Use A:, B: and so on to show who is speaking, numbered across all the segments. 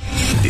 A: The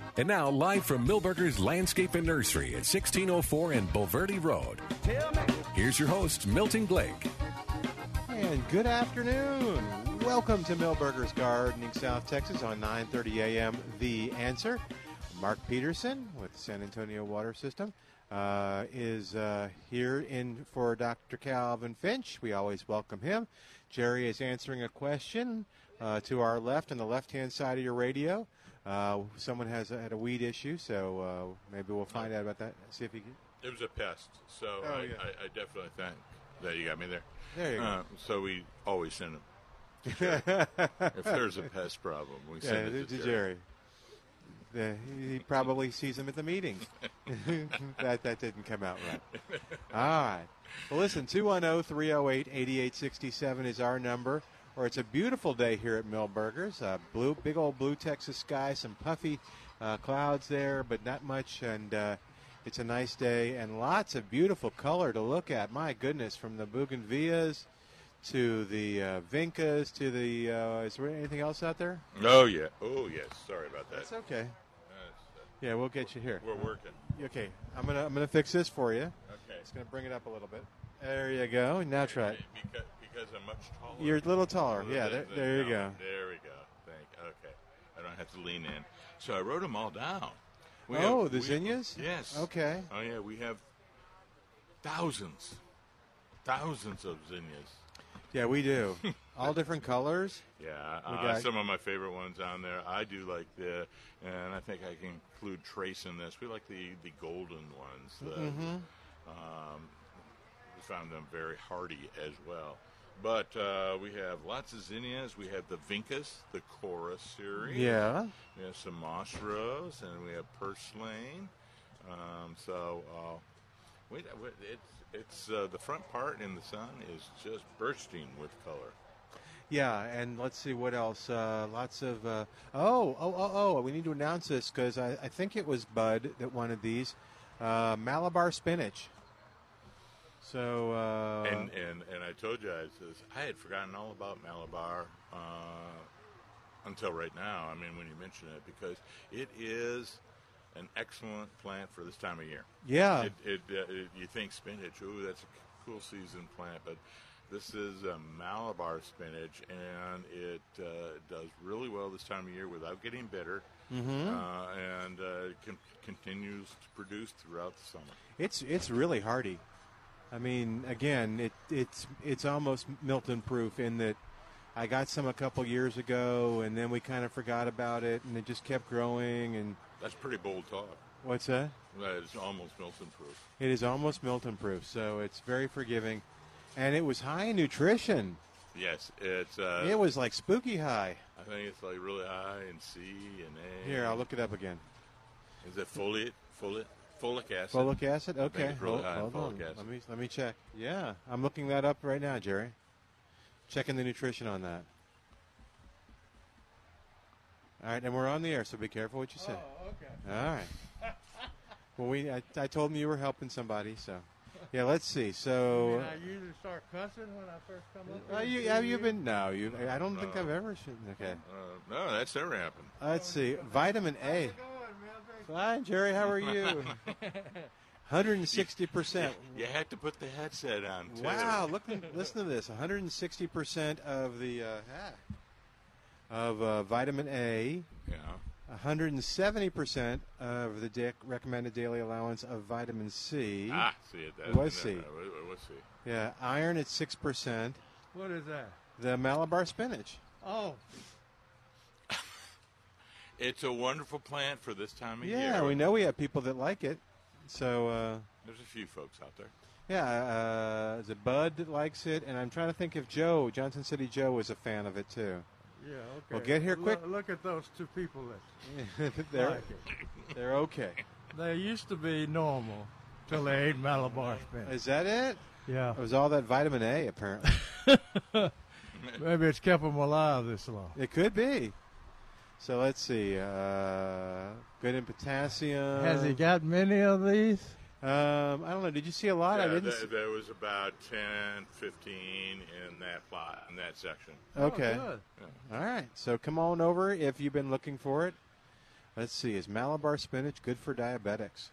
B: And now, live from Millburgers Landscape and Nursery at 1604 and Bulverde Road,
C: Tell me.
B: here's your host, Milton Blake.
C: And good afternoon. Welcome to Millburgers Gardening, South Texas on 9:30 a.m. The Answer. Mark Peterson with San Antonio Water System uh, is uh, here in for Dr. Calvin Finch. We always welcome him. Jerry is answering a question uh, to our left on the left-hand side of your radio. Uh, someone has had a weed issue, so uh, maybe we'll find out about that. See if he can.
D: It was a pest, so
C: Oh,
D: I,
C: yeah.
D: I, I definitely think that you got me there.
C: There you go.
D: Uh, so we always send them. if there's a pest problem, we
C: Yeah,
D: send it to,
C: to Jerry. Yeah, he- he probably sees him at the meetings. that that didn't come out right. All right. Well, listen, oh, 210 308 8867 is our number. Or it's a beautiful day here at Millburgers. Uh, blue, big old blue Texas sky, some puffy uh, clouds there, but not much. And uh, it's a nice day and lots of beautiful color to look at. My goodness, from the bougainvilleas to the uh, vincas to the. Uh, is there anything else out there?
D: Oh yeah. Oh yes. Sorry about that.
C: That's okay.
D: That's-
C: Yeah, we'll get you here.
D: We're working.
C: Okay, I'm gonna I'm gonna fix this for you.
D: Okay.
C: It's gonna bring it up a little bit. There you go. Now try it.
D: Because, because I'm much taller.
C: You're a little taller.
D: than-
C: Yeah, there,
D: than-
C: there you
D: no,
C: go.
D: There we go. Thank. Okay. I don't have to lean in. So I wrote them all down. We have-
C: Oh, the
D: we-
C: zinnias.
D: Yes.
C: Okay.
D: Oh yeah, we have thousands, thousands of zinnias.
C: Yeah, we do. All different colors.
D: Yeah,
C: We
D: uh,
C: got-
D: some of my favorite ones on there. I do like the, and I think I can include Trace in this. We like the the golden ones. The,
C: Mm-hmm.
D: um, we found them very hardy as well. But uh, we have lots of zinnias. We have the vincas, the cora series.
C: Yeah.
D: We have some moss rose, and we have purslane. Um, so uh, we, we, it's it's uh, the front part in the sun is just bursting with color.
C: Yeah, and let's see what else. Uh, lots of uh, oh oh oh oh. We need to announce this because I, I think it was Bud that wanted these uh, Malabar spinach. So uh,
D: and, and and I told you I says I had forgotten all about Malabar uh, until right now. I mean, when you mention it, because it is an excellent plant for this time of year.
C: Yeah.
D: it, it, uh, it- you think spinach? Ooh, that's a cool season plant, but this is a Malabar spinach, and it uh, does really well this time of year without getting bitter,
C: Mm-hmm.
D: uh, and uh, con- continues to produce throughout the summer.
C: It's it's really hardy. I mean, again, it it's it's almost Milton proof in that I got some a couple years ago, and then we kind of forgot about it, and it just kept growing. And
D: That's pretty bold talk.
C: what's that?
D: That is almost Milton proof.
C: It is almost Milton proof, so it's very forgiving, and it was high in nutrition.
D: Yes, it's. Uh,
C: It was like spooky high.
D: I think it's like really high in C and A.
C: Here, I'll look it up again.
D: Is it folate? Folate? Folic acid.
C: Folic acid.
D: think
C: Okay,
D: it's really
C: Hol-
D: high in
C: hold on.
D: folic acid.
C: Let me let me check. Yeah, I'm looking that up right now, Jerry. Checking the nutrition on that. All right, and we're on the air, so be careful what you say. Oh, okay. All right. well, we I, I told him you were helping somebody, so yeah. Let's see. So.
E: I usually start cussing when I first come
C: Uh,
E: up. here.
C: you, have you been? No, you. I don't think I've ever. Should, okay.
D: Uh, no, that's never happened.
C: Uh, Let's see. Vitamin A.
E: How's it going, Mildred?
C: Hi, Jerry. How are you? 160 percent.
D: You had to put the headset on too.
C: Wow! Look, listen to this. 160 percent of the uh, ah, of uh, vitamin A,
D: Yeah.
C: 170 percent of the dic- recommended daily allowance of vitamin C.
D: Ah, see it. That,
C: It was C.
D: It was C.
C: Yeah, iron at six percent.
E: What is that?
C: The Malabar spinach.
E: Oh,
D: It's a wonderful plant for this time of year.
C: Yeah, we know we have people that like it. So uh,
D: There's a few folks out there.
C: yeah, uh, is it Bud that likes it? And I'm trying to think if Joe, Johnson City Joe, was a fan of it too.
E: yeah, okay.
C: Well, get here
E: Lo-
C: quick.
E: Look, at those two people that
C: they're
E: like it.
C: they're okay.
E: They used to be normal till they ate Malabar spinach.
C: Is that it?
E: Yeah,
C: It was all that vitamin A apparently.
E: maybe it's kept them alive this long.
C: It could be. So let's see. Uh, good in potassium.
E: Has he got many of these?
C: Um, I don't know. Did you see a lot? I
D: Yeah,
C: didn't.
D: there,
C: see-
D: there was about 10, 15 in that plot, in that section.
C: Okay.
E: Oh, good.
C: All right. So come on over if you've been looking for it. Let's see. Is Malabar spinach good for diabetics?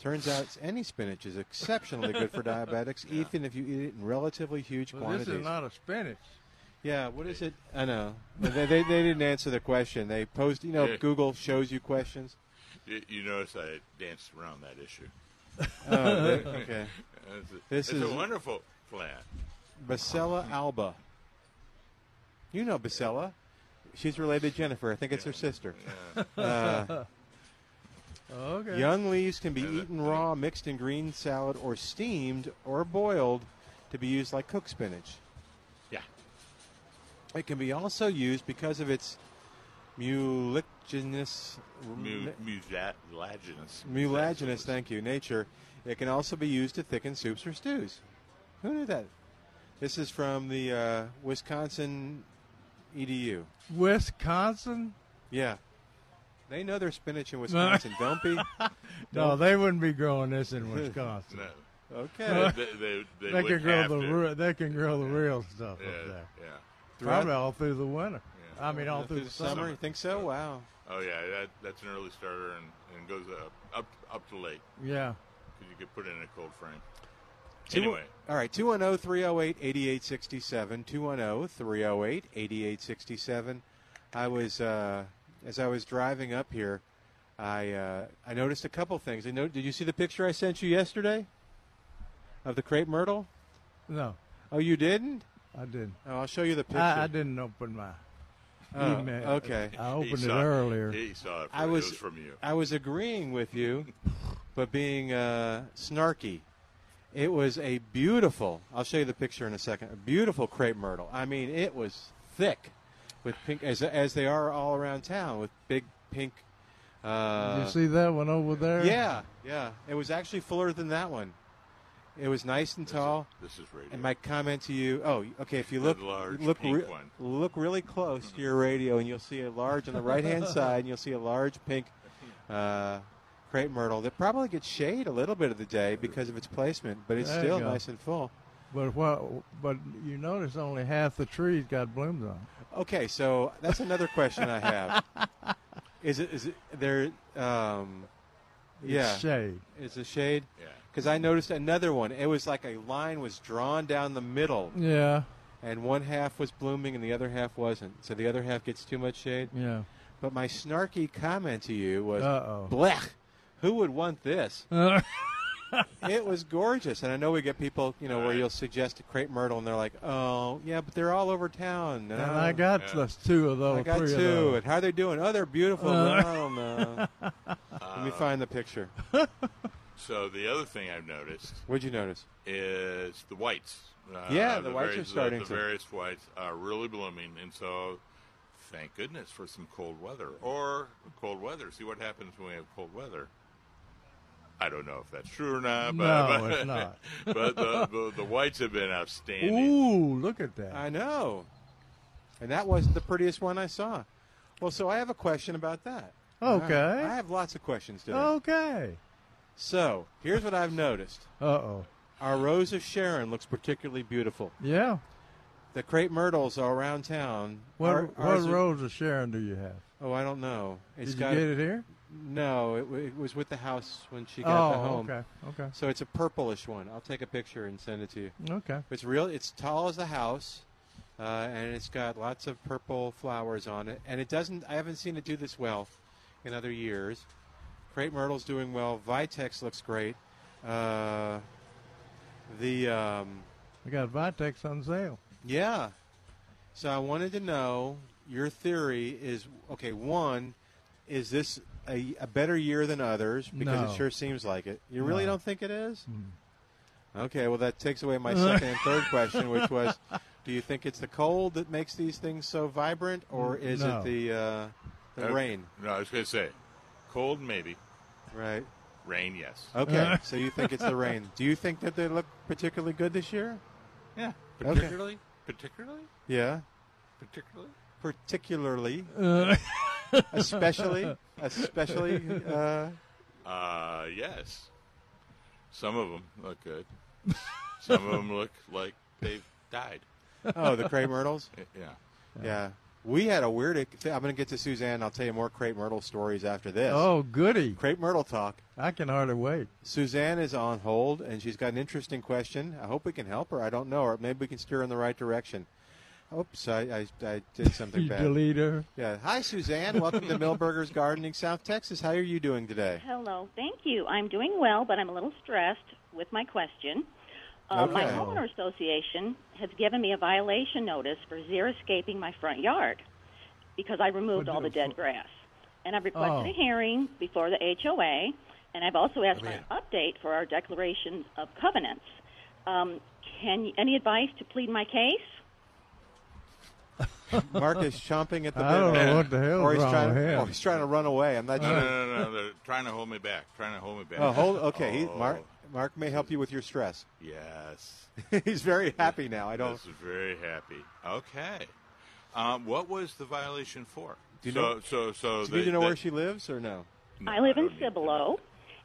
C: Turns out it's- any spinach is exceptionally good for diabetics, even if you eat it in relatively huge
E: Well,
C: quantities.
E: this is not a spinach.
C: yeah. What is it? I know. they, they, they didn't answer the question. They posed. You know,
D: Yeah.
C: Google shows you questions.
D: You, you notice I danced around that issue.
C: Oh, they- okay.
D: It's a,
C: This
D: it's
C: is-
D: a wonderful plant.
C: Bacella alba. You know Bacella. She's related to Jennifer. I think it's her sister. Uh,
E: Okay.
C: Young leaves can be eaten raw, mixed in green salad, or steamed or boiled to be used like cooked spinach.
D: Yeah.
C: It can be also used because of its muliginous
D: Mu- mulilaginous.
C: mulaginous, thank you, nature. It can also be used to thicken soups or stews. Who knew that? This is from the uh, Wisconsin EDU.
E: Wisconsin?
C: Yeah. They know their spinach in Wisconsin, don't be.
E: No, they wouldn't be growing this in Wisconsin.
D: No.
C: Okay.
D: They, they, they,
E: they
D: would
E: can grow
D: have
E: the
D: to.
E: real, they can grow the real stuff
D: Yeah,
E: up there.
D: yeah.
E: Probably all through the winter.
D: Yeah.
E: I mean, all through, the summer.
C: You think so? Wow.
D: Oh, yeah. That, that's an early starter and, and goes up, up, up to late
E: Yeah.
D: because you could put it in a cold frame.
C: Two- oh,
D: Anyway.
C: All right, 210 308 8867. 210 308 8867. I was, uh, as I was driving up here, I uh, I noticed a couple things. I know, did you see the picture I sent you yesterday of the crepe myrtle?
E: No,
C: Oh, you didn't?
E: I didn't.
C: Oh, I'll show you the picture.
E: I, I didn't open my
C: Oh,
E: email.
C: okay.
E: I
D: He
E: opened it
D: saw-
E: earlier.
D: He saw it.
C: I
D: it
C: was,
D: was from you.
C: I was agreeing with you, but being uh, snarky. It was a beautiful. I'll show you the picture in a second. A beautiful crepe myrtle. I mean, it was thick, with pink as as they are all around town with big pink. Uh,
E: you see that one over there?
C: yeah, yeah. It was actually fuller than that one. It was nice and tall.
D: This is radio.
C: And my comment to you, oh, okay. If you look
D: large
C: look
D: pink one.
C: look really close to your radio, and you'll see a large on the right hand side, and you'll see a large pink uh, crepe myrtle that probably gets shade a little bit of the day because of its placement, but it's
E: There you
C: still
E: go.
C: nice and full.
E: But what? But you notice only half the trees got blooms on.
C: Okay, so that's another question I have. Is it is it there? Um, yeah,
E: It's shade.
C: is a shade.
D: Yeah.
C: Because I noticed another one. It was like a line was drawn down the middle,
E: Yeah.
C: and one half was blooming and the other half wasn't. So the other half gets too much shade.
E: Yeah.
C: But my snarky comment to you was,
E: Uh-oh.
C: "Blech, who would want this?" it was gorgeous, and I know we get people, you know, where
D: Right.
C: you'll suggest a crepe myrtle, and they're like, "Oh, yeah, but they're all over town."
E: And
C: oh,
E: I got
D: Yeah.
E: those two of those.
C: I got
E: three
C: two,
E: Of
C: and how are they doing? Oh, they're beautiful.
E: Uh.
C: but I don't know. Let me find the picture.
D: So the other thing I've noticed
C: What'd you notice?
D: is the whites. Uh,
C: Yeah, the whites are starting
D: the,
C: to-
D: The various whites are really blooming, and so thank goodness for some cold weather or cold weather. See what happens when we have cold weather. I don't know if that's true or not, but
E: No,
D: but,
E: it's not.
D: but the, the the whites have been
E: those.
D: outstanding.
E: Ooh, look at that.
C: I know, and that wasn't the prettiest one I saw. Well, so I have a question about that.
E: Okay.
C: I have lots of questions today.
E: okay.
C: So here's what I've noticed.
E: Uh oh.
C: Our Rose of Sharon looks particularly beautiful.
E: Yeah.
C: The crepe myrtles are around town.
E: What
C: Our-
E: what
C: ours are-
E: rose of Sharon do you have?
C: Oh, I don't know. It's
E: Did you
C: got
E: get it here?
C: no. It, w- it was with the house when she got it
E: Oh,
C: home.
E: okay. Okay.
C: So it's a purplish one. I'll take a picture and send it to you.
E: Okay.
C: It's real. It's tall as the house, uh, and it's got lots of purple flowers on it. And it doesn't. I haven't seen it do this well in other years. Crepe myrtle's doing well. Vitex looks great. Uh, the um,
E: I got Vitex on sale.
C: Yeah. So I wanted to know your theory is okay. One, is this a, a better year than others? Because
E: No.
C: it sure seems like it. You really
E: No.
C: don't think it is?
E: Hmm.
C: Okay. Well, that takes away my second and third question, which was, do you think it's the cold that makes these things so vibrant, or is
E: No.
C: it the uh, the
D: Uh,
C: rain?
D: No, I was going to say, cold maybe,
C: Right.
D: rain yes.
C: Okay. so you think it's the rain? Do you think that they look particularly good this year?
D: yeah,
C: Okay.
D: particularly, particularly,
C: Yeah.
D: particularly.
C: Particularly.
E: Uh,
C: especially. Especially. Uh,
D: Uh, yes. Some of them look good. Some of them look like they've died.
C: Oh, the crepe myrtles.
D: Y- Yeah.
C: Yeah, we had a weird. I'm going to get to Suzanne. I'll tell you more crepe myrtle stories after this.
E: Oh, goody!
C: crepe myrtle talk.
E: I can hardly wait.
C: Suzanne is on hold, and she's got an interesting question. I hope we can help her. I don't know, or maybe we can steer her in the right direction. Oops, I, I, I did something
E: You
C: bad.
E: delete her.
C: Yeah. Hi, Suzanne. Welcome to Millburgers Gardening, South Texas. How are you doing today?
F: Hello, thank you. I'm doing well, but I'm a little stressed with my question. Uh, My
C: Okay.
F: homeowner association has given me a violation notice for xeriscaping my front yard because I removed
E: What
F: all the
E: the-
F: dead grass. And I've requested
E: Oh.
F: a hearing before the HOA, and I've also asked for
C: yeah.
F: an update for our declarations of covenants. Um, can any advice to plead my case?
C: Mark is chomping at the
E: I don't
C: bit.
E: know what the hell
C: or
E: is
C: he's
E: wrong
C: trying,
E: with him.
C: or he's trying to run away. I'm not
D: No,
C: sure.
D: no, no, no. They're trying to hold me back. Trying to hold me back.
C: Oh, hold. Okay, he,
D: Oh,
C: Mark. Mark may help you with your stress.
D: Yes.
C: he's very happy now. I don't.
D: This is very happy. Okay. Um, what was the violation for?
C: Do you
D: so,
C: know-
D: so, so.
C: Do you need
D: they-
C: to know
D: they-
C: where she lives or no?
D: No,
F: I live in
D: don't need to
F: Cibolo,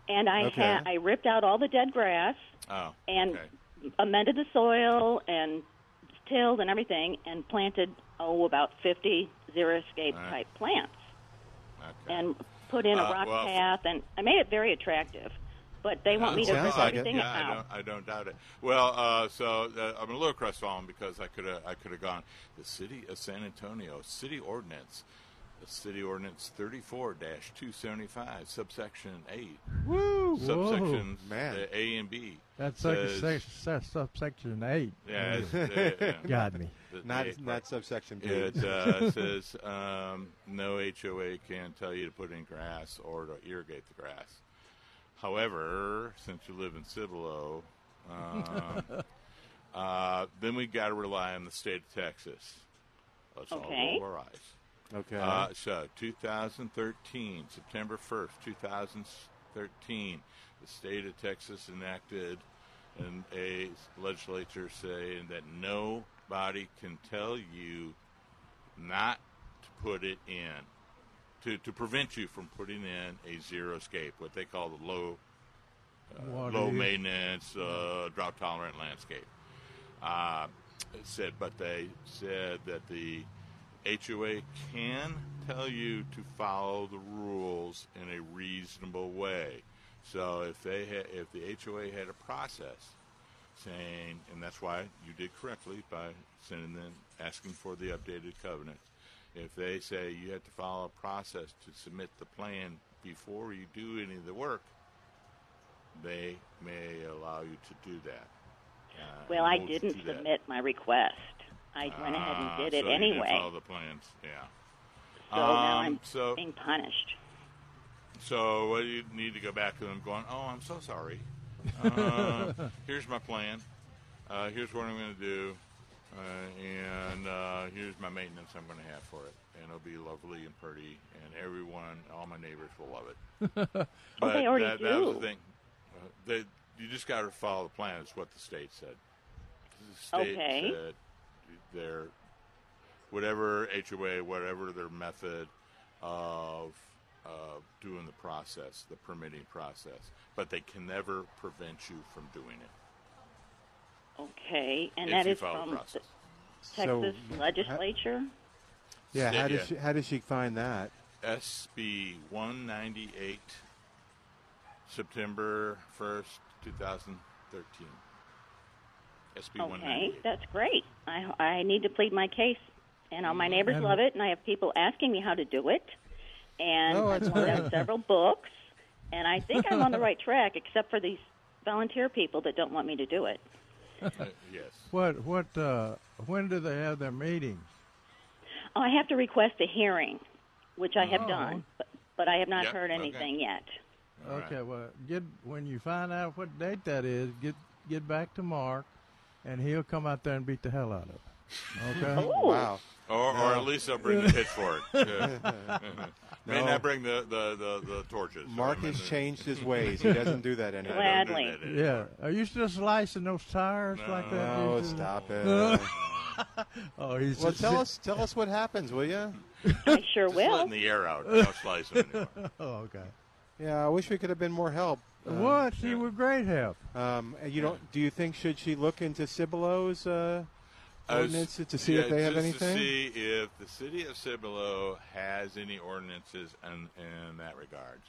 F: and I
C: Okay.
F: ha- I ripped out all the dead grass.
D: know. Oh.
F: and
D: okay.
F: amended the soil and tilled and everything and planted oh about 50 xeriscape
D: All right.
F: type plants
D: Okay.
F: and put in a
D: Uh,
F: rock
D: well-
F: path and I made it very attractive but they want me to
C: Sounds
F: rip
C: like it.
F: everything
D: yeah, I
F: out
D: don't, I don't doubt it. Well, uh, so uh, I'm a little crestfallen because I could have I could have gone the city of San Antonio city ordinance, the city ordinance 34-275 subsection 8,
E: Woo!
D: subsections
C: man.
D: uh, A and B.
E: That's
D: says-
E: subsection eight.
D: Yeah, it's, uh, yeah,
E: Got me.
D: the- the
C: Not
D: eighth part.
C: not subsection B.
D: It uh, says um, no HOA can tell you to put in grass or to irrigate the grass. However, since you live in Cibolo, um, uh, then we got to rely on the state of Texas. Let's
F: Okay.
D: all roll our eyes.
C: okay.
D: Uh, so, 2013, September 1st, 2013, the state of Texas enacted, and a legislature saying that nobody can tell you not to put it in, to, to prevent you from putting in a zero scape, what they call the low uh,
E: Water
D: low
E: use.
D: maintenance, uh, drought tolerant landscape. Uh, it said, but they said that the HOA can tell you to follow the rules in a reasonable way. So if they ha- if the HOA had a process saying, and that's why you did correctly by sending them asking for the updated covenant. If they say you have to follow a process to submit the plan before you do any of the work, they may allow you to do that. Uh,
F: well I
D: rules
F: didn't
D: do that.
F: submit my request I went ahead
D: Ah,
F: and did it
D: so you didn't
F: anyway
D: follow the plans, yeah.
F: so now
D: Um,
F: I'm
D: so-
F: being punished
D: So what do you need to go back to them going, oh, I'm so sorry. Uh, here's my plan. Uh, here's what I'm going to do. Uh, and uh, here's my maintenance I'm going to have for it. And it'll be lovely and pretty. And everyone, all my neighbors will love it. but
F: they already
D: that, that was the
F: do.
D: thing. Uh, they, you just got to follow the plan. It's what the state said. The state
F: Okay.
D: said their, whatever HOA, whatever their method of uh, doing the process, the permitting process, but they can never prevent you from doing it
F: okay and
D: if
F: that
D: you
F: is
D: follow
F: from
D: the process.
F: the
C: So,
F: Texas legislature
C: yeah. How
D: yeah.
C: does she, how does she find that?
D: SB 198, September 1st, 2013. SB
F: okay
D: 198.
F: that's great I, I need to plead my case and all
G: Mm-hmm.
F: my neighbors love it and I have people asking me how to do it and
C: Oh,
F: I've
C: that's
F: loaned out
C: great.
F: several books and I think I'm on the right track except for these volunteer people that don't want me to do it
D: Uh, yes.
E: What what uh, when do they have their meetings?
F: Oh, I have to request a hearing, which I have
E: Oh.
F: done, but, but I have not
D: Yep,
F: heard
D: okay.
F: anything yet.
D: All right.
E: Okay, well, get when you find out what date that is, get get back to Mark, and he'll come out there and beat the hell out of it. Okay.
F: Ooh.
C: Oh, Wow.
D: Or, or at least I'll bring the pitchfork. Yeah. May not bring the, the, the, the torches.
C: Mark
D: I mean,
C: has
D: the-
C: changed his ways. He doesn't do that
D: I
C: anymore.
D: don't do
F: Gladly.
D: that anymore.
E: Yeah. Are you still slicing those tires like that?
C: Oh,
E: You just-
C: stop it.
E: Oh, he's
C: Well,
E: just-
C: tell us, tell us what happens, will you?
F: I sure
D: Just letting
F: will.
D: the air out. I don't slice them anymore.
E: Oh, okay.
C: Yeah, I wish we could have been more help. Uh,
E: what? She was great help.
C: Um, and you don't? Do you think should she look into Cibolo's uh,
D: I was-
C: ordinance to see if
D: yeah,
C: they have
D: just
C: anything?
D: To see if the city of Cibolo has any ordinances in, in that regard.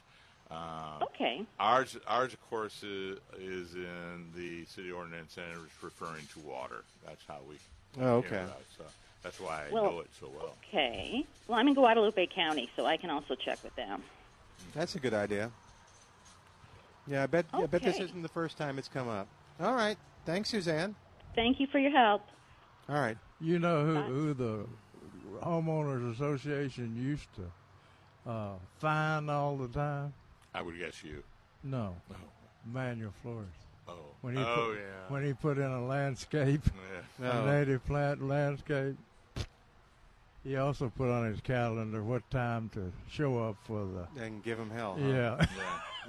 D: Um,
F: Okay.
D: Ours, ours, of course, is, is in the city ordinance, and it's referring to water. That's how we.
C: Oh,
D: came
C: okay.
D: about. So that's why I
F: Well-
D: know it so well.
F: Okay. Well, I'm in Guadalupe County, so I can also check with them.
C: That's a good idea. Yeah, I bet. I bet this
F: Okay.
C: isn't the first time it's come up. All right. Thanks, Suzanne.
F: Thank you for your help.
C: All right.
E: You know who, who the homeowners association used to uh, fine all the time?
D: I would guess you.
E: No,
C: Oh.
E: Manuel Flores.
D: Oh,
E: When he
D: oh
E: put,
D: yeah.
E: when he put in a landscape,
D: yeah.
C: No.
E: a native plant landscape. He also put on his calendar what time to show up for the.
C: And give him hell. huh?
E: Yeah.
D: yeah.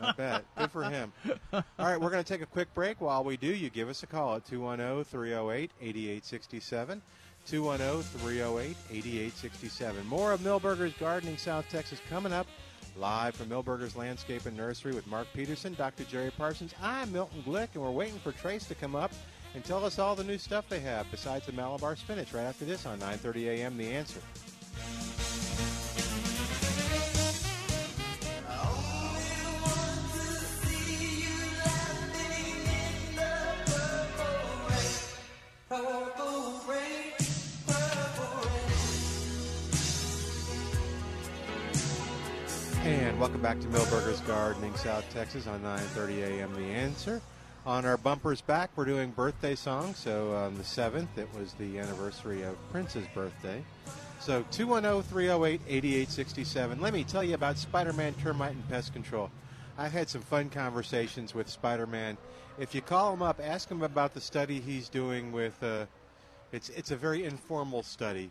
C: I bet. Good for him. All right, we're going to take a quick break. While we do, you give us a call at oh, 210 308 8867. 210 308 8867. More of Millburgers Gardening South Texas coming up live from Millburgers Landscape and Nursery with Mark Peterson, Dr. Jerry Parsons. I'm Milton Glick, and we're waiting for Trace to come up and tell us all the new stuff they have besides the Malabar spinach right after this on 9.30 a.m. The Answer. And welcome back to Millburgers Gardening, South Texas, on 9:30 a.m. The Answer. On our bumpers back, we're doing birthday songs. So on the seventh, it was the anniversary of Prince's birthday. So oh, 210-308-8867. Let me tell you about Spider-Man Termite and Pest Control. I've had some fun conversations with Spider-Man. If you call him up, ask him about the study he's doing with. Uh, it's it's a very informal study.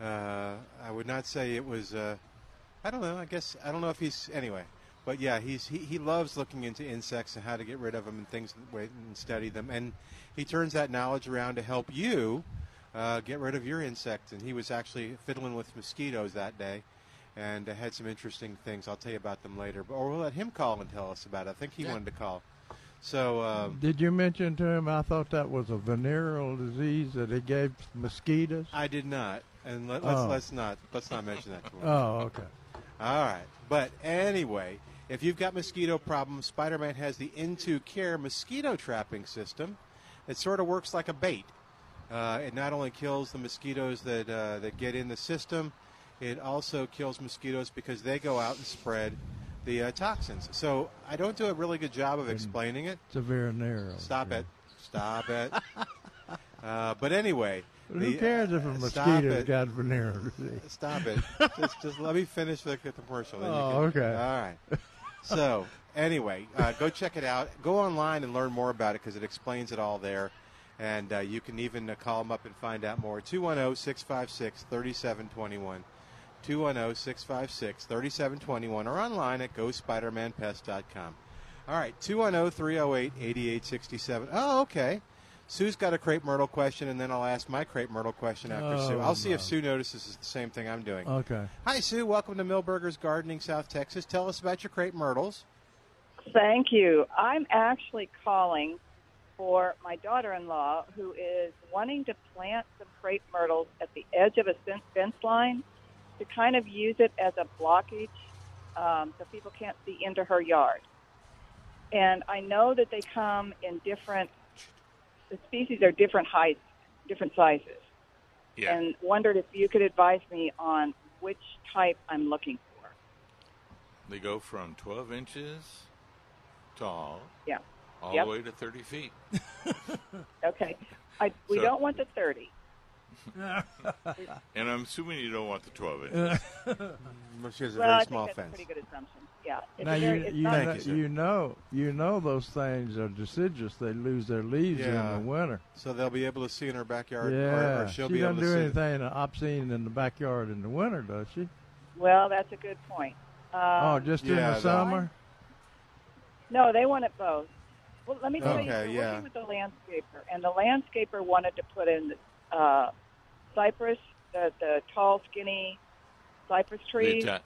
C: Uh, I would not say it was. Uh, I don't know. I guess I don't know if he's anyway. But yeah, he's he, he loves looking into insects and how to get rid of them and things that way and study them. And he turns that knowledge around to help you uh, get rid of your insect. And he was actually fiddling with mosquitoes that day, and uh, had some interesting things. I'll tell you about them later. But or we'll let him call and tell us about it. I think he wanted to call. So um,
E: Did you mention to him? I thought that was a venereal disease that it gave mosquitoes.
C: I did not, and let, let's
E: Oh.
C: let's not let's not mention that. To him.
E: Oh, okay.
C: All right. But anyway, if you've got mosquito problems, Spider Man has the Into Care mosquito trapping system that sort of works like a bait. Uh, it not only kills the mosquitoes that, uh, that get in the system, it also kills mosquitoes because they go out and spread the uh, toxins. So I don't do a really good job
E: Mm.
C: of explaining it.
E: It's a venereal.
C: Stop
E: yeah.
C: it. Stop it. Uh, but anyway.
E: Who
C: the-
E: cares if a
C: uh, stop
E: mosquito's
C: it.
E: got venereal disease?
C: Stop it. just, just let me finish the commercial. then you
E: Oh,
C: can-
E: okay.
C: All right. So, anyway, uh, go check it out. Go online and learn more about it because it explains it all there. And uh, you can even uh, call them up and find out more. oh, 210 656 3721. 210 656 3721 or online at gospidermanpest.com. All right, oh, 210 308 8867. Oh, okay. Sue's got a crepe myrtle question, and then I'll ask my crepe myrtle question after
E: Oh,
C: Sue. I'll see if
E: no.
C: Sue notices it's the same thing I'm doing.
E: Okay.
C: Hi, Sue. Welcome to Millburgers Gardening, South Texas. Tell us about your crepe myrtles.
H: Thank you. I'm actually calling for my daughter in law who is wanting to plant some crepe myrtles at the edge of a fen- fence line to kind of use it as a blockage um, so people can't see into her yard. And I know that they come in different, the species are different heights, different sizes.
D: Yeah.
H: And wondered if you could advise me on which type I'm looking for.
D: They go from 12 inches tall
H: Yeah.
D: all
H: Yep.
D: the way to 30 feet.
H: Okay. I, we
D: So-
H: don't want the 30.
D: And I'm assuming you don't want the 12 inches.
C: She has a
H: Well, I
C: very
H: think
C: small
H: that's a
C: fence.
H: pretty good assumption. Yeah. It's
E: Now
H: a very,
E: you
H: it's
E: you
H: not-
E: know,
C: Thank you, sir.
E: you know you know those things are deciduous. They lose their leaves
C: Yeah.
E: in the winter.
C: So they'll be able to see in her backyard,
E: Yeah,
C: or, or she'll
E: she
C: be able
E: doesn't
C: to
E: do
C: see.
E: anything obscene in the backyard in the winter, does she?
H: well, that's a good point. Um,
E: oh, just in
C: yeah,
E: the
C: the-
E: summer.
H: No, they wanted both. Well, let me tell you,
C: Okay,
H: we're
C: yeah.
H: working with the landscaper, and the landscaper wanted to put in the uh, cypress, the, the tall, skinny cypress
D: The
H: trees.
D: Ita-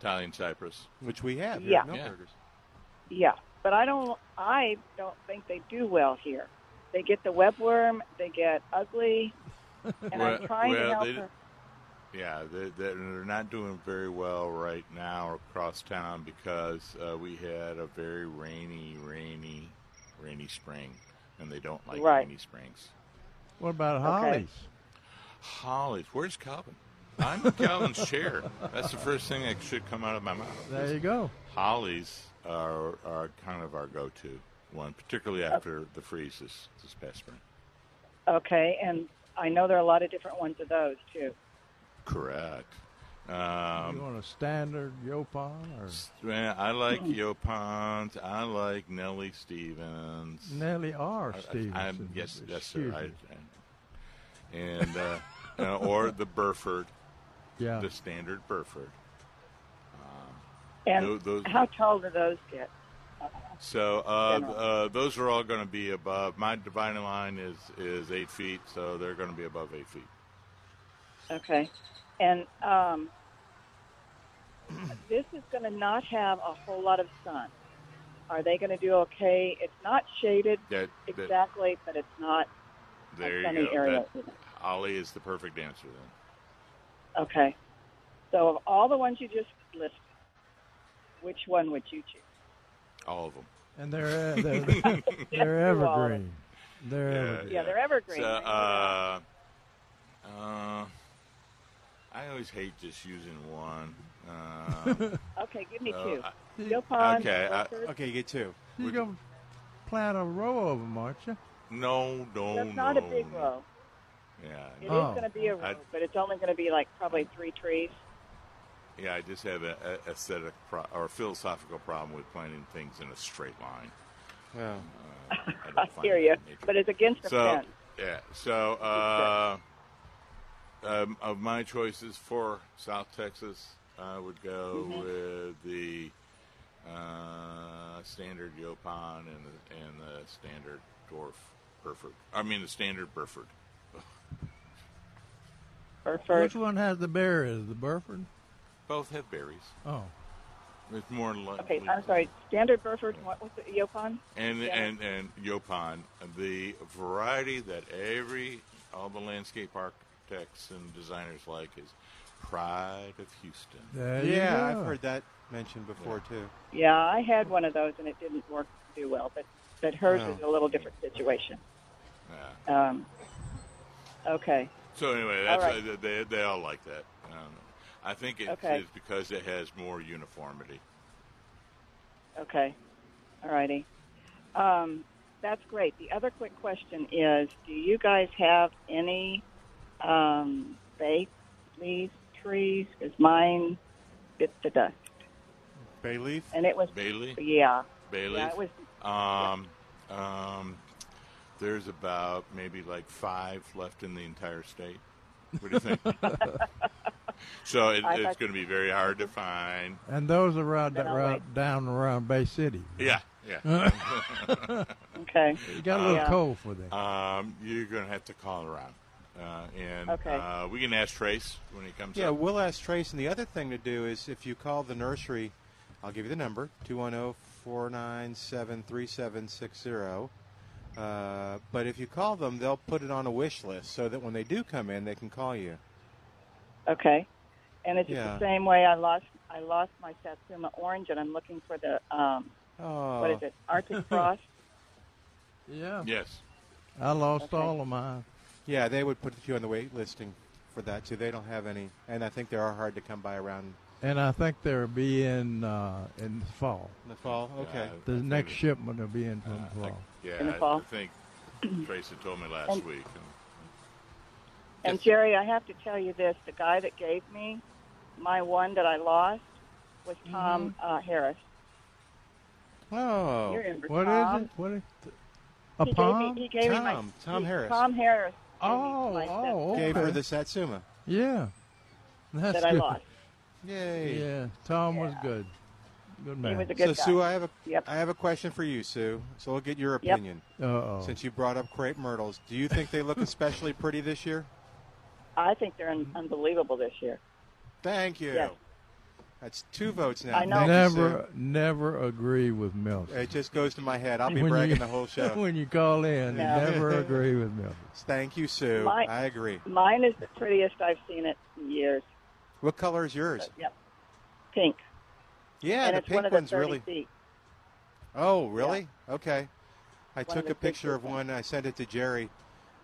D: Italian cypress.
C: Which we have. here
H: Yeah.
C: at
D: Yeah.
C: Milburger's.
H: Yeah, but I don't. I don't think they do well here. They get the webworm. They get ugly. And
D: Well-
H: I'm trying
D: well,
H: to help
D: they d-
H: her.
D: Yeah, they, they're not doing very well right now across town because uh, we had a very rainy, rainy, rainy spring, and they don't like
H: Right.
D: rainy springs.
E: What about hollies?
D: Holly, where's Calvin? I'm in Calvin's chair. That's the first thing that should come out of my mouth.
E: There you go.
D: Hollies are, are kind of our go-to one, particularly after the freeze this, this past spring.
H: Okay, and I know there are a lot of different ones of those too.
D: Correct.
E: you
D: Um,
E: want a standard yopon or
D: man, I like
E: Hmm.
D: Yopons. I like Nellie Stevens.
E: Nellie R.
D: I- I-
E: Stevens?
D: I'm, yes, yes, sir.
E: Excuse
D: I,
E: me.
D: I- and uh, uh, or the Burford,
E: yeah.
D: the standard Burford.
H: And
D: Tho- those-
H: how tall do those get?
D: So uh,
H: General.
D: uh, those are all going to be above. My dividing line is is eight feet, so they're going to be above eight feet.
H: Okay, and um, this is going to not have a whole lot of sun. Are they going to do okay? It's not shaded
D: That, that-
H: exactly, but it's not
D: there
H: sunny
D: you go.
H: area,
D: That-
H: isn't it?
D: Holly is the perfect answer then.
H: Okay. So of all the ones you just listed, which one would you choose?
D: All of them.
E: And they're uh, they're, they're
H: do all of
E: evergreen. They're evergreen.
H: Yeah, they're evergreen.
D: So, uh,
H: right?
D: uh, I always hate just using one. Uh,
H: okay, give me
D: uh,
H: two.
D: I-
H: Yopon,
D: okay, I-
H: Rutgers.
C: Okay, you get two.
E: You're gonna plant a row of them, aren't you?
D: no, no,
H: That's not a
D: no,
H: big
D: no.
H: row.
D: Yeah,
H: It is
E: Oh.
H: going to be a row,
D: I-
H: but it's only going to be like probably three trees.
D: yeah. I just have an aesthetic pro- or philosophical problem with planting things in a straight line.
C: Yeah.
D: I don't
H: I
D: find
H: hear
D: that
H: you,
D: nature-
H: but it's against the
D: so
H: fence.
D: yeah. So uh, um, of my choices for South Texas, I would go
H: Mm-hmm.
D: with the uh, standard Yopon and the, and the standard dwarf Burford. I mean the standard Burford.
H: Burford.
E: Which one has the berries? The Burford?
D: Both have berries.
E: Oh,
D: It's more likely.
H: Okay, I'm sorry. Standard Burford. What was it? Yopon.
D: And
H: Yeah.
D: and and Yopon, the variety that every all the landscape architects and designers like is Pride of Houston.
E: there you
C: Yeah,
E: go.
C: I've heard that mentioned before too.
H: Yeah, I had one of those and it didn't work too well, but but hers
C: No.
H: is
D: Oh.
H: a little different situation.
D: Yeah.
H: Um, okay.
D: So anyway, that's
H: All right.
D: uh, they they all like that. Um, I think it's
H: Okay.
D: it's because it has more uniformity.
H: Okay. All righty. Um, that's great. The other quick question is do you guys have any um, bay leaf trees? Because mine bit the dust.
C: Bay leaf.
H: And it was,
D: Bailey,
H: yeah.
D: Bailey.
H: Yeah, it was,
D: um, um, there's about maybe like five left in the entire state. What do you think? so it,
H: I
D: it's
H: thought-
D: going to be very hard to find.
E: And those are right,
H: Then I'll
E: right down around Bay City.
D: Yeah, yeah.
H: okay.
E: You got a little
H: Yeah.
E: cold for that.
D: um, you're going to have to call around, uh, and
H: Okay.
D: uh, we can ask Trace when he comes.
C: Yeah,
D: up.
C: we'll ask Trace. And the other thing to do is if you call the nursery, I'll give you the number oh, 210 497 3760. Uh, But if you call them, they'll put it on a wish list so that when they do come in, they can call you.
H: Okay. And it's
C: Yeah.
H: the same way I lost I lost my Satsuma orange and I'm looking for the, um,
C: Oh,
H: what is it, Arctic Frost?
E: Yeah.
D: Yes.
E: I lost
H: Okay.
E: all of mine.
C: Yeah, they would put you on the wait listing for that too. They don't have any, and I think they are hard to come by around
E: And I think they'll be in uh, in the fall.
C: in the fall. Okay.
D: Uh,
E: The
D: I think
E: next
D: it-
E: shipment will be in from
D: I
E: the
D: think-
E: fall.
D: yeah,
H: In the
D: I-
H: fall?
D: I think Tracy told me last
H: And-
D: week. And,
H: And Jerry, I have to tell you this: the guy that gave me my one that I lost was Tom
C: Mm-hmm.
H: uh, Harris.
C: Oh,
H: You remember
E: What
H: Tom?
E: is it? What is a
H: He
E: palm?
H: gave me. He gave me my
C: Tom, Tom
H: he-
C: Harris.
H: Tom Harris. gave me
E: oh,
H: my set
E: oh, okay.
C: gave her the Satsuma.
E: yeah. That's
H: that I
E: good.
H: lost.
C: Yay.
E: Yeah, Tom was good. Good
H: He
E: man.
H: was a
C: So
H: good
C: Sue,
H: guy.
C: I have a I
H: Yep.
C: have a question for you, Sue. So we'll get your
H: Yep.
C: opinion
E: Uh-oh.
C: since you brought up crepe myrtles. Do you think they look especially pretty this year?
H: I think they're un- unbelievable this year.
C: Thank you.
H: Yes.
C: That's two votes now.
H: I know.
C: Thank you, Sue.
E: never, never agree with Milton.
C: It just goes to my head. I'll be
E: When
C: bragging the
E: you-
C: whole show.
E: when you call in,
H: No.
E: never agree with Milton.
C: Thank you, Sue.
H: My-
C: I agree.
H: Mine is the prettiest I've seen it in years.
C: What color is yours?
H: Yep, pink.
C: Yeah,
H: and
C: the
H: it's one
C: pink
H: of the
C: one's
H: 30
C: really.
H: feet.
C: Oh, really? Okay. I
H: One of
C: took
H: the
C: a picture
H: pictures
C: of
H: of-
C: one. I sent it to Jerry,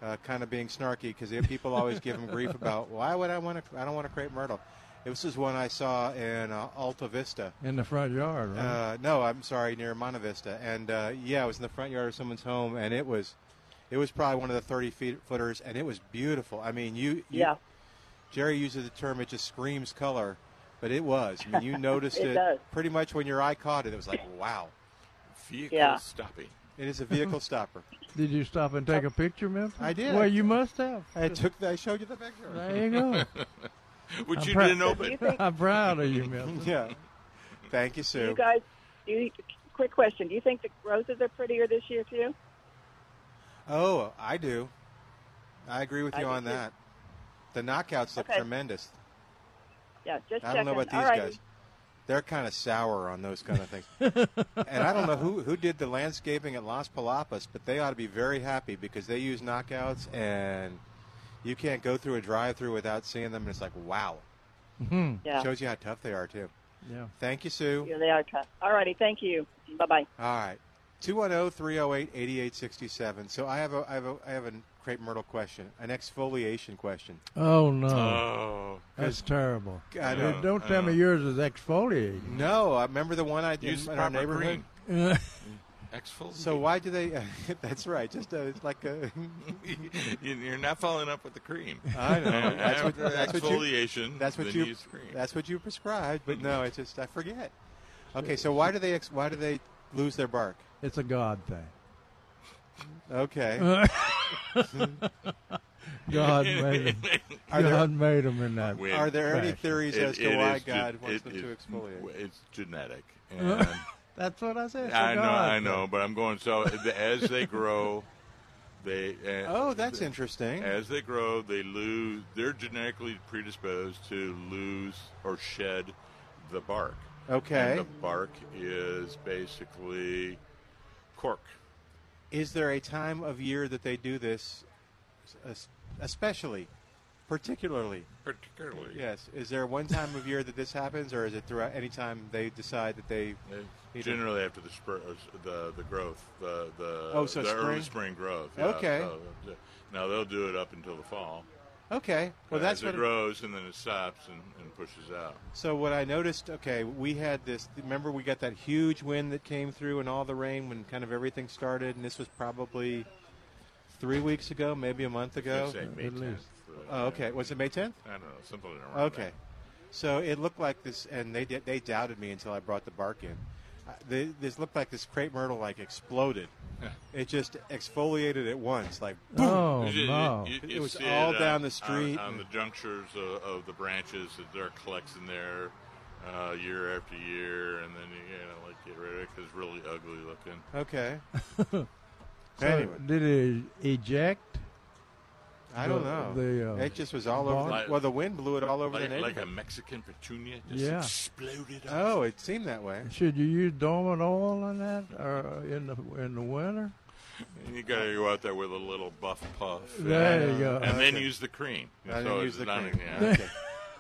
C: uh, kind of being snarky because people always give him grief about why would I want to? I don't want to crepe myrtle. This is one I saw in uh, Alta Vista.
E: In the front yard, right?
C: Uh, no, I'm sorry, near Monta Vista, and uh, yeah, it was in the front yard of someone's home, and it was, it was probably one of the 30 feet footers, and it was beautiful. I mean, you, you
H: Yeah,
C: Jerry uses the term it just screams color, but it was. I mean, you noticed
H: It
C: it,
H: does.
C: pretty much when your eye caught it. It was like, wow,
D: vehicle
H: Yeah.
D: stopping.
C: it is a vehicle stopper.
E: Did you stop and take a picture, Milton?
C: I did.
E: Well, you must have.
C: I took, I showed you the picture.
E: There you go.
D: Which
E: I'm
D: you
E: proud-
D: didn't open.
E: I'm proud of you, Milton.
C: Yeah. Thank you,
H: do
C: Sue.
H: you guys. Do you, quick question: Do you think the roses are prettier this year too?
C: oh, I do. I agree with
H: I
C: you
H: do
C: on
H: too.
C: that. The knockouts look
H: Okay.
C: tremendous.
H: Yeah, just
C: I don't know
H: checking.
C: about these
H: All righty.
C: guys. They're kind of sour on those kind of things. and I don't know who, who did the landscaping at Las Palapas, but they ought to be very happy because they use knockouts and you can't go through a drive through without seeing them. And it's like, wow.
E: Hmm.
H: Yeah,
C: Shows you how tough they are, too.
E: Yeah.
C: Thank you, Sue.
H: yeah, they are tough. All righty, thank you. Bye bye.
C: All right. oh, 210-308-8867. So I have a I have a I have a crepe myrtle question, an exfoliation question.
E: Oh no,
D: Oh,
E: that's terrible.
C: I
E: Dude,
C: know.
E: don't tell me yours is exfoliating.
C: No, I remember the one I did
D: use
C: in our
D: proper
C: neighborhood.
D: green. Exfoliate.
C: So why do they? that's right. Just uh, it's like a.
D: You- You're not following up with the cream.
C: I know. That's what,
D: After
C: that's what you.
D: exfoliation.
C: That's what
D: then
C: you.
D: use cream.
C: That's what you prescribed. But no, it's just I forget. Okay, so why do they? Ex- why do they lose their bark?
E: It's a God thing.
C: Okay,
E: God made them.
C: Are
E: God
C: there-
E: made them in that.
D: Wait.
C: are there any
E: Fashion.
C: theories
D: It-
C: as to
D: it
C: why
D: is gen-
C: God wants
D: it
C: them
D: is-
C: to exfoliate? oh
D: It's genetic. And
E: That's what I said. It's a
D: I know,
E: God
D: I
E: thing.
D: know, but I'm going so uh, the- as they grow, they uh,
C: Oh, that's interesting.
D: As they grow, they lose. They're genetically predisposed to lose or shed the bark.
C: Okay.
D: And the bark is basically cork.
C: Is there a time of year that they do this, es- especially, particularly?
D: Particularly,
C: Yes. Is there one time of year that this happens, or is it throughout any time they decide that they?
D: It's generally after the spur, the the growth, the the
C: Oh, so
D: the early spring
C: spring?
D: growth. yeah,
C: Okay.
D: so- uh, now they'll do it up until the fall. Uh,
C: Okay. Well, that's
D: as
C: what.
D: it grows, and then it stops and, and pushes out.
C: So what I noticed, okay, we had this. Remember, we got that huge wind that came through and all the rain when kind of everything started, and this was probably three weeks ago, maybe a month ago.
D: Let's say May
E: at
D: 10th,
E: least.
D: uh,
C: Oh, okay, was it May tenth?
D: I don't know, something around.
C: Okay,
D: that.
C: so it looked like this, and they did, they doubted me until I brought the bark in. Uh, they, this looked like this crepe myrtle like exploded. it just exfoliated at once, like
E: Oh
D: You- you-
E: no.
D: you- you
C: It was
D: see
C: all
D: on-
C: down the
D: on-
C: street.
D: on, the junctures of, of the branches that they're collecting there uh, year after year, and then you know, like get rid of it 'cause it's really ugly looking.
C: okay.
E: So,
C: anyway,
E: did it eject?
C: I don't
E: the-
C: know.
E: the, uh,
C: it just was all over.
D: bark-
C: The, well, the wind blew it all over
D: like,
C: the
D: like
C: neighborhood.
D: a Mexican petunia just
E: Yeah.
D: exploded. Up.
C: oh, it seemed that way.
E: Should you use dormant oil on that, or in the in the winter?
D: And you gotta go out there with a little buff puff.
E: There
D: and,
E: you go.
D: And then use the cream.
C: I didn't
D: So
C: use
D: it's
C: the
D: not-
C: cream.
D: yeah.
C: Okay.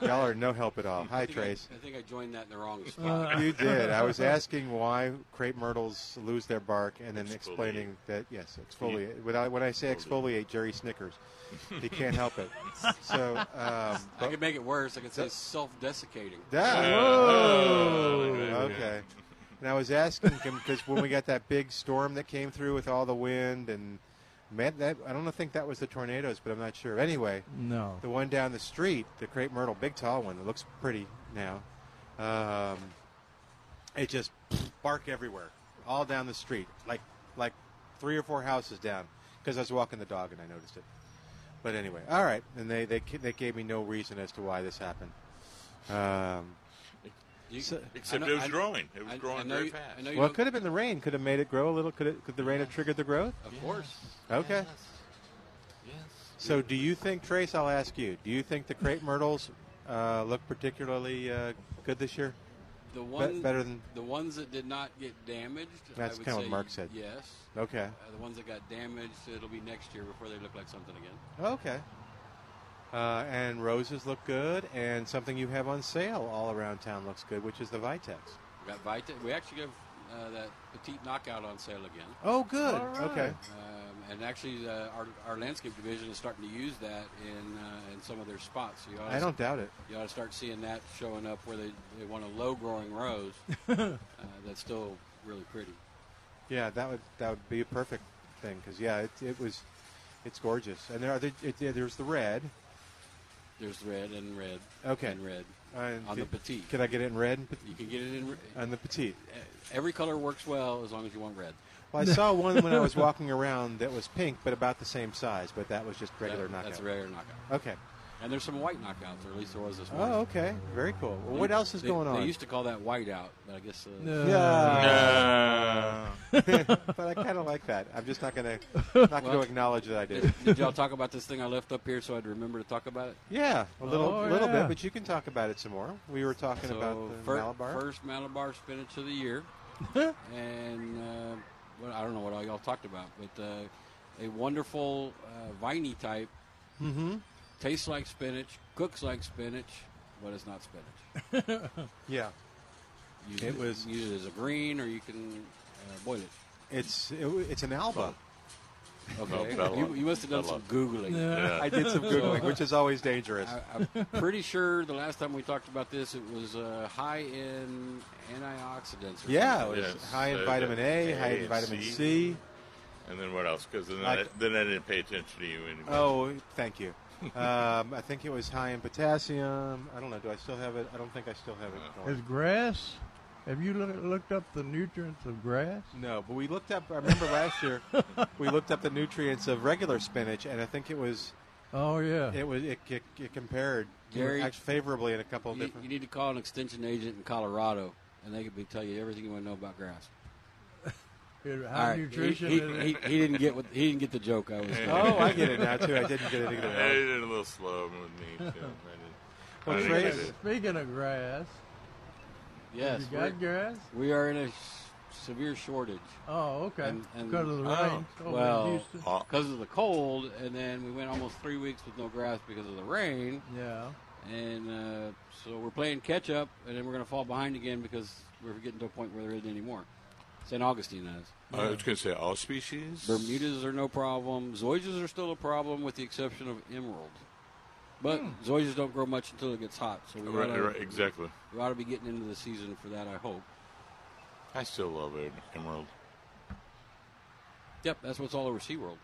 C: Y'all are no help at all. Hi, Trace. Uh,
I: I think I joined that in the wrong
J: Uh,
I: spot.
C: You did. I was asking why crepe myrtles lose their bark, and then
D: Exfoliate.
C: explaining that yes, exfoliate. When I, when I say exfoliate, Jerry snickers. He can't help it. So, um,
I: I
C: but,
I: could make it worse. I could say self-desiccating.
C: that,
D: Whoa.
C: Oh, okay. And I was asking him because when we got that big storm that came through with all the wind and Man, that, I don't think that was the tornadoes, but I'm not sure. Anyway,
E: No.
C: the one down the street, the crepe myrtle, big tall one that looks pretty now. Um, it just bark everywhere, all down the street, like like three or four houses down. Because I was walking the dog and I noticed it. But anyway, all right, and they they they gave me no reason as to why this happened. Um,
J: You-
C: So-
D: Except
J: I
D: it was
J: I
D: growing. It was
J: I- I
D: growing
J: know
D: very
J: you-
D: fast.
J: I know you
C: well, it
J: don't-
C: could have been the rain. Could have made it grow a little. Could it, could the rain have triggered the growth?
J: Of course.
C: Okay.
J: Yes. Yes.
C: So, do you think, Trace? I'll ask you. Do you think the crepe myrtles uh, look particularly uh, good this year?
J: The one
C: better than-
J: the ones that did not get damaged.
C: That's
J: I would
C: kinda what
J: say
C: Mark said.
J: Yes.
C: Okay.
J: Uh, the ones that got damaged, it'll be next year before they look like something again.
C: oh, Okay. Uh, and roses look good, and something you have on sale all around town looks good, which is the Vitex.
J: We got Vita. We actually have uh, that petite knockout on sale again.
C: Oh, good.
E: All right.
C: Okay.
J: Um, and actually, uh, our, our landscape division is starting to use that in uh, in some of their spots. So you ought
C: I don't doubt it.
J: You ought to start seeing that showing up where they, they want a low growing rose uh, that's still really pretty.
C: Yeah, that would that would be a perfect thing because yeah, it, it was, it's gorgeous. And there are the, it, yeah, there's the red.
J: There's red and red.
C: Okay.
J: And red.
C: And
J: on
C: the-
J: the petite.
C: Can I get it in red?
J: you can get it in. e,
C: And the petite.
J: Every color works well as long as you want red.
C: Well, I saw one when I was walking around that was pink, but about the same size. But that was just regular
J: That-
C: knockout.
J: That's a regular knockout.
C: Okay.
J: And there's some white knockouts, or at least there was this morning.
C: Oh, okay. Very cool. Well, what else is
J: They-
C: going
J: They
C: on?
J: used to call that white out, but I guess. Uh,
E: No.
C: yeah,
D: Uh,
C: but I kind of like that. I'm just not gonna not gonna
J: Well-
C: acknowledge that I did.
J: Did, did y'all talk about this thing I left up here so I'd remember to talk about it?
C: Yeah, a little
E: Oh,
C: little
E: yeah.
C: bit, but you can talk about it some more. We were talking
J: so
C: about the
J: fir-
C: Malabar.
J: first Malabar spinach of the year, and uh, well, I don't know what all y'all talked about, but uh, a wonderful uh, viney type. Mm-hmm. Tastes like spinach, cooks like spinach, but it's not spinach.
C: yeah,
J: You
C: It was-
J: use it as a green, or you can uh, boil it.
C: it's it, w- it's an Alba.
J: Okay,
D: that'll-
J: you, you must have done some
D: that'll-
J: googling.
D: yeah.
C: I did some googling, which is always dangerous.
J: I, I'm pretty sure the last time we talked about this, it was uh, high in antioxidants. Or
C: yeah, it
J: something.
C: was
D: Yes.
C: high in
D: Uh,
C: vitamin A,
D: A
C: high in
D: and
C: vitamin
D: C.
C: C.
D: and then what else? Because then,
C: I-
D: I- then I didn't pay attention to you anymore.
C: Oh, thank you. um, I think it was high in potassium. I don't know. Do I still have it? I don't think I still have it. Don't worry.
E: Is grass? Have you loo- looked up the nutrients of grass?
C: No, but we looked up. I remember last year we looked up the nutrients of regular spinach, and I think it was
E: Oh yeah.
C: it was it, it, it compared
J: Gary,
C: act- favorably in a couple of
J: You,
C: different.
J: you need to call an extension agent in Colorado, and they could be tell you everything you want to know about grass.
E: It-
J: All
E: how
J: right,
E: nutrition
J: He,
E: is it?
J: he, he, he didn't get what he didn't get the joke. I was.
C: oh, I get it now too. I didn't get it
D: I
C: either.
D: did it a little slow with me too. I didn't-
C: Well,
D: I didn't
C: Trey-
D: get it.
E: Speaking of grass,
J: yes,
E: you
J: we're,
E: got grass?
J: we are in a s- severe shortage
E: Oh, okay.
J: And- and-
E: because of the
D: oh,
E: rain. over in
J: well-
E: Houston.
D: Uh,
J: because of the cold, and then we went almost three weeks with no grass because of the rain,
E: yeah.
J: and uh, so we're playing catch up, and then we're going to fall behind again because we're getting to a point where there isn't any more. St. Augustine has.
D: I was going to say all species.
J: Bermudas are no problem. Zoysias are still a problem, with the exception of emerald. But zoysias don't grow much until it gets hot, so we
D: Hmm. Right,
J: oughta-
D: right, exactly.
J: we ought to be getting into the season for that. I hope.
D: I still love it, emerald.
J: Yep, that's what's all over SeaWorld.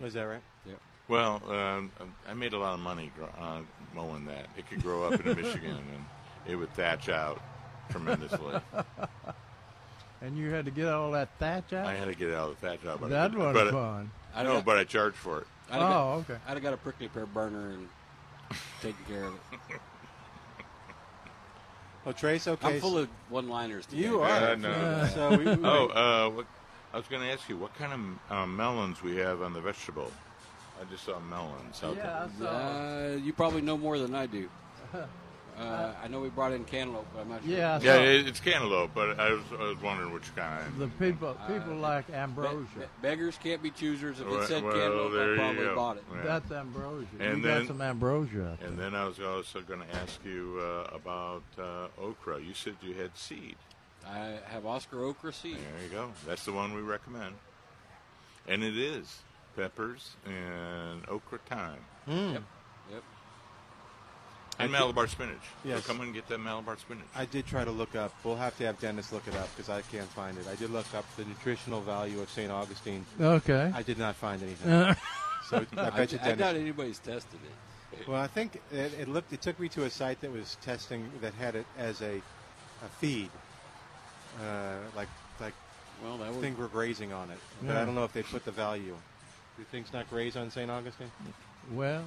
C: Was that right?
J: Yep.
D: Well, um, I made a lot of money gr- uh, mowing that. It could grow up in Michigan, and it would thatch out tremendously.
E: And you had to get all that thatch out?
D: I had to get out of the thatch out. But
E: that
D: I,
E: was
D: but
E: fun.
D: I know,
J: got-
D: but I charged for it.
J: I'd have got-
E: Oh, okay.
J: I'd have got a prickly pear burner and taken care of it.
C: Well, Trace, okay.
J: I'm full of one-liners. Today.
C: you are.
D: Uh, no.
C: So we, we-
D: Oh, uh, what, I was going to ask you what kind of uh, melons we have on the vegetable. I just saw melons out
E: Yeah, I saw.
J: Uh, you probably know more than I do. Uh, I know we brought in cantaloupe, but I'm not sure.
E: Yeah, I
D: there.
E: saw.
D: Yeah, it, it's cantaloupe, but I was, I was wondering which kind.
E: the people
J: Uh,
E: people like
J: Be-
E: ambrosia.
J: be- beggars can't be choosers. If it
D: Well,
J: said
D: well,
J: cantaloupe,
D: there
J: I
D: you
J: probably
D: go.
J: bought it.
D: Yeah.
E: That's ambrosia.
D: And
E: you
D: then-
E: got some ambrosia. out
D: And
E: there.
D: then I was also going to ask you uh, about uh, okra. You said you had seed.
J: I have Oscar okra seed.
D: There you go. That's the one we recommend. And it is
J: Hmm.
D: peppers and okra thyme.
J: Yep.
D: And Malabar spinach. Yeah,
C: Yes.
D: come and get that Malabar spinach.
C: I did try to look up. We'll have to have Dennis look it up because I can't find it. I did look up the nutritional value of St. Augustine.
E: Okay. Uh,
C: I did not find anything. so I
J: I,
C: bet you
J: I
C: Dennis.
J: doubt anybody's tested it.
C: Well, I think it, it looked. It took me to a site that was testing that had it as a, a feed, uh, like like
J: Well, that would
C: thing we're grazing on it. But
E: Yeah.
C: I don't know if they put the value. Do things not graze on St. Augustine?
E: Well,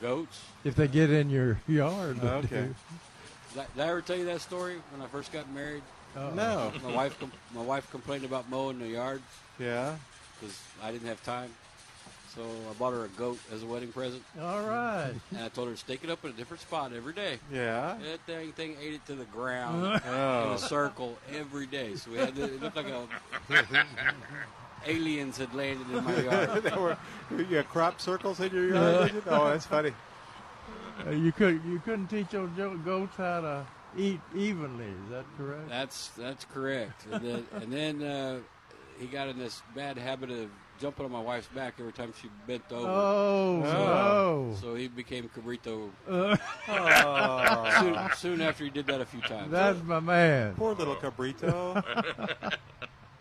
J: goats.
E: if they get in your yard, they
C: Oh, Okay.
E: do.
J: Did I- did I ever tell you that story when I first got married?
C: No.
J: My wife, com- my wife complained about mowing the yard
C: Yeah.
J: because I didn't have time. So I bought her a goat as a wedding present,
E: All right.
J: and I told her to stake it up in a different spot every day.
C: Yeah.
J: That dang thing ate it to the ground in a
C: Oh.
J: circle every day. So we had to, it looked like a, aliens had landed in my yard.
C: there were you had crop circles in your yard. did you? Oh, that's funny.
E: Uh, you could you couldn't teach your jo- goats how to eat evenly. Is that correct?
J: That's that's correct. And then, and then uh, he got in this bad habit of jumping on my wife's back every time she bent over.
E: oh
C: Oh.
E: no.
J: So he became cabrito
E: Uh,
J: soon, soon after he did that a few times.
E: that's my man.
C: Poor little cabrito.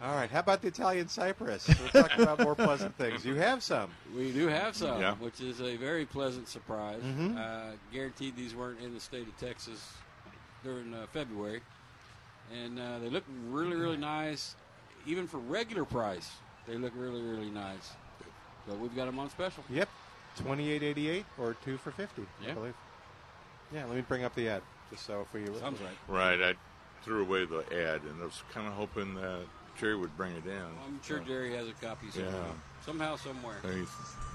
C: All right. How about the Italian cypress? We'll talk about more pleasant things. You have some.
J: we do have some,
D: Yeah.
J: which is a very pleasant surprise.
C: Mm-hmm.
J: Uh, guaranteed these weren't in the state of Texas during uh, February, and uh, they look really, really nice. Even for regular price, they look really, really nice. But we've got them on special.
C: Yep. Twenty-eight eighty-eight or two for fifty. I
J: Yeah.
C: believe. Yeah. Let me bring up the ad just so if we.
J: Sounds right.
D: Right, I threw away the ad, and I was kind of hoping that Jerry would bring it in.
J: I'm sure Jerry has a copy somewhere.
D: Yeah.
J: Somehow, somewhere.
D: So he's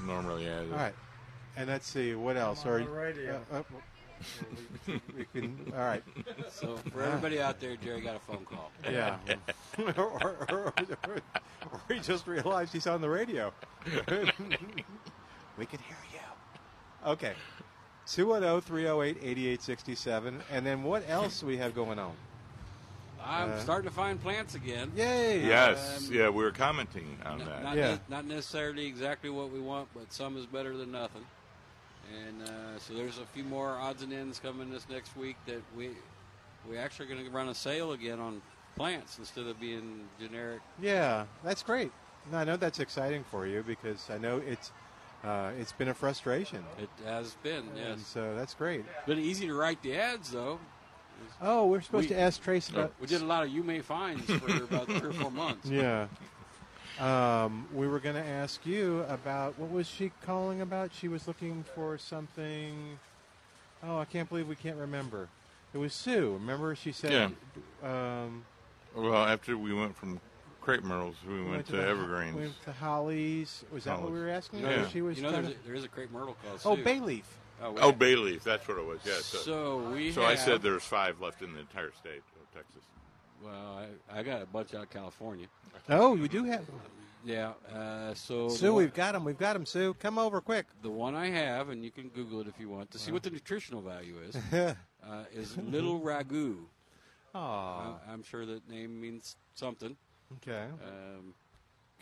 D: normally at it.
C: All right. And let's see what else.
E: on
C: Are
E: the
C: you-
E: radio.
C: uh, uh, we- we can- all right.
J: So for everybody out there, Jerry got a phone call.
C: Yeah. or, or, or, or- or he just realized he's on the radio. we can hear you. Okay. oh, 210 308 8867. And then what else we have going on?
J: I'm starting to find plants again.
C: uh, Yay!
D: Yes, yeah, we were commenting on
J: N-
D: that.
J: Um, Not,
C: Yeah.
J: ne- not necessarily exactly what we want, but some is better than nothing. And uh, so there's a few more odds and ends coming this next week that we we actually going to run a sale again on plants instead of being generic.
C: Yeah, that's great. No, I know that's exciting for you because I know it's uh, it's been a frustration.
J: It has been,
C: And
J: yes.
C: so that's great.
J: Been easy to write the ads though.
C: Oh, we're supposed
J: We-
C: to ask Trace about.
J: We did a lot of you may finds for about three or four months.
C: Yeah. Um, we were going to ask you about what was she calling about? She was looking for something. Oh, I can't believe we can't remember. It was Sue. Remember, she said. Um,
D: Well, after we went from crepe myrtles, we went,
C: we
D: to,
C: the-
D: Evergreens.
C: We went to Holly's. Was that what we
D: Hollies.
C: were asking?
D: You
C: Or
D: know,
C: She was.
J: you know,
C: kinda-
J: there's a, there is a crepe myrtle called
C: oh,
J: Sue.
C: bay leaf.
J: we-
D: oh, bay leaf. That's what it was. Yeah. So, so,
J: so we.
D: I
J: have-
D: said there's five left in the entire state of Texas.
J: Well, I, I got a bunch out of California.
C: Oh, you do have.
J: Yeah. Uh, so the
C: Sue,
J: one-
C: we've got him. We've got him. Sue, come over quick.
J: The one I have, and you can Google it if you want to see what the nutritional value is, uh, is Little Ragu.
C: Oh,
J: I, am sure that name means something.
C: okay.
J: Um,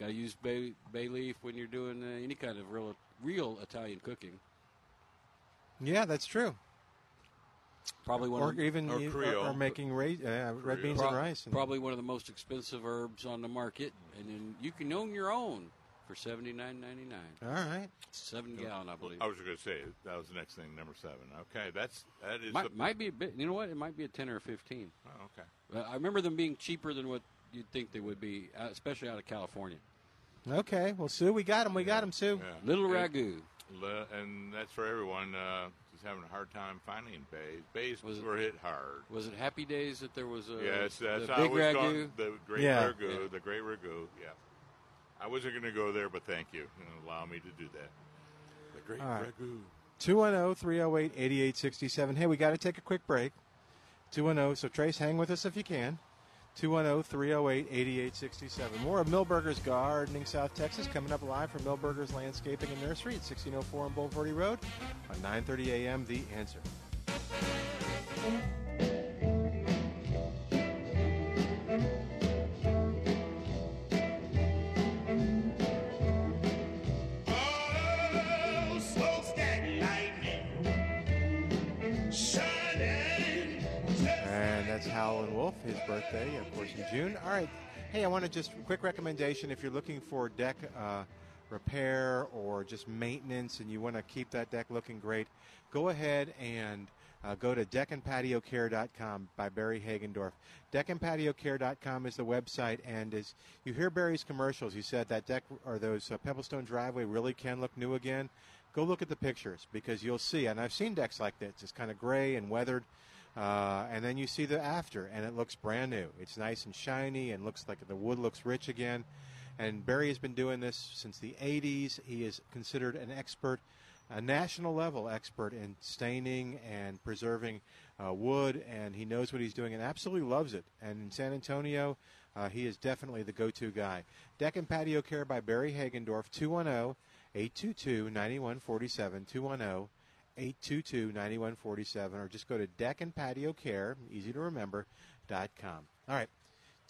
J: Got to use bay, bay leaf when you're doing uh, any kind of real real Italian cooking.
C: Yeah, that's true.
J: Probably one
C: Or
J: of the,
C: even
D: or
C: you-
D: Oh, Creole.
C: or making ra- uh, red beans
J: pro-
C: and rice. and-
J: probably one of the most expensive herbs on the market, and then you can own your own for seventy nine ninety nine,
C: All right.
J: seven gallon, I believe.
D: I was going to say that was the next thing, number seven. Okay, that's that is.
J: Might,
D: the-
J: might be a bit. You know what? It might be a ten or a fifteen.
D: oh, okay.
J: Uh, I remember them being cheaper than what you'd think they would be, uh, especially out of California.
C: Okay. Well, Sue, we got him. We got him, Sue.
D: Yeah.
J: Little
D: And-
J: ragu.
D: Le- and that's for everyone uh, who's having a hard time finding bays. Bays
J: Was it-
D: were hit hard.
J: Was it Happy Days that there was a
D: yes, that's
J: the
D: I
J: big
D: was
J: ragu?
D: going- the great
C: Yeah.
D: ragu,
J: Yeah.
D: the great ragu. Yeah, I wasn't going to go there, but thank you, you know, allow me to do that. The great
C: All right. oh,
D: ragu.
C: 210 308 8867. Hey, we got to take a quick break. 210, so Trace, hang with us if you can. oh, 210 308 8867. More of Millburgers Gardening South Texas coming up live from Millburgers Landscaping and Nursery at 1604 on Boulevardy Road on 9.30 a.m. The Answer.
K: Smokestack lightning. Shut
C: his birthday, of course, in June. All right. Hey, I want to just quick recommendation if you're looking for deck uh, repair or just maintenance and you want to keep that deck looking great, go ahead and uh, go to deckandpatiocare.com by Barry Hagendorf. Deckandpatiocare.com is the website, and as you hear Barry's commercials, he said that deck or those uh, Pebblestone driveway really can look new again. Go look at the pictures because you'll see, and I've seen decks like this. It's kind of gray and weathered. Uh, and then you see the after, and it looks brand new. It's nice and shiny, and looks like the wood looks rich again. And Barry has been doing this since the 80s. He is considered an expert, a national level expert in staining and preserving uh, wood, and he knows what he's doing and absolutely loves it. And in San Antonio, uh, he is definitely the go to guy. Deck and Patio Care by Barry Hagendorf, oh, 210 822 9147, 210 822-9147 or just go to deck and patio care easy to remember dot com all right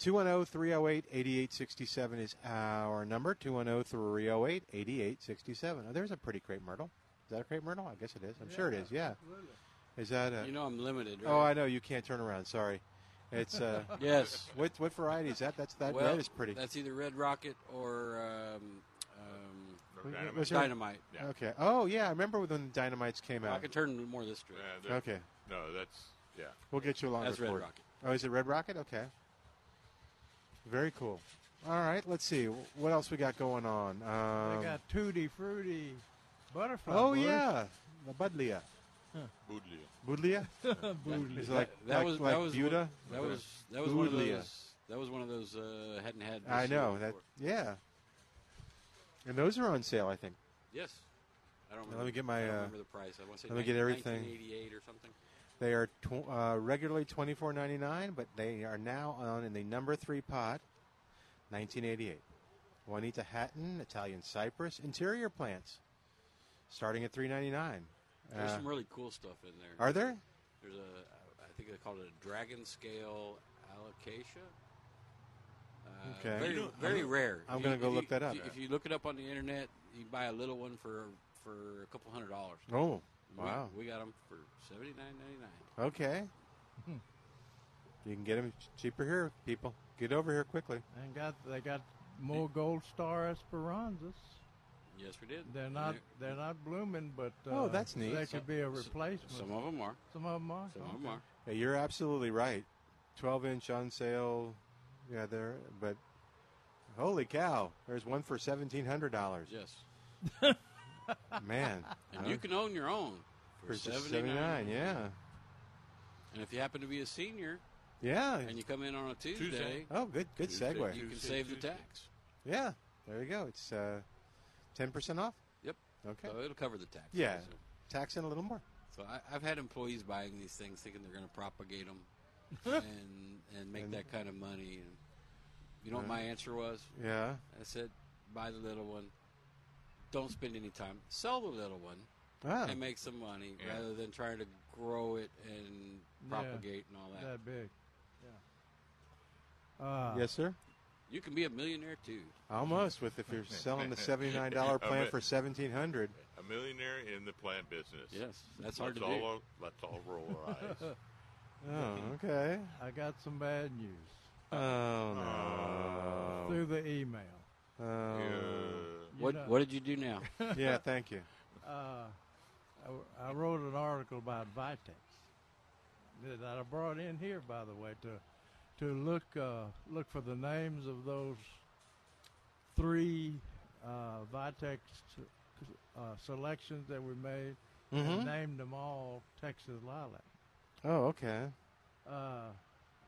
C: oh, 210-308-8867 is our number oh, 210-308-8867 oh there's a pretty crepe myrtle is that a crepe myrtle i guess it is i'm sure it is yeah is that a
J: You know I'm limited. Right?
C: oh i know you can't turn around sorry it's uh
J: Yes.
C: what what variety is that that's that
J: well,
C: red is pretty
J: That's either Red Rocket or um, um,
D: Or dynamite.
C: was there-
J: Dynamite.
D: yeah.
C: okay oh yeah i remember when the dynamites came
J: I
C: out
J: can turn more this
D: Yeah,
J: direction.
D: that-
C: okay
D: No, that's yeah.
C: We'll get you a longer
J: That's Red
C: cord.
J: Rocket.
C: Oh, is it Red Rocket? Okay. Very cool. All right, let's see what else we got going on. Um,
E: they got tutti frutti butterfly.
C: oh
E: bush.
C: yeah, the Budlia.
D: Boodley.
C: Budlia?
E: Boodly.
C: Is it like
J: That
C: like,
J: was
C: like
J: that was
C: Buda?
J: One, that was that was one of
C: Buddha.
J: those. That was one of those uh, hadn't had.
C: I
J: this year
C: know that.
J: before.
C: Yeah. And those are on sale, I think.
J: Yes. I don't
C: Now,
J: remember.
C: let me get my,
J: I
C: uh,
J: don't remember the price. I want to say
C: let me get
J: nine-
C: everything.
J: 1988 or something.
C: They are tw- uh, regularly twenty four ninety nine, but they are now on in the number three pot, nineteen eighty eight. Juanita Hatton, Italian cypress, interior plants, starting at three Uh, ninety nine.
J: There's some really cool stuff in there.
C: Are there?
J: There's a, I think they called it a dragon scale alocasia. Uh,
C: Okay.
J: Very,
C: You know,
J: very
C: I'm-
J: rare.
C: I'm
J: If
C: gonna
J: you- if
C: go
J: you-
C: look that up.
J: If you, if you look it up on the internet, you buy a little one for for a couple hundred dollars.
C: Oh,
J: We-
C: wow.
J: We, got them for seventy nine ninety nine.
C: Okay. You can get them cheaper here, people. Get over here quickly.
E: And got they got more gold star esperanzas.
J: Yes, we did.
E: They're
J: And
E: not they're not blooming, but uh,
C: Oh, that's neat.
E: They could be a replacement.
J: Some of them are.
E: Some of them are.
J: Some of them are.
C: Yeah, you're absolutely right. 12 inch on sale. Yeah, there. But holy cow, there's one for $1,700.
J: Yes.
C: Man.
J: And
C: huh?
J: you can own your own for,
C: For just
J: 79.
C: 79 yeah.
J: And if you happen to be a senior
C: Yeah.
J: and you come in on a Tuesday,
D: Tuesday.
C: Oh, good good
J: Tuesday,
C: segue.
J: you can
D: Tuesday,
J: save the
D: Tuesday.
J: tax.
C: Yeah, there you go. It's uh, 10% off.
J: Yep.
C: Okay.
J: So it'll cover the tax.
C: Yeah.
J: So,
C: Tax in a little more.
J: so I, I've had employees buying these things thinking they're going to propagate them and and make that kind of money. And you know what my answer was?
C: Yeah.
J: I said, buy the little one. Don't spend any time. Sell the little one
C: Ah,
J: and make some money
D: Yeah.
J: rather than trying to grow it and propagate and all that.
E: that big. Yeah. Uh,
C: yes, sir.
J: You can be a millionaire too.
C: Almost with if you're selling the $79 plan
D: bet.
C: for 1700
D: A millionaire in the plant business.
J: Yes, that's
D: Let's
J: hard to do.
D: all let's all roll our eyes.
C: Oh, okay.
E: I got some bad news
C: Oh, no.
E: through the email.
C: Oh.
D: Uh,
J: What
E: know.
J: What did you do now?
C: Yeah, thank you.
E: Uh, I, I wrote an article about Vitex that I brought in here, by the way, to to look uh, look for the names of those three uh, Vitex uh, selections that we made and named them all Texas Lilac.
C: Oh, okay.
E: Uh,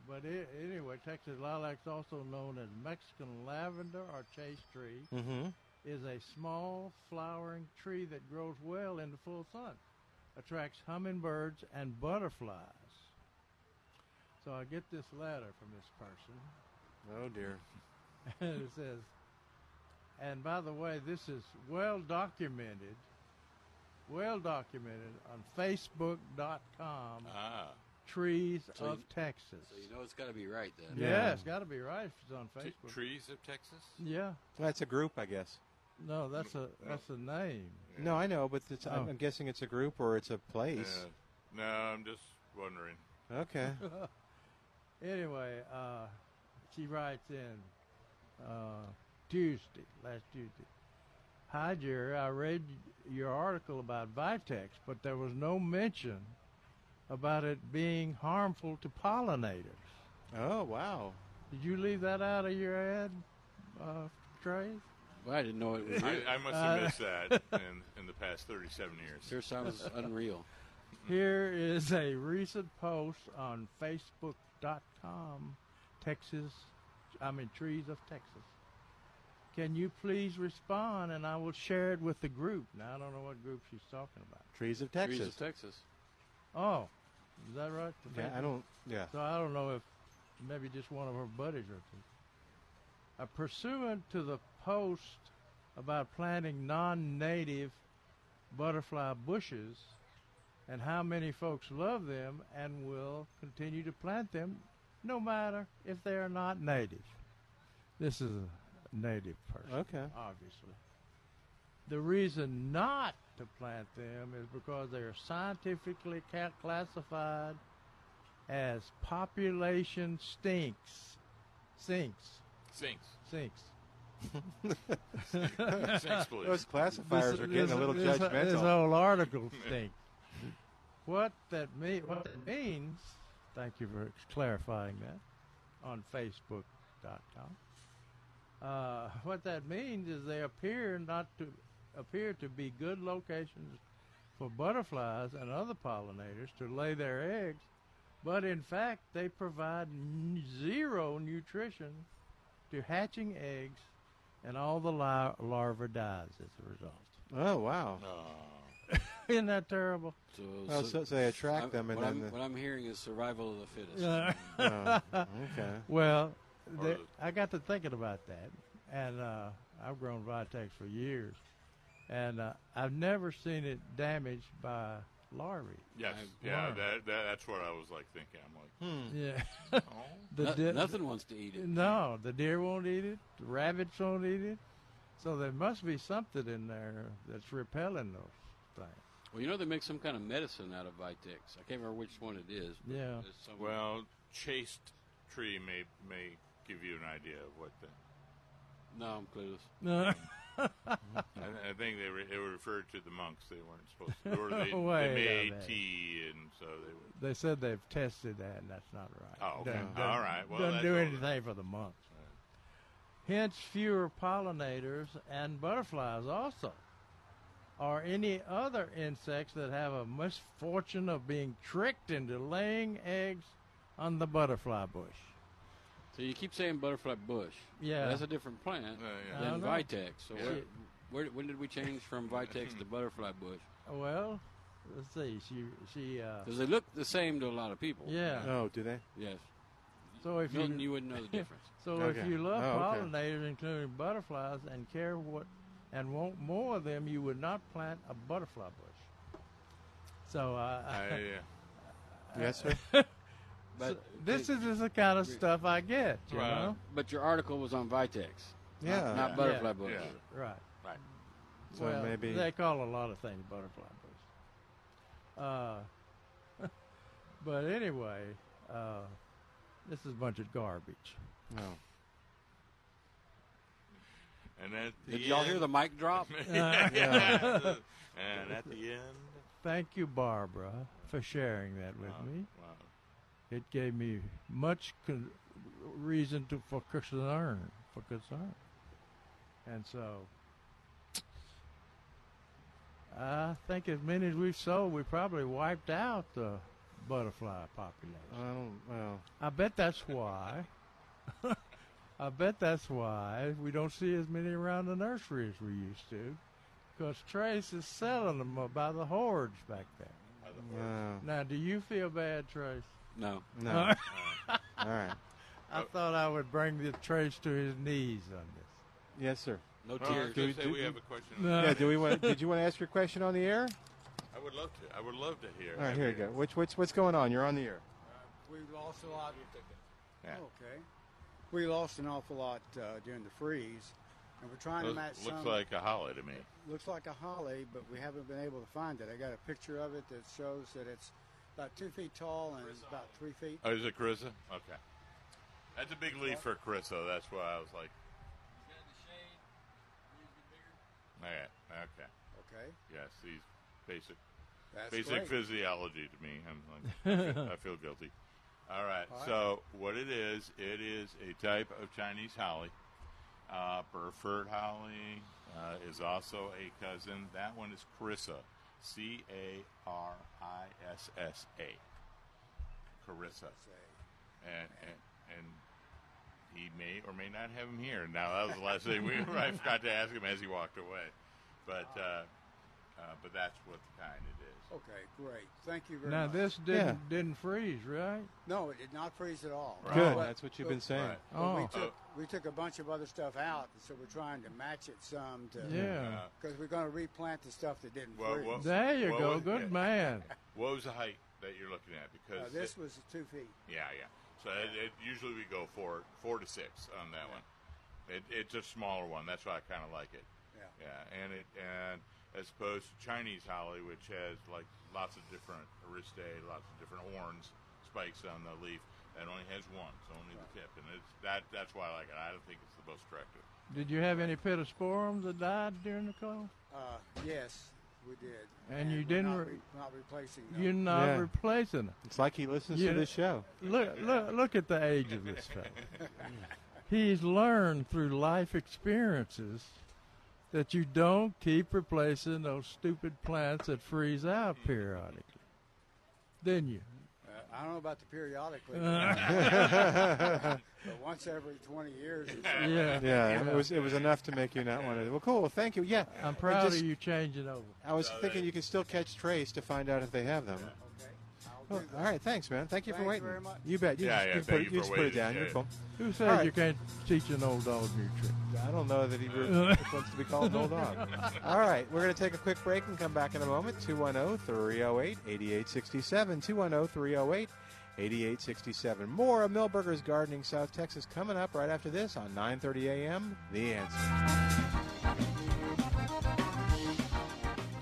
E: but i anyway, Texas lilac's also known as Mexican lavender or chase tree.
C: Mm-hmm.
E: is a small flowering tree that grows well in the full sun, attracts hummingbirds and butterflies. So I get this letter from this person,
C: Oh, dear.
E: and it says, and by the way, this is well documented, well documented on Facebook.com,
D: ah,
E: Trees
J: So
E: of
J: you-
E: Texas.
J: So you know it's got to be right then.
E: yeah,
C: Yeah.
E: it's got to be right if it's on
D: t-
E: Facebook.
D: trees of Texas.
E: yeah,
C: That's a group, I guess.
E: no, that's a that's a name.
C: No, I know, but it's, I'm,
E: Oh.
C: I'm guessing it's a group or it's a
D: Yeah.
C: place.
D: No, I'm just wondering.
C: Okay.
E: Anyway, uh, she writes in uh, Tuesday, last Tuesday. Hi, Jerry. I read your article about Vitex, but there was no mention about it being harmful to pollinators.
C: Oh, wow.
E: Did you leave that out of your ad, uh, Trey?
J: Well, I didn't know it was.
D: I, I must
E: Uh,
D: have missed that in, in the past 37 years.
J: Your sound is unreal.
E: Here is a recent post on Facebook.com, Texas, I mean, Trees of Texas. Can you please respond and I will share it with the group? Now, I don't know what group she's talking about.
C: Trees of
J: Trees
C: Texas.
J: of Texas.
E: Oh, is that right?
C: Yeah, I don't. Yeah.
E: So I don't know if maybe just one of her buddies or two. Uh, pursuant to the post about planting non-native butterfly bushes and how many folks love them and will continue to plant them no matter if they are not native. This is a native person
C: Okay.
E: obviously. The reason not to plant them is because they are scientifically ca- classified as population stinks. Sinks.
D: Sinks.
E: Sinks.
D: Sinks,
C: Those
D: please.
C: classifiers are getting a little
E: this, This
C: judgmental.
E: whole article stinks. what that mean, what that means, thank you for clarifying that on Facebook.com. Uh, what that means is they appear not to appear to be good locations for butterflies and other pollinators to lay their eggs, but in fact they provide n- zero nutrition to hatching eggs, and all the la- larvae dies as a result.
C: Oh, wow.
E: Isn't that terrible?
J: So,
C: Well, so, so they attract
J: I'm-
C: them and
J: what, I'm,
C: then.
J: what I'm hearing is survival of the fittest.
C: the, Oh, okay.
E: Well,
D: Or
E: there,
D: the-
E: I got to thinking about that, and uh, I've grown Vitex for years, and uh, I've never seen it damaged by larvae.
D: Yes.
J: I've
D: Yeah,
E: learned.
D: that, that, that's what I was like thinking. I'm like,
E: Hmm. Yeah.
D: Hmm. oh.
E: the
J: No-
E: di-
J: nothing wants to eat it.
E: No, the deer won't eat it. The rabbits won't eat it. So there must be something in there that's repelling those things.
J: Well, you know they make some kind of medicine out of Vitex. I can't remember which one it is. but
E: Yeah.
J: there's some-
D: Well, chased tree may may give you an idea of what the.
J: no, I'm clueless.
D: I, I think they re, they were referred to the monks. They weren't supposed to. Or they,
E: Wait a
D: they made
E: minute.
D: tea, and so they were.
E: they said they've tested that, and that's not right.
D: Oh, okay.
E: Doesn't-
D: All right. Well,
E: doesn't
D: that's
E: do
D: all
E: anything
D: then.
E: for the month. Hence, fewer pollinators and butterflies also, or any other insects that have a misfortune of being tricked into laying eggs on the butterfly bush.
J: So you keep saying butterfly bush.
E: Yeah.
J: That's a different plant
D: Uh, Yeah, yeah.
E: I
J: than
E: don't know.
J: Vitex. So
D: Yeah.
J: where, where, when did we change from Vitex to butterfly bush?
E: Well, let's see. She she. Uh,
J: Because they look the same to a lot of people.
E: yeah.
C: Oh, do they?
J: Yes.
E: So if
J: You,
E: you
J: you wouldn't know the difference.
E: So if
C: Okay.
E: you love
C: Oh, okay.
E: pollinators, including butterflies, and care what and want more of them, you would not plant a butterfly bush. So uh,
C: Ah,
D: I, uh,
C: Yes, sir.
J: But
E: this is just the kind of stuff I get, you
D: Right.
E: know?
J: but your article was on Vitex,
C: Yeah.
J: not butterfly
E: Yeah.
J: bush.
D: yeah.
E: Right.
D: Right.
C: So
E: well,
C: maybe-
E: they call a lot of things butterfly bush. Uh, but anyway, uh, this is a bunch of garbage.
C: No.
D: And at the
J: Did y'all hear the mic drop?
C: Uh,
D: yeah. and at the end.
E: Thank you, Barbara, for sharing that with me.
D: Wow.
E: it gave me much con- reason to for concern for concern and so I think as many as we've sold, we probably wiped out the butterfly population.
C: I don't. Well.
E: I bet that's why. I bet that's why we don't see as many around the nursery as we used to, because Trace is selling them by the hordes back there.
C: No.
E: Now, do you feel bad, Trace?
J: no.
C: No. All right.
E: I thought I would bring the trace to his knees on this.
C: Yes, sir.
J: No
D: Well, I
J: tears.
D: was gonna
C: Dude,
D: say
C: dude,
D: we have a question. on
E: No.
D: that.
C: Yeah. Do we want? Did you want to ask your question on the air?
D: I would love to. I would love to hear.
C: All right. Here you go. Which, what's what's going on? You're on the air.
K: We lost a lot.
D: Yeah.
K: Okay. We lost an awful lot uh, during the freeze, and we're trying
D: Lo-
K: to match
D: Looks
K: some.
J: uh,
D: like a holly to me.
K: looks like a holly, but we haven't been able to find it. I got a picture of it that shows that it's about two feet tall and about three feet.
D: Oh, is it Carissa? Okay. That's a big leaf for Chris, though. That's why I was like, okay, okay,
K: Okay.
D: yes, he's basic,
K: That's
D: basic
K: great.
D: physiology to me. I'm like, I feel- I feel guilty. All right,
K: All right.
D: so what it is, it is a type of Chinese holly. Uh, Burford holly uh, is also a cousin. That one is Carissa, C A R I S S A, Carissa, and and. and he may or may not have him here. Now that was the last thing we I forgot to ask him as he walked away, but uh, uh, but that's what kind it is.
K: Okay, great. Thank you very
E: Now
K: much.
E: this didn't didn't freeze, right?
K: No, it did not freeze at all.
E: Right. Good, that's what you've been saying. Right.
K: but we
E: Oh.
K: took we took a bunch of other stuff out, so we're trying to match it some. To,
E: Yeah.
K: Because we're going to replant the stuff that didn't
D: Well,
K: freeze.
D: well-
E: There you
D: well,
E: go.
D: well,
E: Good
D: yeah.
E: man.
D: What was the height that you're looking at? Because
K: Uh, this
D: it-
K: was two feet.
D: yeah, yeah. So It, it, usually we go four, four to six on that one. It, it's a smaller one. That's why I kind of like it.
K: Yeah.
D: Yeah, and it and as opposed to Chinese holly, which has like lots of different aristae, lots of different horns, spikes on the leaf. That only has one. It's only the tip, and it's that. That's why I like it. I don't think it's the most attractive.
E: Did you have any pittosporums that died during the call?
K: Uh, yes, we did.
E: And you
K: we're
E: didn't
K: Not,
E: re-
K: not replacing them.
E: You're not
C: Yeah.
E: replacing it.
C: It's like he listens to
E: Yeah.
C: this show.
E: Look, look, look at the age of this fellow.
K: Uh,
E: He's learned through life experiences that you don't keep replacing those stupid plants that freeze out periodically. Didn't you?
K: Uh, I don't know about the periodically, but once every 20 years. Or so.
E: Yeah.
C: Yeah, it was it was enough to make you not want to. Well, cool. Well, thank you. Yeah,
E: I'm
C: and
E: proud
C: just-
E: of you changing over.
C: I was thinking you can still catch trace to find out if they have them.
K: Okay. I'll
C: Well,
K: do that.
C: all right, thanks, man. Thank you for
K: Thanks
C: waiting.
K: very much.
C: You bet. You
D: Yeah,
C: just,
D: yeah,
C: you put,
D: thank
C: it-
D: you
C: you
D: for
C: just put it
D: waiting.
C: down.
D: Yeah,
C: You're
D: yeah.
C: cool.
E: Who says
C: right.
E: you can't teach an old dog new tricks?
C: I don't know that he really wants to be called an old dog. All right, we're going to take a quick break and come back in a moment. oh, 210 308 8867. 210 308 8867. More of Millburgers Gardening South Texas coming up right after this on 9.30 a.m. The Answer.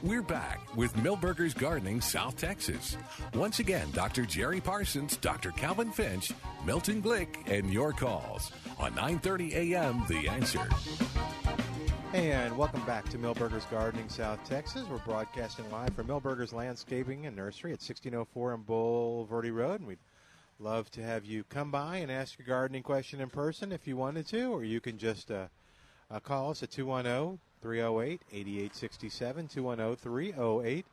B: We're back with Millburgers Gardening South Texas. Once again, Dr. Jerry Parsons, Dr. Calvin Finch, Milton Glick, and your calls on 9:30 a.m. The Answer.
C: And welcome back to Millburgers Gardening, South Texas. We're broadcasting live from Millburgers Landscaping and Nursery at 1604 on Bull Verde Road. And we'd love to have you come by and ask your gardening question in person if you wanted to, or you can just uh, uh, call us at 210 308 8867, 210 308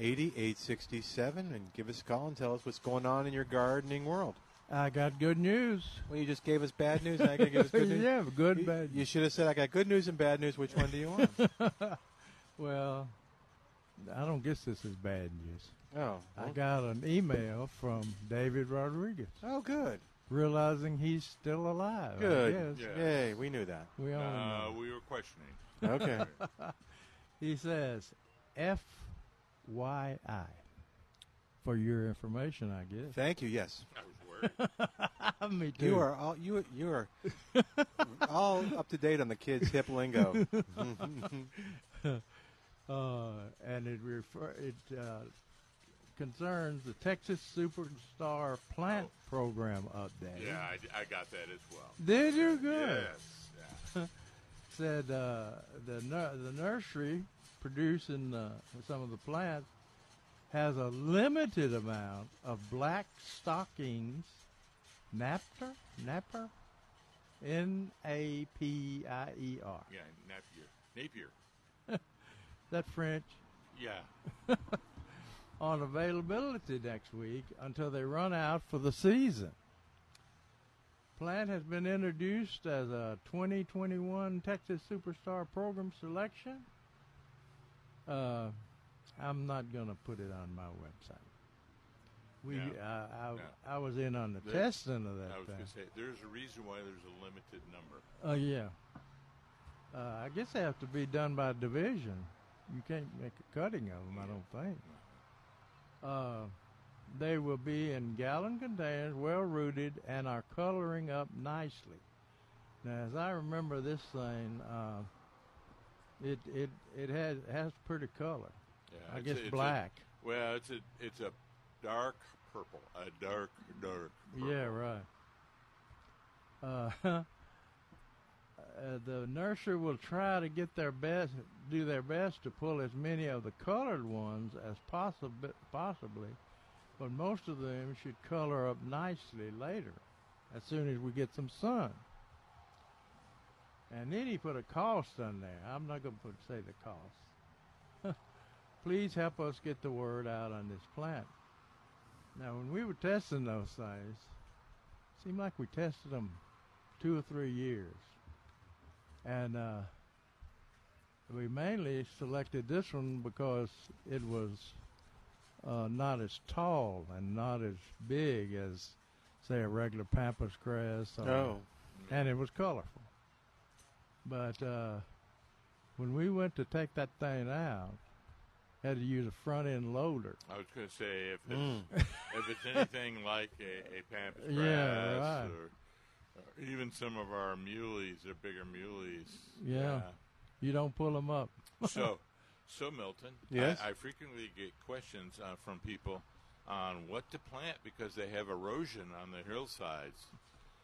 C: 8867, and give us a call and tell us what's going on in your gardening world.
E: I got good news.
C: Well, you just gave us bad news, and I can give us good news.
E: yeah, good,
C: You-
E: bad.
C: You should have said, I got good news and bad news. Which one do you want?
E: Well, I don't guess this is bad news.
C: Oh,
E: I got an email from David Rodriguez
C: oh, good,
E: realizing he's still alive.
C: good.
E: Yes,
D: Yeah.
C: Yay, we knew that.
E: we all
D: Uh,
E: know.
D: we were questioning.
C: Okay,
E: He says, FYI, for your information, I guess.
C: thank you. Yes,
D: I was worried.
E: Me too.
C: you are all you you are all up to date on the kids' hip lingo.
E: Uh, and it refer it uh, concerns the Texas Superstar Plant Program update.
D: Oh. Yeah, I, I got that as well.
E: Did you good?
D: Yes. yeah.
E: said uh, the nur- the nursery producing uh, some of the plants has a limited amount of black stockings, napper, napper, N A P I E R.
D: Yeah, Napier. Napier.
E: That French
D: Yeah.
E: on availability next week until they run out for the season. Plant has been introduced as a 2021 Texas Superstar Program selection. Uh, I'm not going to put it on my website. We,
D: No.
E: I, I,
D: No.
E: I was in on the
D: There-
E: testing of that.
D: I was
E: thing.
D: going to say, there's a reason why there's a limited number.
E: Oh yeah. Uh, I guess they have to be done by division. You can't make a cutting of them, I don't think. Uh, they will be in gallon containers, well rooted, and are coloring up nicely. Now, as I remember this thing, uh, it it it has has pretty color.
D: Yeah,
E: I
D: it's
E: guess
D: a- it's a-
E: black.
D: well, it's a it's a dark purple, a dark dark. Purple.
E: Yeah, right. uh, uh, the nursery will try to get their best, do their best to pull as many of the colored ones as possible, possibly, but most of them should color up nicely later, as soon as we get some sun. And then he put a cost on there. I'm not going to put say the cost. Please help us get the word out on this plant. Now, when we were testing those things, it seemed like we tested them two or three years, and uh, we mainly selected this one because it was uh, not as tall and not as big as, say, a regular pampas grass. Or,
C: Oh.
E: and it was colorful. But uh, when we went to take that thing out, had to use a front end loader.
D: I was going to say if it's,
E: Mm.
D: if it's anything like a, a pampas
E: Yeah,
D: grass
E: right.
D: or, or even some of our muleys, they're bigger muleys.
E: Yeah. You don't pull them up.
D: so, so Milton,
E: Yes?
D: I, I frequently get questions uh, from people on what to plant because they have erosion on the hillsides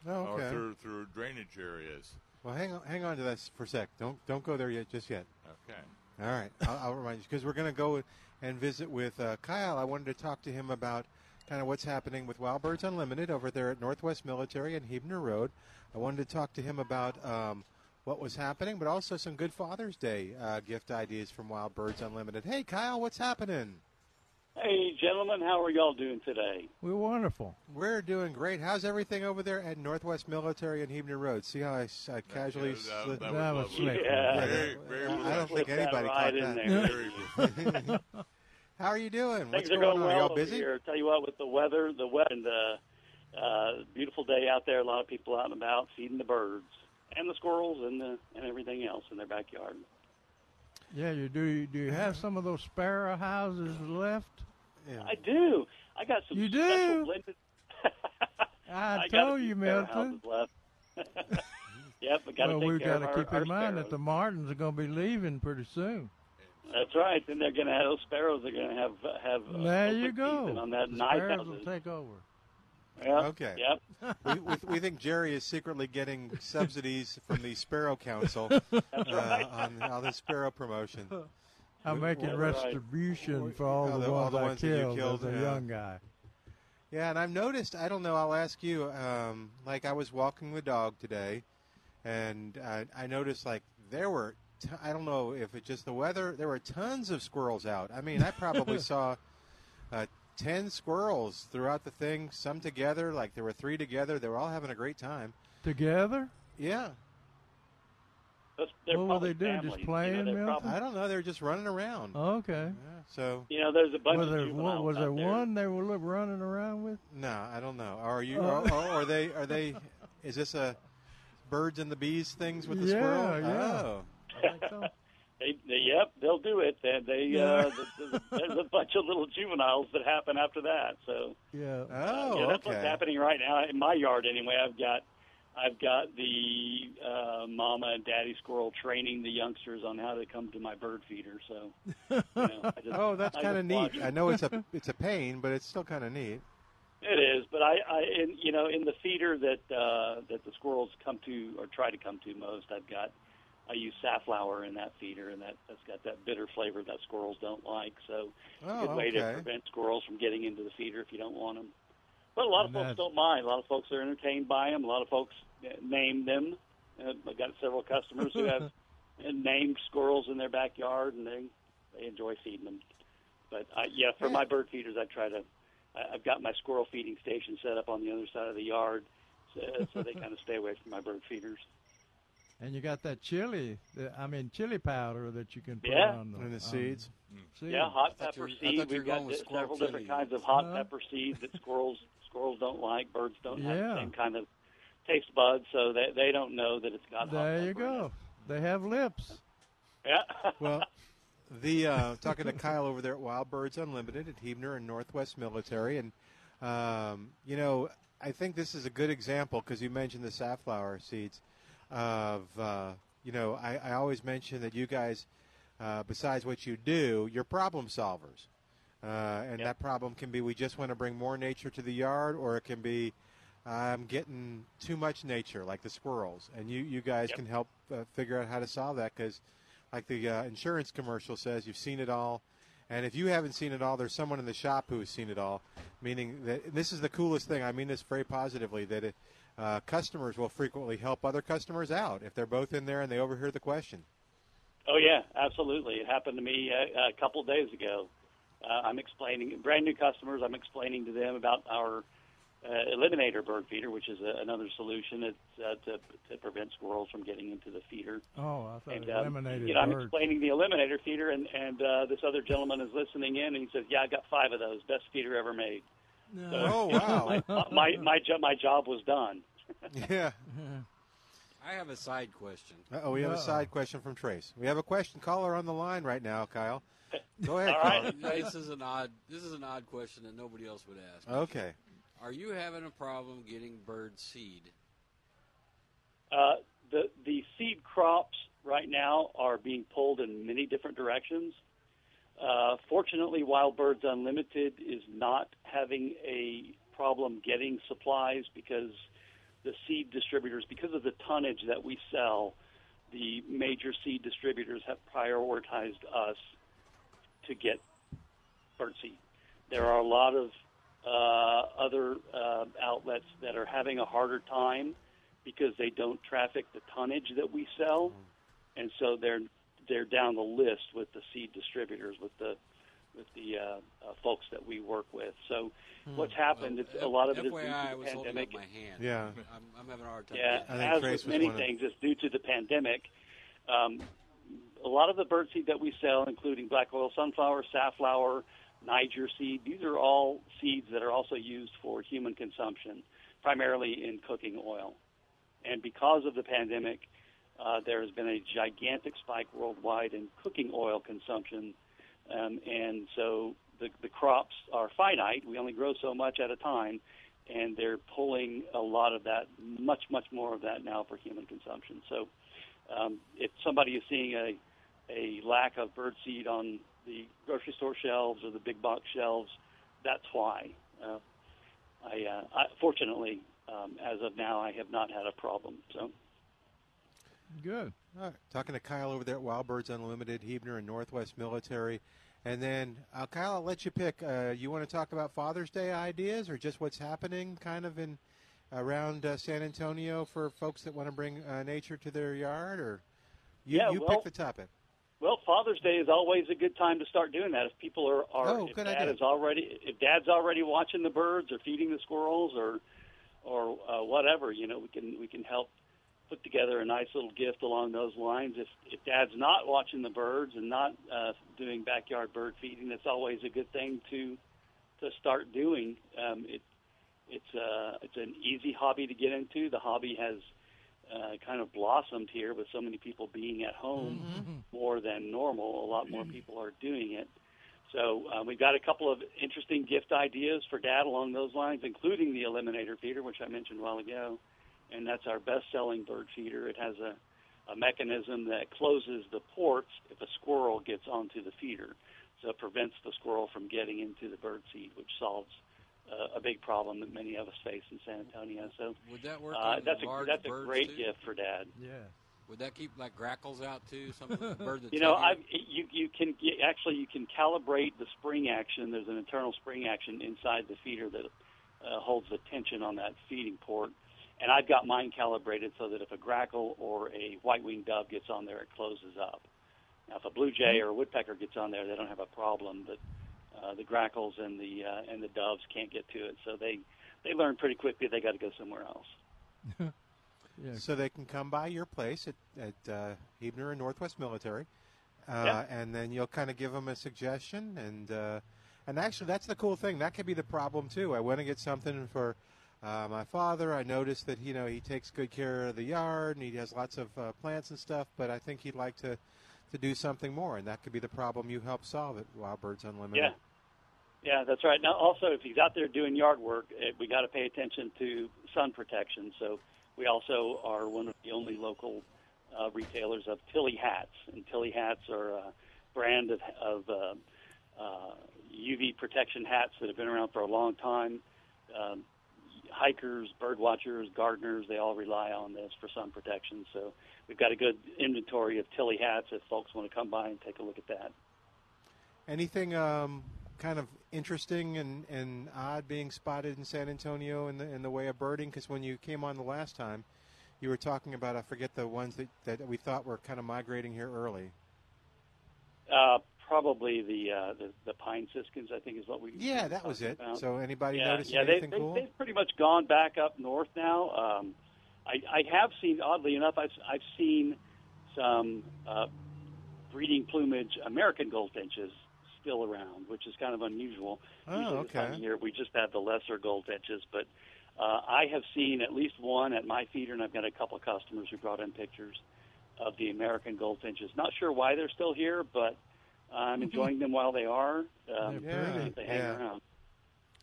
C: Oh,
D: or
C: okay.
D: through through drainage areas.
C: Well, hang on, hang on to that s- for a sec. Don't don't go there yet, just yet.
D: Okay.
C: All right, I'll, I'll remind you because we're going to go and visit with uh, Kyle. I wanted to talk to him about kind of what's happening with Wild Birds Unlimited over there at Northwest Military and Hebner Road. I wanted to talk to him about um, what was happening, but also some good Father's Day uh, gift ideas from Wild Birds Unlimited. Hey, Kyle, what's happening?
G: Hey, gentlemen, how are y'all doing today?
E: We're wonderful.
C: We're doing great. How's everything over there at Northwest Military and Hebner Road? See how I, s- I casually
D: yeah, that-
C: slid-
D: that was That was lovely. slick.
C: Yeah,
D: Very-
C: that-
D: very
C: I don't
D: professional.
C: think
D: Slip that
C: anybody
D: right in
C: caught
D: there.
C: that. How are you doing?
G: Things
C: What's
G: are
C: going
G: going
C: on?
G: well
C: are y'all
G: over
C: busy?
G: here. Tell you what, with the weather, the weather, and the uh, beautiful day out there, a lot of people out and about feeding the birds and the squirrels and the and everything else in their backyard.
E: Yeah, you do. Do you have some of those sparrow houses left?
G: I do. I got some
E: You
G: special
E: do?
G: blended.
E: I,
G: I got a
E: told
G: few
E: you,
G: sparrow
E: Milton.
G: houses Left. yep, we got to
E: well,
G: take
E: we've
G: care
E: got
G: of
E: to
G: our,
E: keep
G: our
E: in mind
G: sparrows.
E: that the Martins are going to be leaving pretty soon.
G: That's right. Then they're going to have those sparrows. are going to have have. uh,
E: there
G: open
E: you
G: season
E: go.
G: On that
E: the
G: night
E: sparrows will
G: houses.
E: take over.
G: Yep,
C: Okay.
G: Yep.
C: we, we, we think Jerry is secretly getting subsidies from the Sparrow Council uh, on, on the Sparrow promotion.
E: I'm
C: We-
E: making
C: we're-
E: restitution for all
C: all
E: the,
C: the- all
E: ones
C: the
E: I
C: ones that you
E: killed,
C: killed,
E: as a
C: yeah.
E: young guy.
C: Yeah, and I've noticed. I don't know. I'll ask you. Um, like I was walking the dog today, and I, I noticed like there were. T- I don't know if it's just the weather. There were tons of squirrels out. I mean, I probably saw uh, ten squirrels throughout the thing. Some together. Like there were three together. They were all having a great time.
E: Together?
C: Yeah.
G: That's, they're
E: What were
G: probably
E: they doing? Just
G: families, you know,
E: playing,
G: they're
E: Milton?
G: probably-
C: I don't know. They were just running around.
E: Okay.
C: So
G: You know, there's a bunch
E: was
G: of
E: there
G: juveniles
E: one, was
G: out
E: there,
G: there.
E: one they were look, running around with?
C: No, I don't know. Are you?
E: Oh.
C: Are, are, are they? Are they? Is this a birds and the bees things with the
E: Yeah,
C: squirrel?
E: yeah.
C: Oh.
G: They, they, yep, they'll do it. They, they uh, there's, there's a bunch of little juveniles that happen after that. So
E: Yeah.
C: Oh,
G: yeah, that's
C: okay.
G: what's happening right now in my yard. Anyway, I've got I've got the uh, mama and daddy squirrel training the youngsters on how to come to my bird feeder. So you know, I just,
C: Oh, that's
G: I
C: kind of
G: just watch
C: neat. I know it's a it's a pain, but it's still kind of neat.
G: It is, but I, I in, you know, in the feeder that uh, that the squirrels come to or try to come to most, I've got I use safflower in that feeder, and that that's got that bitter flavor that squirrels don't like. So it's
C: Oh,
G: a good way
C: okay.
G: to prevent squirrels from getting into the feeder if you don't want them. But a lot of
E: And
G: folks
E: that's-
G: don't mind. A lot of folks are entertained by them. A lot of folks uh, name them. Uh, I've got several customers who have uh, named squirrels in their backyard, and they they enjoy feeding them. But I, yeah, for my bird feeders, I try to. I, I've got my squirrel feeding station set up on the other side of the yard, so, so they kind of stay away from my bird feeders.
E: And you got that chili, the, I mean, chili powder that you can put
G: Yeah. Mm.
E: on the,
C: And the
E: on
C: seeds.
E: seeds.
G: Yeah, hot
J: I thought
G: pepper
J: you were- I
G: seed.
J: thought you
G: We've
J: were
G: got
J: going with
G: di-
J: squirrel
G: several different
J: chili.
G: kinds of hot
E: Huh?
G: pepper seed that squirrels squirrels don't like. Birds don't have
E: Yeah.
G: the same kind of taste buds, so they they don't know that it's got hot.
E: There you go. They have lips.
G: Yeah.
C: Well, the uh, talking to Kyle over there at Wild Birds Unlimited at Hebner and Northwest Military, and um, you know, I think this is a good example because you mentioned the safflower seeds. Of uh, you know, I, I always mention that you guys, uh, besides what you do, you're problem solvers, uh, and that problem can be we just want to bring more nature to the yard, or it can be I'm getting too much nature, like the squirrels, and you you guys can help uh, figure out how to solve that because, like the uh, insurance commercial says, you've seen it all, and if you haven't seen it all, there's someone in the shop who has seen it all. Meaning that and this is the coolest thing. I mean this very positively. That it, uh, customers will frequently help other customers out if they're both in there and they overhear the question.
G: Oh yeah, absolutely. It happened to me uh, a, a couple days ago. Uh, I'm explaining brand new customers. I'm explaining to them about our uh, eliminator bird feeder, which is a, another solution it's, uh, to to prevent squirrels from getting into the feeder.
E: Oh, I thought
G: And, um,
E: eliminated
G: you know, I'm
E: bird.
G: explaining the eliminator feeder, and and uh, this other gentleman is listening in, and he says, "Yeah, I got five of those. Best feeder ever made."
E: No.
C: Oh, wow.
G: my my my, jo- my job was done.
C: Yeah.
J: I have a side question.
C: Oh, we have a side question from Trace. We have a question caller on the line right now, Kyle. Go ahead. caller.
J: this is an odd. This is an odd question that nobody else would ask.
C: Okay.
J: Are you having a problem getting bird seed?
G: Uh, the the seed crops right now are being pulled in many different directions. Uh, fortunately, Wild Birds Unlimited is not having a problem getting supplies because the seed distributors, because of the tonnage that we sell, the major seed distributors have prioritized us to get birdseed. There are a lot of uh, other uh, outlets that are having a harder time because they don't traffic the tonnage that we sell,
J: Mm-hmm.
G: and so they're they're down the list with the seed distributors, with the with the uh, uh, folks that we work with. So
J: Hmm.
G: what's happened?
J: Well,
G: it's, a lot of it is due
J: FYI,
G: to
J: I
G: the
J: was holding
G: pandemic.
J: up my hand.
C: Yeah.
J: I'm, I'm having a hard time.
G: Yeah,
J: getting it.
G: as with many things, it's due to the pandemic. Um, a lot of the birdseed that we sell, including black oil sunflower, safflower, Niger seed, these are all seeds that are also used for human consumption, primarily in cooking oil. And because of the pandemic, uh, there has been a gigantic spike worldwide in cooking oil consumption. Um, and so the, the crops are finite. We only grow so much at a time and they're pulling a lot of that, much, much more of that now for human consumption. So, um, if somebody is seeing a a lack of birdseed on the grocery store shelves or the big box shelves, that's why. Uh, I, uh, I fortunately, um, as of now, I have not had a problem. So,
E: Good.
C: Talking to Kyle over there at Wild Birds Unlimited, Hebner and Northwest Military. And then, uh, Kyle, I'll let you pick. Uh, you want to talk about Father's Day ideas or just what's happening kind of in around uh, San Antonio for folks that want to bring uh, nature to their yard? Or you,
G: Yeah,
C: you
G: well-
C: pick the topic.
G: well, Father's Day is always a good time to start doing that. If people are, are
C: Oh,
G: if
C: good
G: dad
C: idea.
G: is already, if dad's already watching the birds or feeding the squirrels or or uh, whatever, you know, we can we can help put together a nice little gift along those lines. If if Dad's not watching the birds and not uh, doing backyard bird feeding, that's always a good thing to to start doing. Um, it it's uh it's an easy hobby to get into. The hobby has uh, kind of blossomed here with so many people being at home more than normal. A lot more people are doing it. So um, we've got a couple of interesting gift ideas for Dad along those lines, including the Eliminator feeder, which I mentioned a while ago, and that's our best-selling bird feeder. It has a, a mechanism that closes the ports if a squirrel gets onto the feeder, so it prevents the squirrel from getting into the bird seed, which solves uh, a big problem that many of us face in San Antonio. So
J: Would that work
G: uh,
J: on
G: that's a
J: large
G: that's a
J: birds,
G: great
J: too?
G: gift for Dad.
E: Yeah.
J: Would that keep like grackles out too? Something like a bird that's
G: You know,
J: heavier?
G: I you you can you, actually you can calibrate the spring action. There's an internal spring action inside the feeder that uh, holds the tension on that feeding port, and I've got mine calibrated so that if a grackle or a white-winged dove gets on there, it closes up. Now, if a blue jay or a woodpecker gets on there, they don't have a problem, but uh, the grackles and the uh, and the doves can't get to it, so they they learn pretty quickly they got to go somewhere else.
C: So they can come by your place at, at uh, Hebner and Northwest Military, uh,
G: Yeah.
C: and then you'll kind of give them a suggestion. And uh, and actually, that's the cool thing. That could be the problem too. I want to get something for uh, my father. I noticed that you know he takes good care of the yard and he has lots of uh, plants and stuff. But I think he'd like to to do something more, and that could be the problem you help solve at Wild Birds Unlimited.
G: Yeah. Yeah, that's right. Now, also, if he's out there doing yard work, eh, we got to pay attention to sun protection. So, we also are one of the only local uh, retailers of Tilly hats, and Tilly hats are a brand of, of uh, uh, UV protection hats that have been around for a long time. Um, hikers, bird watchers, gardeners, they all rely on this for sun protection. So we've got a good inventory of Tilly hats if folks want to come by and take a look at that.
C: Anything um, kind of interesting and, and odd being spotted in San Antonio in the in the way of birding? Because when you came on the last time, you were talking about I forget the ones that, that we thought were kind of migrating here early.
G: Uh, probably the, uh, the the pine siskins, I think, is what we
C: Yeah, that was it.
G: About.
C: So anybody
G: yeah,
C: noticing
G: yeah, they,
C: anything
G: they,
C: cool?
G: They've pretty much gone back up north now. Um, I, I have seen, oddly enough, I've, I've seen some uh, breeding plumage American goldfinches still around, which is kind of unusual.
C: Oh,
G: Usually this time
C: okay.
G: of year we just have the lesser goldfinches, but uh, I have seen at least one at my feeder, and I've got a couple of customers who brought in pictures of the American goldfinches. Not sure why they're still here, but I'm enjoying them while they are. Um,
J: Mm-hmm. They're pretty.
G: They hang
J: Yeah.
G: around.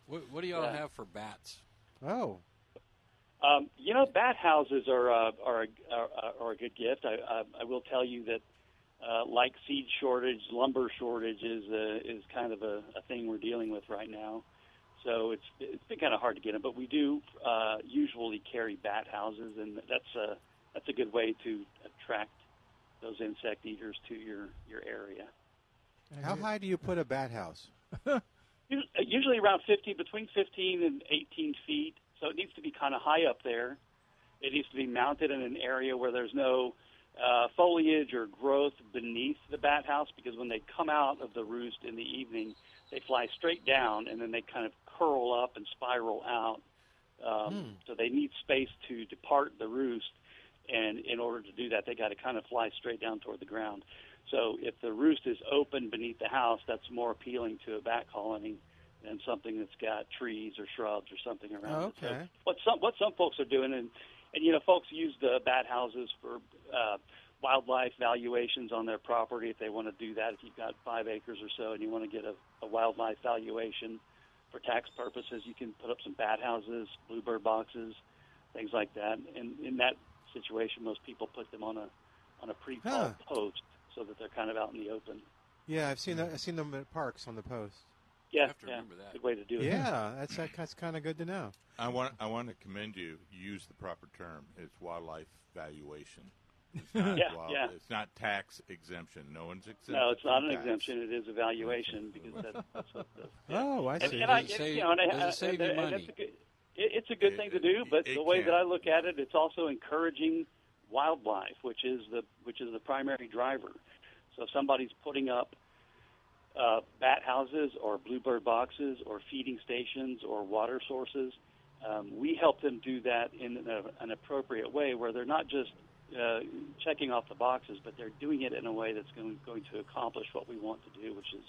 J: What, what do y'all
G: Yeah.
J: have for bats?
C: Oh,
G: Um, you know, bat houses are uh, are, a- are are a good gift. I I, I will tell you that, uh, like seed shortage, lumber shortage is uh, is kind of a, a thing we're dealing with right now. So it's it's been kind of hard to get them, but we do uh, usually carry bat houses, and that's a that's a good way to attract those insect eaters to your your area.
C: how high do you put a bat house?
G: Us- Usually around 50, between 15 and 18 feet. So it needs to be kind of high up there. It needs to be mounted in an area where there's no uh, foliage or growth beneath the bat house because when they come out of the roost in the evening, they fly straight down and then they kind of curl up and spiral out. Um,
L: Hmm.
G: So they need space to depart the roost. And in order to do that, they got to kind of fly straight down toward the ground. So if the roost is open beneath the house, that's more appealing to a bat colony than something that's got trees or shrubs or something around
E: Oh,
G: it. So
C: Okay.
G: what some what some folks are doing, and and you know, folks use the bat houses for uh, wildlife valuations on their property if they want to do that. If you've got five acres or so and you want to get a, a wildlife valuation for tax purposes, you can put up some bat houses, bluebird boxes, things like that. And in that situation, most people put them on a on a pretty tall post so that they're kind of out in the open.
C: Yeah, I've seen that, I've seen them at parks on the post.
G: Yeah,
D: have to
G: yeah,
D: remember that.
G: Good way to do it.
C: Yeah, that's that's kind of good to know.
D: I want I want to commend you. Use the proper term. It's wildlife valuation. It's not,
G: Yeah,
D: wild-
G: yeah.
D: It's not tax exemption. No one's exempt.
G: No, it's not
D: from
G: an
D: tax.
G: exemption. It is a valuation because that's, that's what the.
C: Oh, I
G: And,
C: see.
G: and I,
C: Does it
G: and,
C: save-
G: you know, and I- uh,
C: does it
G: and
C: save you
G: that- and
C: money?
G: that's a good, it, it's a good thing to do, but the way that I look at it, it's also encouraging wildlife, which is the which is the primary driver. So if somebody's putting up uh, bat houses or bluebird boxes or feeding stations or water sources, um, we help them do that in a, an appropriate way where they're not just uh, checking off the boxes, but they're doing it in a way that's going, going to accomplish what we want to do, which is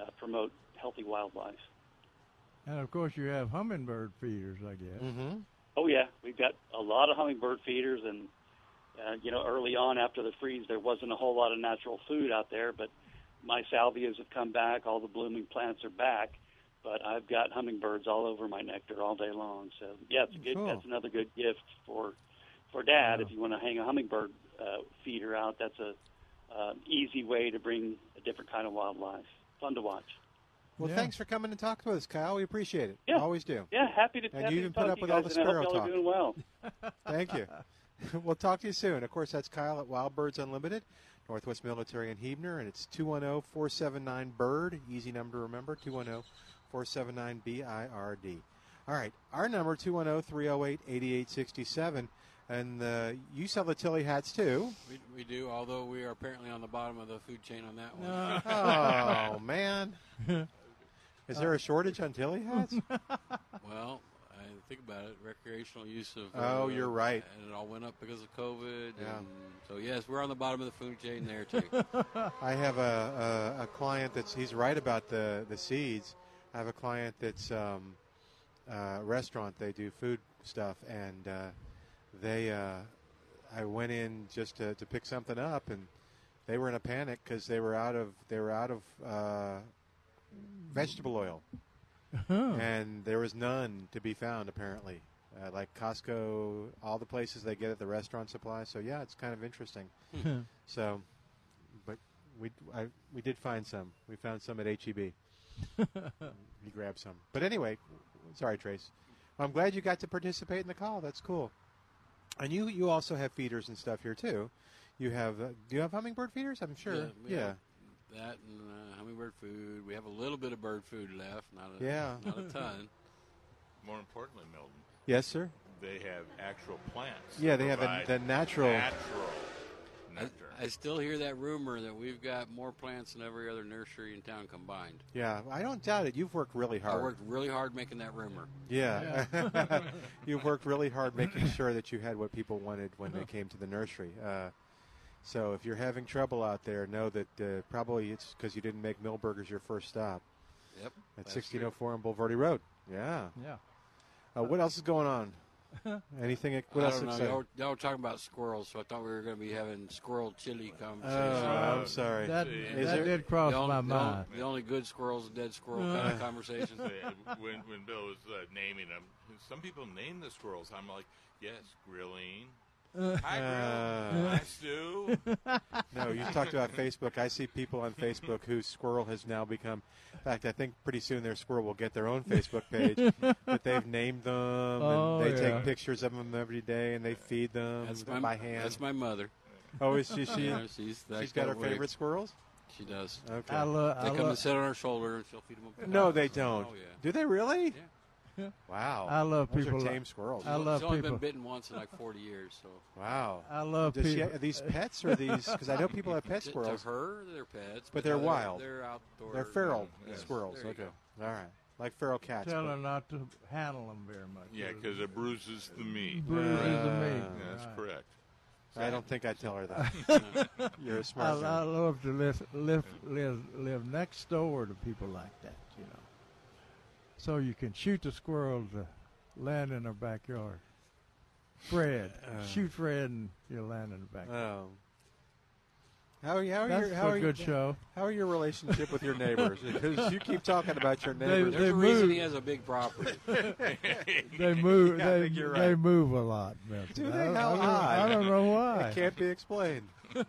G: uh, promote healthy wildlife.
E: And of course, you have hummingbird feeders, I guess. Mm-hmm.
G: Oh yeah, we've got a lot of hummingbird feeders, and uh, you know, early on after the freeze, there wasn't a whole lot of natural food out there. But my salvias have come back. All the blooming plants are back. But I've got hummingbirds all over my nectar all day long. So yeah, it's a good.
L: Cool.
G: That's another good gift for for dad if you want to hang a hummingbird uh, feeder out. That's a uh, easy way to bring a different kind of wildlife. Fun to watch.
C: Well, thanks for coming and talking with us, Kyle. We appreciate it. Always do.
G: Yeah, happy to.
C: And
G: happy
C: you
G: to
C: even
G: talk
C: put
G: to
C: up
G: you
C: with all
G: guys,
C: the
G: and I
C: sparrow
G: hope y'all
C: talk.
G: Are doing well.
C: Thank you. we'll talk to you soon. Of course, that's Kyle at Wild Birds Unlimited, Northwest Military in Hebner, and it's 210 479 BIRD. Easy number to remember 210 479 B I R D. All right, our number 210 308 8867. And uh, you sell the Tilly hats too.
J: We, we do, although we are apparently on the bottom of the food chain on that one.
C: oh, man. Is there a shortage on Tilly hats?
J: Well, I think about it. Recreational use of. uh,
C: Oh, you're right.
J: And it all went up because of COVID.
C: Yeah.
J: And so, yes, we're on the bottom of the food chain there, too.
C: I have a, a, a client that's he's right about the, the seeds. I have a client that's um, uh, restaurant. They do food stuff, and uh, they uh, I went in just to, to pick something up, and they were in a panic because they were out of they were out of uh, vegetable oil, and there was none to be found apparently. Uh, like Costco, all the places they get at the restaurant supply. So yeah, it's kind of interesting.
E: Hmm.
C: so, but we I, we did find some. E We found some at HEB. he grabbed some. But anyway, sorry, Trace. I'm glad you got to participate in the call. That's cool. And you you also have feeders and stuff here too. You have uh, do you have hummingbird feeders? I'm sure.
J: we have That and uh, hummingbird food. We have a little bit of bird food left. Not a,
C: Yeah.
J: Not a ton.
D: More importantly, Milton,
C: Yes, sir.
D: they have actual plants.
C: Yeah,
D: that
C: they have a-
D: provide
C: the natural-
D: Natural
J: I,
D: nectar.
J: I still hear that rumor that we've got more plants than every other nursery in town combined.
C: Yeah, I don't doubt it. You've worked really hard.
J: I worked really hard making that rumor.
C: Yeah. You've worked really hard making sure that you had what people wanted when they came to the nursery. Uh, so if you're having trouble out there, know that uh, probably it's because you didn't make Millburgers your first stop.
J: Yep.
C: At
J: That's
C: 1604 on Boulevardy Road. Yeah.
E: Yeah.
C: Uh, what else is going on? Anything? What
J: I
C: else?
J: don't know.
C: exciting?
J: Y'all, were- y'all were talking about squirrels, so I thought we were going to be having squirrel chili
C: Oh,
J: conversation.
C: I'm sorry.
E: That- that did cross
J: The only-
E: my
J: the only-
E: mind.
J: The only good squirrels and dead squirrel kind of conversation.
D: Yeah, when, when Bill was uh, naming them, some people name the squirrels. I'm like, yes, grilling. Hi, Grill.
C: Uh.
D: Hi, Stu.
C: no, you talked about Facebook. I see people on Facebook whose squirrel has now become. In fact, I think pretty soon their squirrel will get their own Facebook page that they've named them and
J: Oh,
C: they
J: yeah.
C: take pictures of them every day and they feed them
J: That's my
C: by hand.
J: That's my mother.
C: Oh, is she? she
J: Yeah, she's that
C: she's got her
J: kind of
C: favorite
J: way.
C: squirrels.
J: She does.
C: Okay. I lo-
J: they
C: I
J: come
C: lo-
J: and sit on her shoulder, and she'll feed them. A
C: No, they don't.
J: Oh yeah.
C: Do they really?
E: Yeah.
C: Wow.
E: I love
C: Those
E: people
C: Are
E: like-
C: tame squirrels.
E: I love
J: She's only been
E: people-
J: bitten once in like 40 years. So.
C: Wow.
E: I love
C: Does she
E: people-
C: ha- are these pets or these? Because I know people have pet
J: To-
C: squirrels.
J: To her, they're pets,
C: but, they're,
J: no,
C: wild.
J: They're outdoor.
C: They're feral
J: Yes.
C: squirrels.
J: There you
C: Okay.
J: go.
C: All right. Like feral cats.
E: Tell
C: but-
E: her not to handle them very much.
D: Yeah, because it bruises the meat.
E: Bruises the
C: Uh,
E: meat.
D: Yeah, that's
E: Right.
D: correct.
C: I don't think I'd tell her that. You're a
E: I,
C: smart
E: I
C: guy.
E: love to live, live, live, live next door to people like that, you know. So you can shoot the squirrel to land in their backyard. Fred,
C: Uh.
E: shoot Fred, and you land in the backyard.
C: Oh. How are you? How are
E: That's
C: your, how
E: a
C: are you-
E: good show.
C: How are your relationship with your neighbors? Because you keep talking about your
E: They-
C: neighbors.
E: they There's a reason move.
J: He has a big property.
E: They move.
C: Yeah, I
E: they,
C: think you're
E: they
C: right.
E: move a lot, Milton.
C: Do
E: I
C: they?
E: don't-
C: How
E: I don't,
C: odd.
E: I don't know why.
C: It can't be explained.
E: I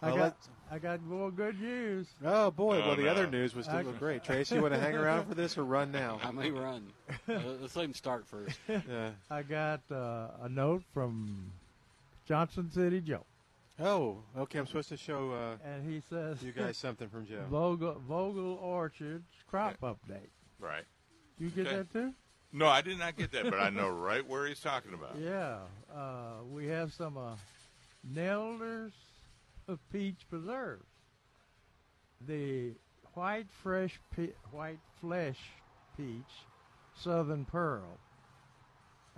C: Well,
E: got,
C: let's-
E: I got more good news.
C: Oh boy!
D: Oh,
C: well, the
D: no.
C: other news was
E: I-
C: still great. Tracy, you want to hang around for this or run now?
J: I may run. Uh, Let's let him start first.
C: Yeah.
E: I got uh, a note from Johnson City Joe,
C: Oh, okay. I'm supposed to show uh,
E: and he says,
C: you guys something from Joe.
E: Vogel, Vogel Orchards crop update.
D: Right.
E: You get
D: Okay.
E: that too?
D: No, I did not get that, but I know right where he's talking about.
E: Yeah. Uh, we have some uh, Nelders of peach preserves. The white fresh pe- white flesh peach, Southern Pearl.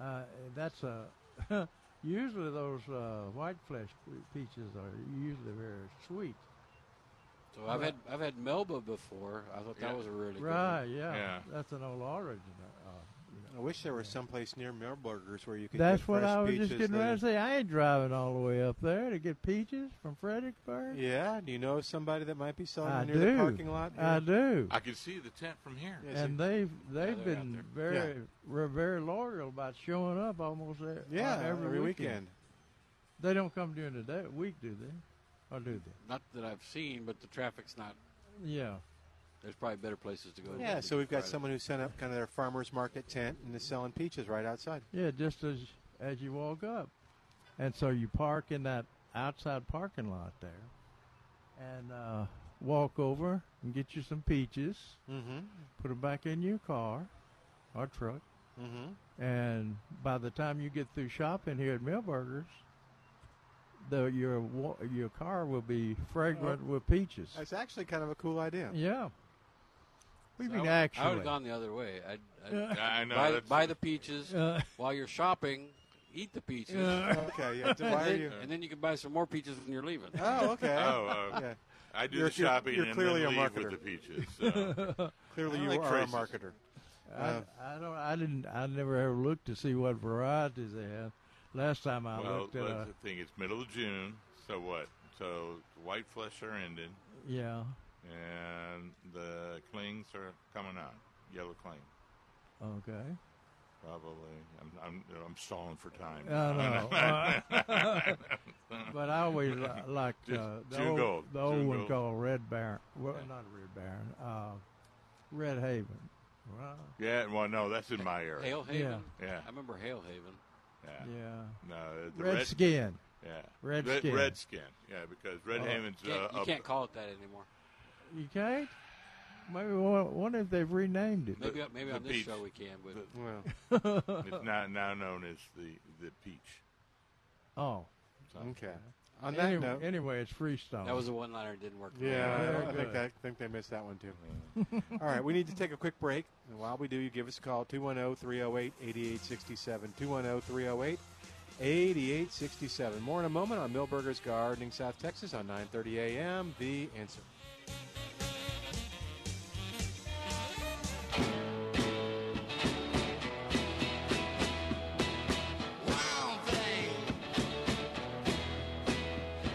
E: Uh, that's a usually those uh, white flesh pe- peaches are usually very sweet.
J: So I've had I've had Melba before. I thought
D: Yeah.
J: that was a really
E: Right? Yeah.
D: Yeah.
E: That's an old origin. Uh,
C: I wish there was someplace near Millburgers where you could.
E: that's
C: get
E: what
C: fresh
E: I was
C: peaches
E: just getting
C: that-
E: ready to say. I ain't driving all the way up there to get peaches from Fredericksburg.
C: Yeah. Do you know somebody that might be selling
E: I
C: them near
E: do.
C: the parking lot?
E: I do.
D: I can see the tent from here.
C: Yeah.
E: and they've they've
J: they're
E: been
J: out
E: very
C: Yeah.
E: were very loyal about showing up almost e-
C: Yeah,
E: every,
C: weekend.
E: They don't come during the day week, do they? Or do
J: good. Not that I've seen, but the traffic's not.
E: they? Yeah.
J: There's probably better places to go.
C: Yeah,
J: than
C: so we've got
J: Friday.
C: someone who set up kind of their farmers market tent and is selling peaches right outside.
E: Yeah, just as as you walk up. And so you park in that outside parking lot there and uh, walk over and get you some peaches,
C: Mm-hmm.
E: put them back in your car or truck.
C: Mm-hmm.
E: And by the time you get through shopping here at Millburgers, the your wa- your car will be fragrant
C: Oh.
E: with peaches.
C: That's actually kind of a cool idea.
E: Yeah. We
J: So
E: mean
J: I, would
E: actually.
J: have gone the other way. I'd, I'd
D: I know.
J: buy, the-
D: that's-
J: buy the peaches
E: Uh,
J: while you're shopping. Eat the peaches,
C: Okay. Yeah.
J: and,
C: Why are
J: then,
C: you?
J: and then you can buy some more peaches when you're leaving.
C: Oh, okay.
D: Oh, uh,
C: Yeah.
D: I do
C: You're-
D: the
C: you're-
D: shopping
C: you're clearly a
D: and then leave
C: marketer.
D: with the peaches. so.
C: Clearly,
D: I
C: you
D: like
C: are a
D: traces.
C: marketer.
E: I,
C: Uh,
E: I don't. I didn't. I never ever looked to see what varieties they had. Last time I
D: well,
E: looked at,
D: that's
E: a,
D: the thing. It's middle of June, so what? So the white flesh are ending,
E: yeah.
D: and the clings are coming out. Yellow cling,
E: Okay.
D: probably. I'm I'm, I'm stalling for time.
E: I know. Uh, but I always li- liked
D: Just
E: uh, the
D: June
E: old,
D: Gold,
E: the old
D: June
E: one
D: Gold.
E: called Red Baron. Well, not Red Baron. Uh, Red Haven. When
D: Yeah, well, no, that's in my area.
J: Hail Haven.
D: Yeah.
J: I remember Hail Haven.
D: Yeah.
E: Yeah.
D: No, the
E: Red Skin.
D: Yeah.
E: Red
D: Red
E: Skin.
D: Red Skin. Yeah, because Red
J: Oh.
D: Haven's.
J: You can't-
D: uh,
J: you
D: up-
J: can't call it that anymore.
E: You can't. Maybe one- wonder if they've renamed it.
J: Maybe maybe
D: the
J: on this
D: peach.
J: show we can, but
D: The- it's now now known as the the peach.
E: Oh.
C: Okay. On that
E: Any-
C: note-
E: anyway, it's freestyle.
J: That was a one-liner that didn't work.
C: Yeah,
E: Very
C: I think,
E: good.
C: that, think they missed that one too. All right, we need to take a quick break. And while we do, you give us a call oh, 210 308 8867. 210 308 8867. More in a moment on Millburgers Gardening South Texas on 930 a.m. The answer.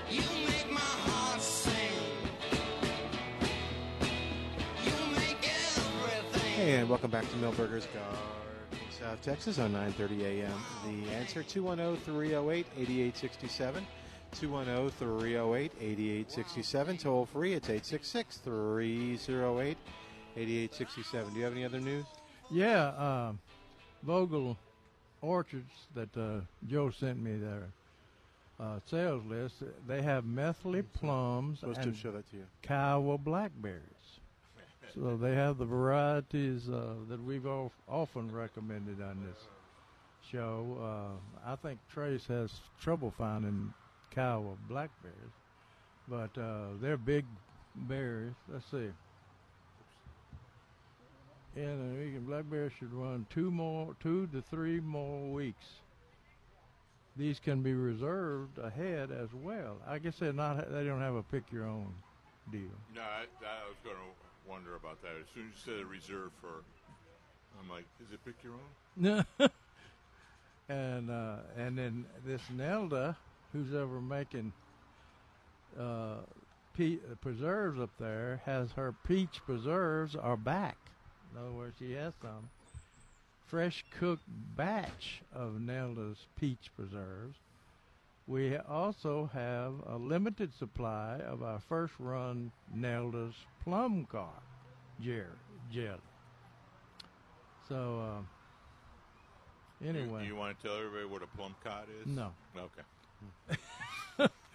L: You make my heart sing. You make everything.
C: And welcome back to Millburgers Gardening South Texas on 930 a.m. The answer oh, 210 308 8867. 210 308 8867. Toll free, it's 866 308 8867. Do you have any other news?
E: Yeah, um, Vogel Orchards that uh, Joe sent me their uh, sales list. They have methley plums
C: Supposed to
E: and
C: show that to you.
E: Kiowa blackberries. so they have the varieties uh, that we've of often recommended on this show. Uh, I think Trace has trouble finding Kiowa blackberries, but uh, they're big berries. Let's see. Yeah, the vegan uh, blackberry should run two more, two to three more weeks. These can be reserved ahead as well. I guess they're not. They don't have a pick your own deal.
D: No, I, I was going to wonder about that. As soon as you said reserved for, I'm like, is it pick your own?
E: and uh, and then this Nelda, who's ever making uh, pe- preserves up there, has her peach preserves are back. In other words, she has some fresh cooked batch of Nelda's peach preserves. We also have a limited supply of our first run Nelda's plum cart jer- jelly. So. Uh, Anyway.
D: Do you want to tell everybody what a plum cod is?
E: No.
D: Okay.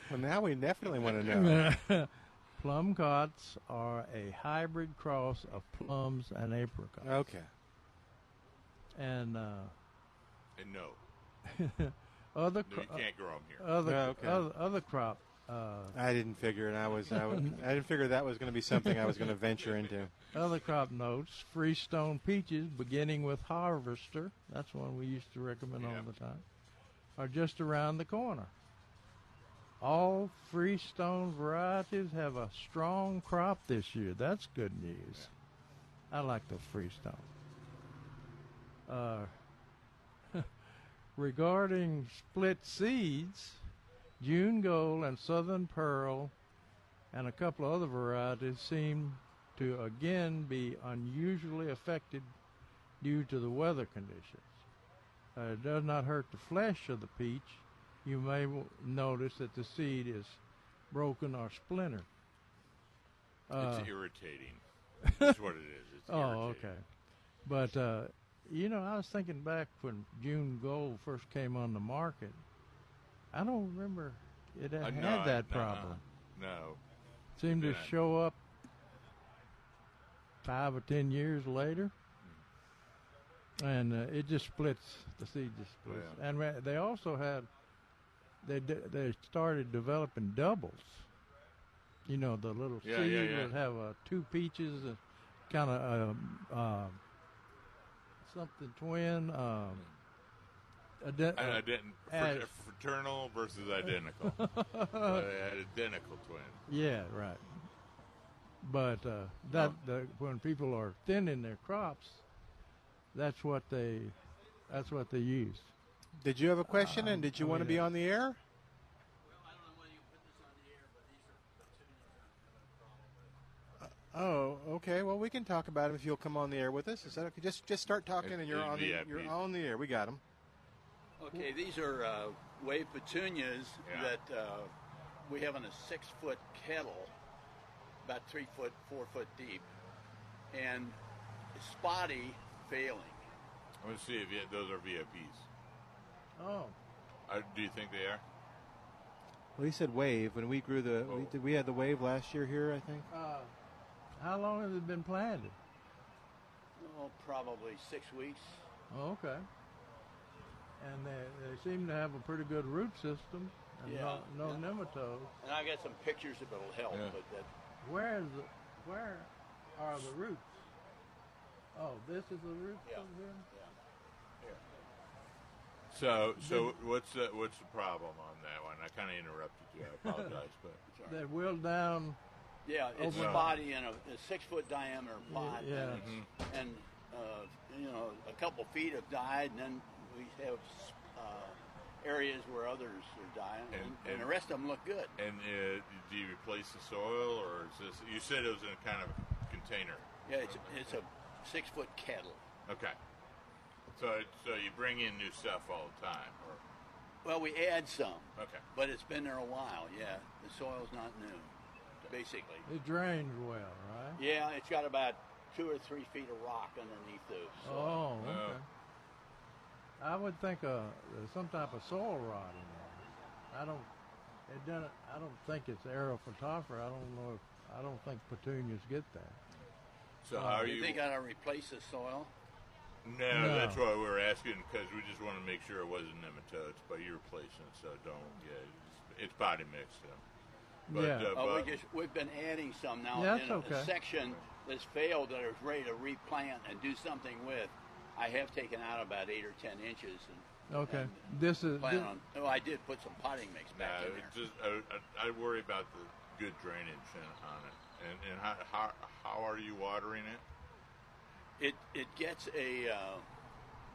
C: Well, now we definitely want to know.
E: plum cots are a hybrid cross of plums and apricots.
C: Okay.
E: And uh,
D: And no.
E: other
D: No, you can't grow 'em here.
E: Other
C: Oh, okay.
E: other, other crop. Uh,
C: I didn't figure it. I was. I, was, I didn't figure that was going to be something I was going to venture into.
E: Other crop notes: freestone peaches, beginning with harvester. That's one we used to recommend all the time. Are just around the corner. All freestone varieties have a strong crop this year. That's good news. I like the freestone. Uh, regarding split seeds, June Gold and Southern Pearl and a couple of other varieties seem to again be unusually affected due to the weather conditions. Uh, it does not hurt the flesh of the peach. You may w- notice that the seed is broken or splintered. Uh,
D: it's irritating. That's what it is. It's
E: oh,
D: irritating.
E: okay. But uh, you know, I was thinking back when June Gold first came on the market. I don't remember it had,
D: Uh, no, I-
E: that
D: no, uh-uh.
E: problem.
D: No.
E: Seemed to
D: Yeah.
E: show up five or ten years later, and uh, it just splits. The seed just splits.
D: Yeah.
E: And ra- they also had they d- they started developing doubles. You know, the little
D: Yeah,
E: seed
D: yeah, yeah.
E: would have uh, two peaches and kind of um, um, something twin. Um, ident-
D: An
E: uh,
D: ident-
E: ad-
D: fr- fraternal versus identical. Uh, they had identical twins.
E: Yeah, right. But uh,
M: Oh.
E: that the, when people are thinning their crops, that's what they that's what they use. Uh,
C: Did you have a question, and did you want to be on the air? Oh, okay. Well, we can talk about him if you'll come on the air with us. Is that okay? Just just start talking, and you're
M: it's
C: on the
M: VIP.
C: you're on the air. We got him.
M: Okay, these are uh, wave petunias that uh, we have in a six foot kettle, about three foot, four foot deep. And spotty failing.
D: I'm going to see if you, those are VIPs.
E: Oh.
D: Uh, do you think they are?
C: Well, he said wave when we grew the.
E: Oh.
C: We, did we had the wave last year here, I think.
E: Uh, how long has it been planted?
M: Oh, probably six weeks.
E: Oh, okay. And they, they seem to have a pretty good root system and
M: Yeah.
E: no, no
M: Yeah.
E: nematodes.
M: And I got some pictures if it'll help,
E: Yeah.
M: but that
E: Where is the, where are the roots? Oh, this is the root
M: Yeah.
E: system here?
D: So, so what's the, what's the problem on that one? I kind of interrupted you. I apologize, but
E: They will down.
M: Yeah, it's
E: over-
M: a body in a, a six foot diameter pot.
E: yeah.
M: And, it's-
D: Mm-hmm.
M: and uh, you know, a couple feet have died, and then we have uh, areas where others are dying, and,
D: And-
M: and, the
D: and-
M: rest of them look good.
D: And uh, do you replace the soil, or is this? You said it was in a kind of container.
M: Yeah, it's, it's a six foot kettle.
D: Okay. So, it- so you bring in new stuff all the time, or
M: Well, we add some,
D: okay,
M: but it's been there a while, yeah. The soil's not new, basically.
E: It drains well, right?
M: Yeah, it's got about two or three feet of rock underneath the soil.
E: Oh,
D: Uh,
E: okay. I would think uh, there's some type of soil rot in there. I don't. It doesn't. I don't think it's aerophotopher. I don't know. If, I don't think petunias get that. Um,
D: So how are
M: you
D: you-
M: think I gotta replace the soil?
D: No,
E: No.
D: that's why we were asking because we just want to make sure it wasn't nematodes, but you're replacing it, so don't. Yeah, it's, it's body mix. So. But,
E: Yeah.
D: uh,
M: Uh,
D: but
M: we just we've been adding some now
E: Yeah, that's
M: in a,
E: okay.
M: a section that's failed that is ready to replant and do something with. I have taken out about eight or ten inches and
E: Okay. this is.
M: plan
E: This,
M: on. Oh, I did put some potting mix
D: no,
M: back in there.
D: it's just I, I, I worry about the good drainage in, on it, and and how, how how are you watering it?
M: It it gets a uh,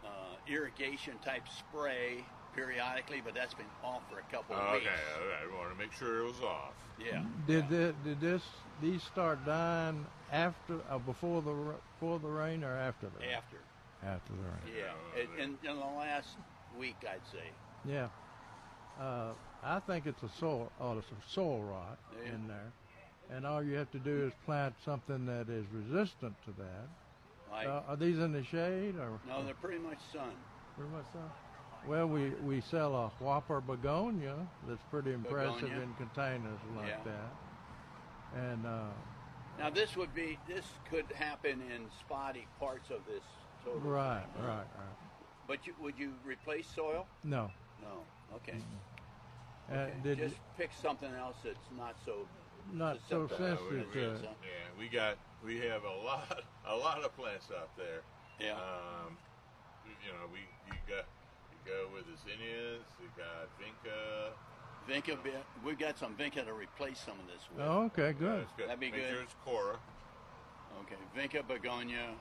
M: uh, irrigation type spray periodically, but that's been off for a couple of
D: Oh, Okay,
M: weeks.
D: okay, I want to make sure it was off.
M: Yeah.
E: did this, did this these start dying after uh, before the r- before the rain or after the rain?
M: After.
E: after the rain?
M: Yeah. It, in, in the last week, I'd say.
E: Yeah. Uh, I think it's a soil, oh, it's a soil rot
M: Yeah.
E: in there. And all you have to do is plant something that is resistant to that.
M: Like-
E: Uh, are these in the shade or?
M: No, they're pretty much sun.
E: Pretty much so. Well, we, we sell a whopper begonia that's pretty impressive
M: Begonia.
E: in containers like
M: Yeah.
E: that. And uh,
M: Now this would be this could happen in spotty parts of this total.
E: right,
M: system.
E: right, right.
M: But you, would you replace soil?
E: No.
M: No. Okay.
E: Uh,
M: Okay.
E: did
M: Just pick something else that's not so
E: Not so
M: susceptible
D: we,
M: to
D: we-
M: rains, huh?
D: yeah, we got we have a lot a lot of plants out there.
M: Yeah.
D: Um, you know, we you got you go with the zinnias, you got vinca.
M: Vinca, be- we've got some vinca to replace some of this with.
E: Oh, okay, good.
D: That's good.
M: That'd be
D: Make
M: good.
D: sure it's Cora
M: Okay, vinca begonia.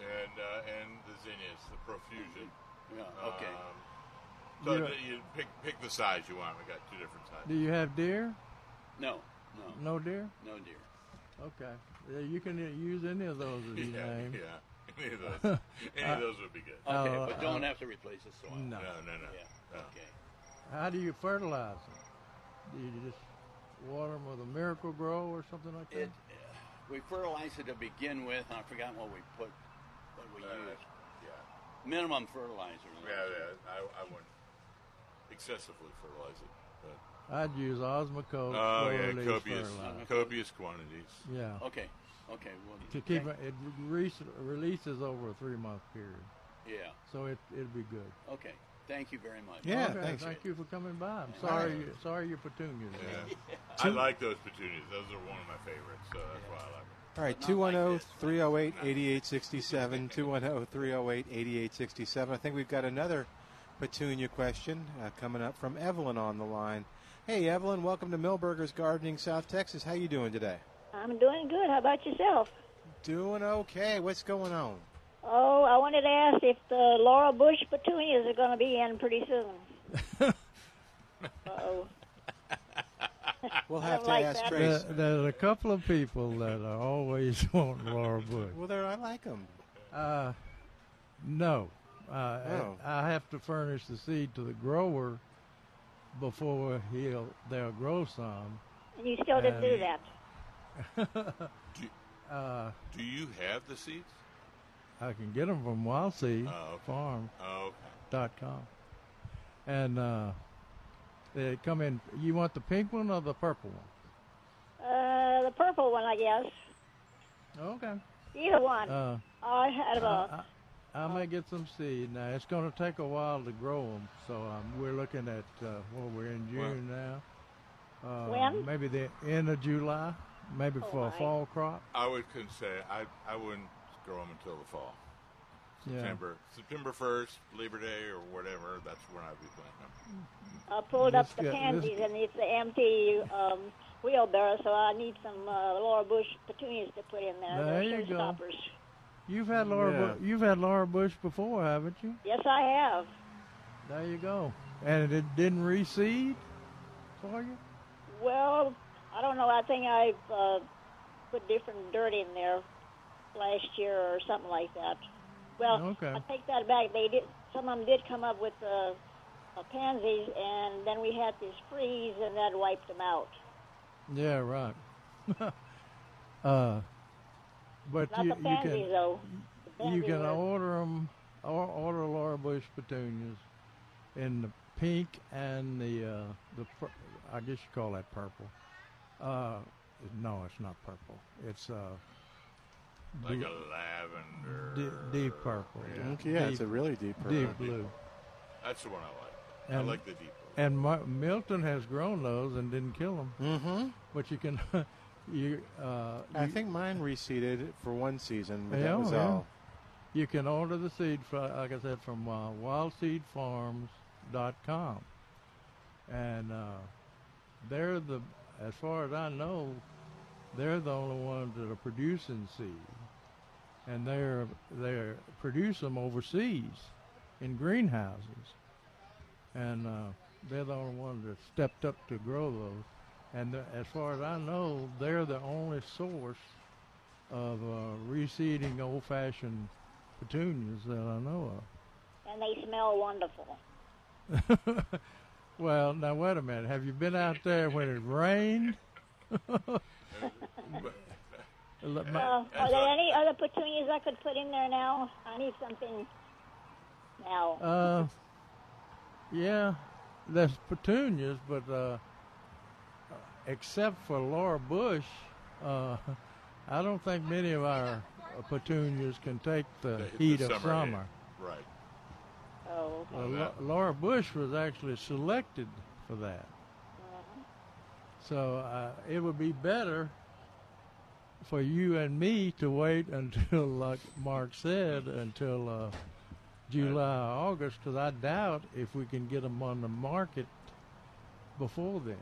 D: and uh, and the zinnias, the profusion.
M: Yeah. Okay.
D: Um, so
E: You-
D: th- you pick pick the size you want. We got two different sizes.
E: do you have deer?
M: No.
E: No deer?
M: No deer.
E: Okay. Yeah, You can use any of those as you
D: Yeah,
E: name.
D: yeah. Any of those, any of those would be good.
M: Okay,
E: Oh,
M: but don't
E: uh,
M: have to replace the soil.
E: no.
D: No, no, no.
M: Yeah.
D: No.
M: Okay.
E: How do you fertilize them? Do you just water them with a miracle grow or something like that?
M: It, we fertilized it to begin with, and I forgot what we put, what we
D: Uh,
M: used.
D: yeah,
M: Minimum fertilizer.
D: yeah, yeah. I, I wouldn't excessively fertilize it, but.
E: I'd use Osmocote.
D: Oh yeah,
E: slow-release
D: copious,
E: fertilizer.
D: copious quantities.
E: Yeah.
M: Okay. Okay. Well,
E: To keep it, it re- releases over a three month period.
M: Yeah.
E: So it it'd be good.
M: Okay. Thank you very much.
C: Yeah,
E: Okay,
C: thanks.
E: Thank you for coming by. I'm
M: Yeah.
E: sorry. you- Sorry, your petunias.
D: Yeah. I like those petunias. Those are one of my favorites, so that's why I like them.
C: All right, oh, 210 308 8867. 210 308 8867. I think we've got another petunia question uh, coming up from Evelyn on the line. Hey, Evelyn, welcome to Millburgers Gardening, South Texas. How you doing today?
N: I'm doing good. How about yourself?
C: Doing okay. What's going on?
N: Oh, I wanted to ask if the Laurel Bush petunias are going to be in pretty soon. Uh-oh.
C: We'll
N: Oh. I
C: have
N: don't
C: to
N: like
C: ask
N: that.
E: There,
C: Trace.
E: there's a couple of people that are always want Laura Bush.
C: Well, there I like them.
E: Uh, no. Uh,
C: Oh.
E: I, I have to furnish the seed to the grower before he'll they'll grow some.
N: And you still didn't do
E: And-
N: that.
D: Do,
E: Uh,
D: do you have the seeds?
E: I I can get them from
C: Oh,
E: wildseedfarm.com. And uh, they come in. You want the pink one or the purple one?
N: Uh, the purple one, I guess.
E: Okay.
N: Either one.
E: Uh,
N: I had a.
E: I, I, I may get some seed now. It's going to take a while to grow them, so um, we're looking at uh, well, we're in June now. Uh,
D: When?
E: Maybe the end of July, maybe
D: Oh,
E: for a
D: my.
E: fall crop.
D: I would could say I I wouldn't grow them until the fall.
E: Yeah.
D: September September first, Labor Day or whatever. That's when I'd be planting them.
N: I pulled
E: Let's
N: up the
E: get- let's
N: pansies, and it's an empty um, wheelbarrow, so I need some uh, Laura Bush petunias to put in there.
E: There
N: They're
E: you go.
N: showstoppers.
E: You've had Laura.
C: Yeah.
E: Bu- you've had Laura Bush before, haven't you?
N: Yes, I have.
E: There you go. And it didn't reseed for you.
N: Well, I don't know. I think I uh, put different dirt in there last year or something like that. Well,
L: Okay.
N: I take that back. They did. Some of them did come up with uh, uh, pansies, and then we had this freeze, and that wiped them out.
E: Yeah, right. uh, but
N: Not
E: you,
N: the
E: you
N: pansies,
E: can
N: though. The
E: you
N: pansies
E: can
N: were-
E: order them or order Laura Bush petunias in the pink and the uh, the pur- I guess you call that purple. Uh, no, it's not purple. It's uh,
D: Like
E: blue-
D: a lavender.
E: deep, deep purple.
C: Okay, yeah, it's a really deep purple.
E: Deep blue.
D: That's the one I like. I like the deep.
E: And Mar- Milton has grown those and didn't kill them.
C: Mm-hmm.
E: But you can, you. Uh,
C: I
E: you-
C: think mine reseeded for one season, but
E: Yeah,
C: that was
E: yeah.
C: all.
E: You can order the seed, fro- like I said, from uh, wildseedfarms.com. And uh, they're the, as far as I know, they're the only ones that are producing seed. And they're, they're produce them overseas in greenhouses. And uh, they're the only ones that stepped up to grow those. And the- as far as I know, they're the only source of uh, reseeding old-fashioned petunias that I know of.
N: and they smell wonderful.
E: Well, now wait a minute. Have you been out there when it rained? Look, my-
N: Uh, are there any other petunias I could put in there now? I need something now.
E: Uh, yeah, that's petunias, but uh, except for Laura Bush, uh, I don't think many of our uh, petunias can take the, heat
D: the
E: of
D: summer heat.
E: summer.
D: Right.
N: Oh,
E: Uh, Lau- Laura Bush was actually selected for that. So uh, it would be better for you and me to wait until, like Mark said, until uh, July, August, because I doubt if we can get them on the market before then.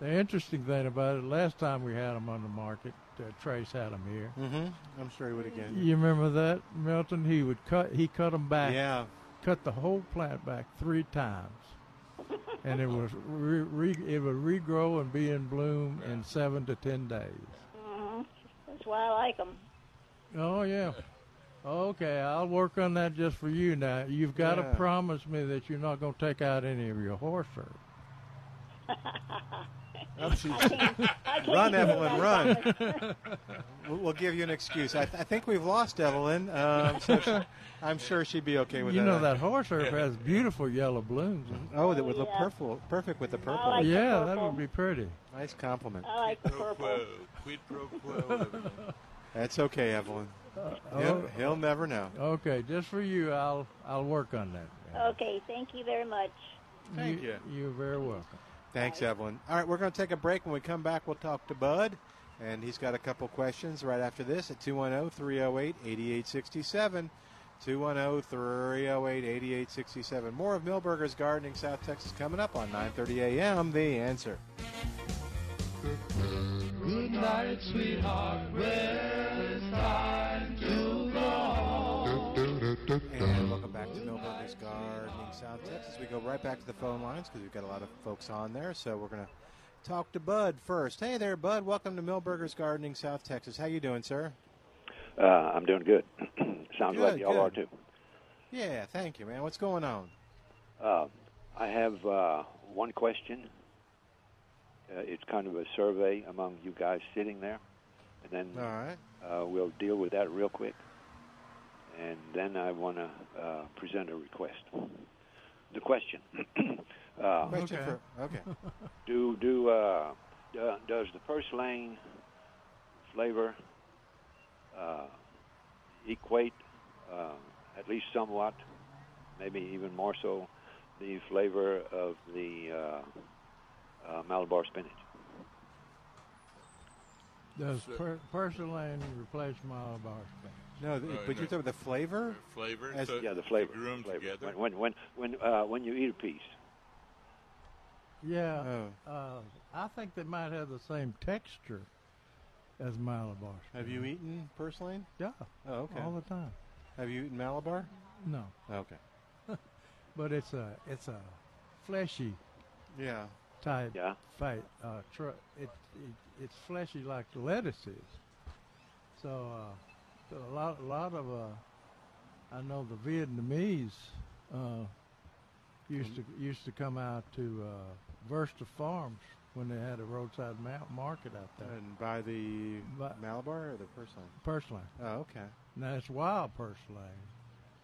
E: The interesting thing about it, last time we had them on the market, uh, Trace had them here.
C: Mm-hmm. I'm sure he would again.
E: You remember that Milton? He would cut. He cut them back.
C: Yeah.
E: Cut the whole plant back three times, and it was re, re, it would regrow and be in bloom in seven to ten days.
N: hmm That's why I like them.
E: Oh yeah. Okay, I'll work on that just for you now. You've got
N: Yeah.
E: to promise me that you're not going to take out any of your horse herd.
C: run, Evelyn, run. We'll- We'll give you an excuse. I, I think we've lost Evelyn. Um, so she- I'm sure she'd be okay with
E: You
C: that.
E: know that horse herb has beautiful yellow blooms. on it.
C: Oh, that would look purple, perfect with the purple.
E: like the Yeah, that purple. would be pretty.
C: Nice compliment.
N: I like the purple.
D: Quid pro quo.
C: That's okay, Evelyn.
E: oh.
C: He'll, he'll never know.
E: Okay, just for you, I'll I'll work on that.
N: Okay, thank you very much.
C: Thank
E: you. You're very welcome.
C: Thanks, Evelyn. All right, we're going to take a break. When we come back, we'll talk to Bud, and he's got a couple questions right after this at oh, 210 308 8867. 210 308 8867. More of Millburgers Gardening South Texas coming up on 9:30 a.m. The answer.
L: Good night, sweetheart. Well, it's time to go
C: And welcome back to Millburgers Gardening South Texas. We go right back to the phone lines because we've got a lot of folks on there. So we're going to talk to Bud first. Hey there, Bud. Welcome to Millburgers Gardening South Texas. How you doing, sir?
O: Uh, I'm doing good. Sounds
C: Good,
O: like y'all
C: good.
O: are too.
C: Yeah, thank you, man. What's going on?
O: Uh, I have uh, one question. Uh, it's kind of a survey among you guys sitting there, and then
C: All right.
O: uh, we'll deal with that real quick. then I want to uh, present a request. The question. uh,
C: Question for okay.
O: do do uh, do- does the first lane flavor uh, equate uh, at least somewhat, maybe even more so, the flavor of the uh, uh, Malabar spinach?
E: Does
D: So-
E: per- Persian lane replace Malabar?
C: No,
D: th- No, but no. you're talking about
C: the flavor.
D: Flavor.
C: As-
D: so
O: yeah, the flavor.
D: You grew 'em
O: flavor.
D: together.
O: When when when when, uh, when you eat a piece.
E: Yeah,
C: Oh.
E: uh, I think they might have the same texture as Malabar.
C: Have you eaten purslane?
E: Yeah.
C: Oh, okay.
E: All the time.
C: Have you eaten Malabar?
E: No,
C: Okay.
E: but it's a it's a fleshy
C: Yeah.
E: type
O: Yeah.
E: fight. Uh, tr- it, it it's fleshy like lettuce is. So, uh, so a lot a lot of uh, I know the Vietnamese uh, used to used to come out to uh, Versta Farms when they had a roadside ma- market out there.
C: And by the Malabar or the purslane?
E: Purslane.
C: Oh, okay.
E: Now it's wild purslane,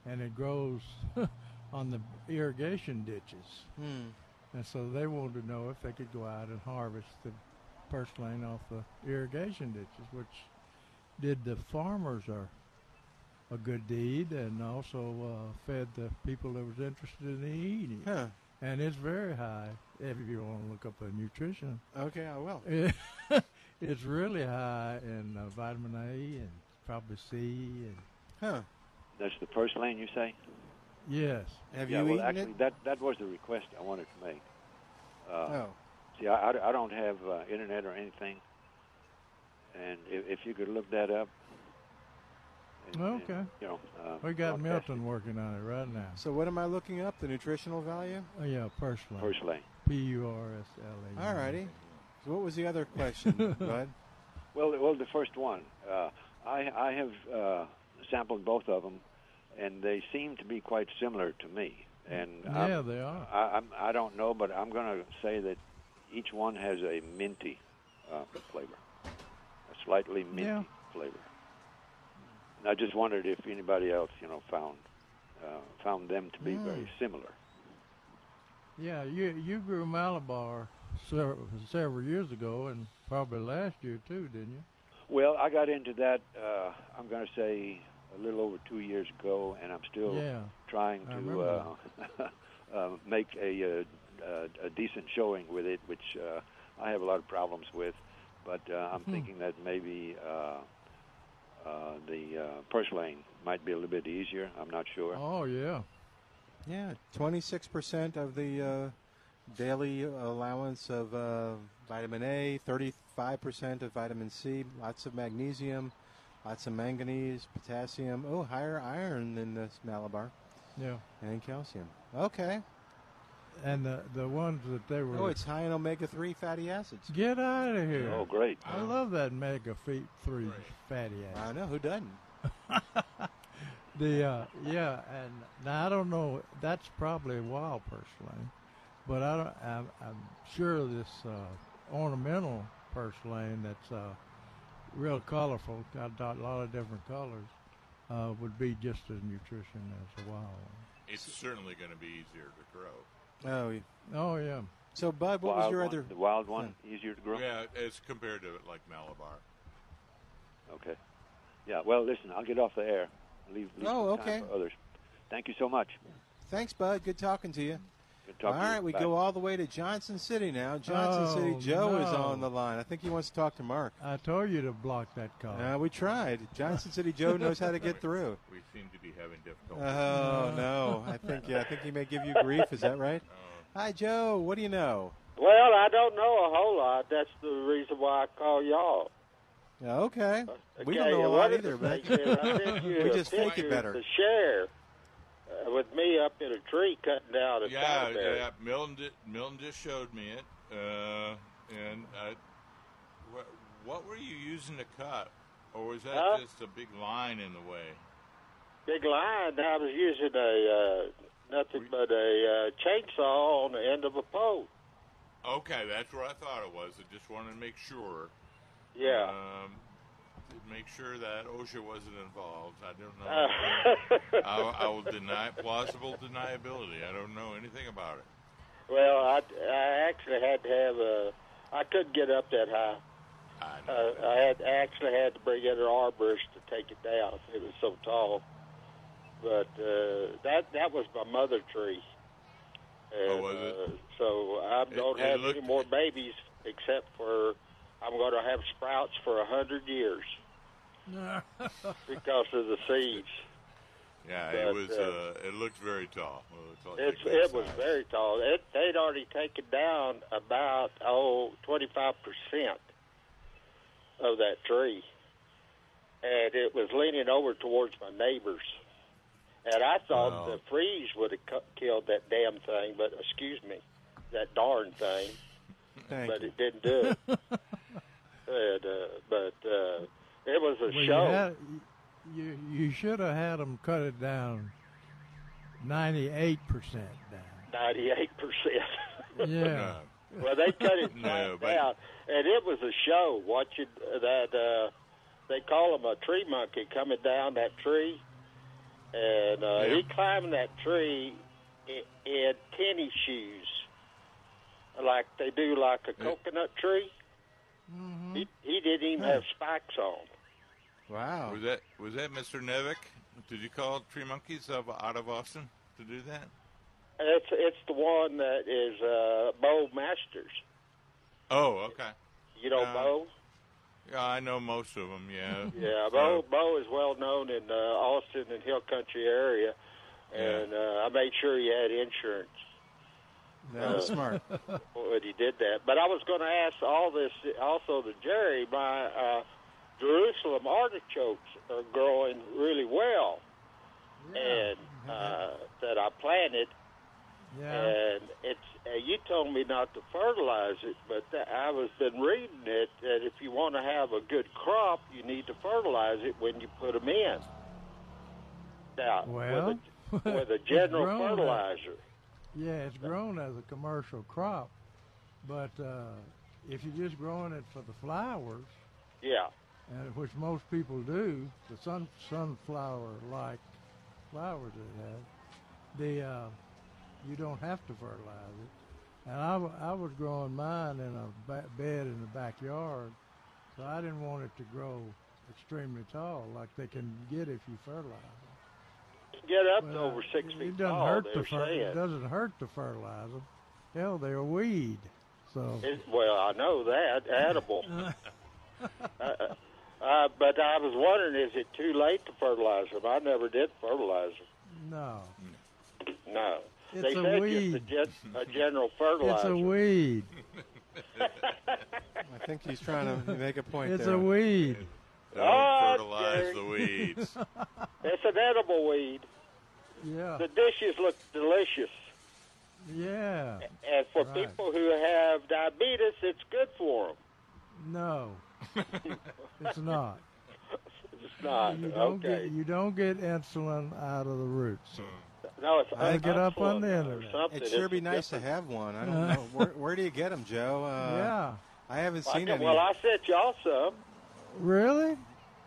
E: and it grows on the irrigation ditches.
C: Hmm.
E: And so they wanted to know if they could go out and harvest the purslane off the irrigation ditches, which did the farmers a, a good deed and also uh, fed the people that was interested in eating. it.
C: Huh.
E: And it's very high. If you want to look up the nutrition,
C: Okay, I will.
E: it's really high in uh, vitamin A and probably C and
C: Huh.
O: That's the first lane you say.
E: yes.
O: yeah, well, actually, that that was the request I wanted to make. Uh,
E: Oh.
O: See, I, I- I don't have uh, internet or anything, and if, if you could look that up. and- and,
E: Okay.
O: you know, uh,
E: We
O: broadcast
E: got Milton working on it right now.
C: So what am I looking up? The nutritional value?
E: Oh, yeah, purslane.
O: Purslane.
E: P U R S L A. E.
C: All righty. So what was the other question, Bud?
O: it. Well, well, the first one. Uh, I I have uh, sampled both of them, and they seem to be quite similar to me. And I'm-
E: Yeah, they are.
O: I, I'm, I don't know, but I'm going to say that each one has a minty uh, flavor, a slightly minty
E: Yeah.
O: flavor. And I just wondered if anybody else, you know, found uh, found them to be very similar.
E: Yeah, you you grew Malabar several, several years ago, and probably last year too, didn't you?
O: Well, I got into that. Uh, I'm going to say a little over two years ago, and I'm still
E: Yeah,
O: trying
E: I
O: to uh,
E: remember
O: uh, make a, uh, uh, a decent showing with it, which uh, I have a lot of problems with. But uh, I'm
E: Hmm.
O: thinking that maybe uh, uh, the uh, purse lane might be a little bit easier. I'm not sure.
E: Oh yeah.
C: Yeah, twenty-six percent of the uh, daily allowance of uh, vitamin A, thirty-five percent of vitamin C, lots of magnesium, lots of manganese, potassium. Oh, higher iron than this Malabar
E: Yeah.
C: and calcium. Okay.
E: And the the ones that they were.
C: Oh, it's high in omega-3 fatty acids.
E: Get out of here!
C: Oh, great.
E: I love that mega feet three fatty
C: I
E: acid.
C: know who doesn't.
E: The uh, yeah, and now I don't know. That's probably wild purslane, but I don't. I'm, I'm sure this uh, ornamental purslane that's uh, real colorful, got a lot of different colors, uh, would be just as nutrition as a wild one.
D: It's certainly going to be easier to grow.
C: Oh, yeah.
E: Oh yeah.
C: So, Bud, what was
O: Wild
C: your
O: one-
C: other?
O: The wild one easier to grow.
D: Yeah, as compared to like Malabar.
E: Oh.
O: Okay. Yeah. Well, listen, I'll get off the air. Leave. leave
C: Oh,
O: some time
C: okay.
O: For others. Thank you so much.
C: Thanks, Bud. Good talking to you.
O: Good talking
C: all
O: to you.
C: right, we
O: Bye.
C: go all the way to Johnson City now. Johnson
E: Oh,
C: City. Joe is
E: no.
C: on the line. I think he wants to talk to Mark.
E: I told you to block that call.
C: Uh, we tried. Johnson City Joe knows how to get through.
D: We seem to be having difficulty.
C: Oh no! I think yeah, I think he may give you grief. Is that right? Hi, Joe. What do you know?
P: Well, I don't know a whole lot. That's the reason why I call y'all.
C: Yeah, Okay, we don't
P: Okay,
C: know a
P: what
C: lot
P: is
C: either,
P: the
C: but
P: thing here? I sent you
C: we
P: a
C: just fake
P: picture
C: it better.
P: To share uh, with me up in a tree cutting down a
D: yeah,
P: elderberry.
D: yeah. Milton, di- Milton just showed me it, uh, and I, what, what were you using to cut, or was that
P: Huh?
D: just a big line in the way?
P: Big line. I was using a uh, nothing but a uh, chainsaw on the end of a pole.
D: Okay, that's what I thought it was. I just wanted to make sure.
P: Yeah.
D: Um, make sure that OSHA wasn't involved. I don't know.
P: Uh.
D: I, I will deny plausible deniability. I don't know anything about it.
P: Well, I, I actually had to have a. I couldn't get up that high. I, uh, I had I actually had to bring in an arborist to take it down. It was so tall. But uh, that that was my mother tree. And,
D: Oh, was it?
P: Uh, so I
D: It-
P: don't
D: it
P: have
D: looked-
P: any more babies except for I'm going to have sprouts for a hundred years because of the seeds.
D: Yeah,
P: But,
D: it was. Uh,
P: uh,
D: it looked very tall. It looked like
P: It's,
D: a good
P: it was
D: size.
P: very tall. It, they'd already taken down about oh 25 percent of that tree, and it was leaning over towards my neighbors. And I thought the freeze would have cu- killed that damn thing, but excuse me, that darn thing.
C: Thank
P: but it didn't do it. and, uh, but uh, it was a
E: Well, you
P: show.
E: had- You, you should have had them cut it down 98% down.
P: Ninety-eight percent.
E: Yeah.
P: well, they cut it
E: No,
P: flat
E: but-
P: down, and it was a show watching that. Uh, they call him a tree monkey coming down that tree, and uh,
D: Yeah.
P: he climbed that tree in, in tennis shoes, like they do, like a coconut tree.
E: Mm-hmm.
P: He, he didn't even have spikes on.
C: Wow.
D: Was that was that Mr. Nevick? Did you call Tree Monkeys of out of Austin to do that?
P: It's it's the one that is uh, Bo Masters.
D: Oh, okay.
P: You know
D: Uh,
P: Bo.
D: Yeah, I know most of them. Yeah.
P: Yeah,
D: So-
P: Bo, Bo is well known in uh, Austin and Hill Country area, and uh, I made sure he had insurance
C: That was
P: Uh,
C: smart.
P: when he did that. But I was going to ask all this also to Jerry. My uh, Jerusalem artichokes are growing really well, and uh, that I planted,
E: Yeah.
P: and it's. Uh, you told me not to fertilize it, but th- I was been reading it that if you want to have a good crop, you need to fertilize it when you put them in. Now,
E: Well,
P: with, a, with a general
E: grown up.
P: fertilizer,
E: Yeah, it's grown as a commercial crop, but uh, if you're just growing it for the flowers,
P: yeah,
E: and which most people do, the sun sunflower-like flowers they have, the uh, you don't have to fertilize it. And I, w- I was growing mine in a ba- bed in the backyard, so I didn't want it to grow extremely tall like they can get if you fertilize. it.
P: get up to
E: Well,
P: over six
E: it,
P: feet
E: it doesn't
P: tall.
E: hurt
P: Oh, they're
E: to fer-
P: saying.
E: it doesn't hurt to fertilize them. Hell, they're a weed. So
P: It, well, I know that edible.
E: Uh-huh.
P: uh, uh, but I was wondering, is it too late to fertilize them? I never did fertilize
E: no,
P: them. No,
E: It's
P: they
E: a
P: said just a, gen- a general fertilizer.
E: it's a weed.
C: I think he's trying to make a point
E: It's
C: there.
E: a weed.
D: Don't
P: Ah,
D: fertilize
P: Jerry.
D: the weeds.
P: It's an edible weed.
E: Yeah,
P: The dishes look delicious,
E: yeah.
P: and for
E: Right.
P: people who have diabetes, it's good for them.
E: No, it's not.
P: It's not
E: You don't
P: okay.
E: get you don't get insulin out of the roots.
C: Hmm.
P: no, it's
E: I get up on the
P: insulin or
E: internet.
P: something.
C: It sure
P: It's
C: be
P: a
C: nice to
P: different-
C: have one. I don't
E: Uh.
C: know. Where, where do you get them, Joe? Uh,
E: yeah,
C: I haven't
P: Well, I
C: seen
P: can-
C: any.
P: well, I sent y'all some.
E: really?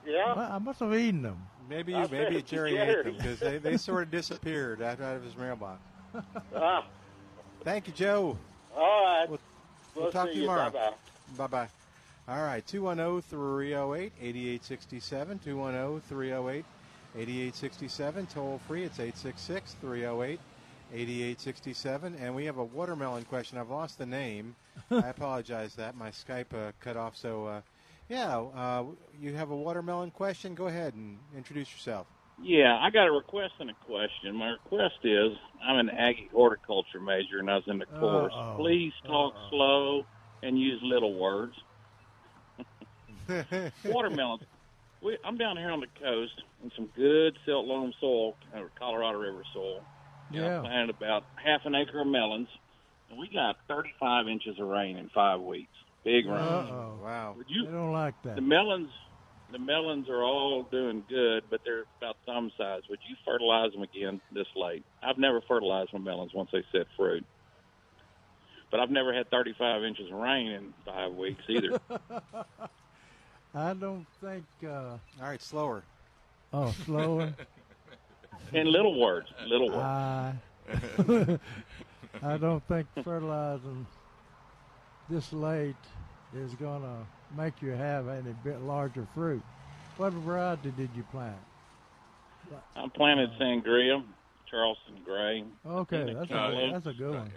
P: Yeah.
E: I I must have eaten them.
C: maybe
P: I sent
C: maybe
P: it to
C: Jerry,
P: Jerry.
C: ate them because they, they sort of disappeared out, out of his mailbox.
P: Ah,
C: Thank you, Joe.
P: all right.
C: We'll,
P: We'll
C: we'll talk
P: see
C: to you
P: you.
C: tomorrow.
P: Bye-bye.
C: Bye bye. All right, oh, 210 308 8867. 210 308 8867. Toll free, it's 866 308 8867. And we have a watermelon question. I've lost the name. I apologize that. My Skype uh, cut off. So, uh, yeah, uh, you have a watermelon question? Go ahead and introduce yourself.
Q: Yeah, I got a request and a question. My request is I'm an Aggie horticulture major and I was in the course.
L: Uh-oh.
Q: Please talk slow and use little words. Watermelon. We, I'm down here on the coast in some good silt loam soil, uh, Colorado River soil. And I
E: Yeah.
Q: planted about half an acre of melons, and we got 35 inches of rain in five weeks. Big rain.
E: Uh-oh.
C: Wow.
Q: Would you
E: They don't like that.
Q: the melons, the melons are all doing good, but they're about thumb size. Would you fertilize them again this late? I've never fertilized my melons once they set fruit, but I've never had 35 inches of rain in five weeks either.
E: I don't think. Uh,
C: All right, slower.
E: oh, slower.
Q: In little words, little words.
E: I, I don't think fertilizing this late is going to make you have any bit larger fruit. What variety did you plant?
Q: I planted sangria, Charleston Gray.
E: Okay,
Q: and
E: that's a,
Q: cantaloupe,
E: that's a good one.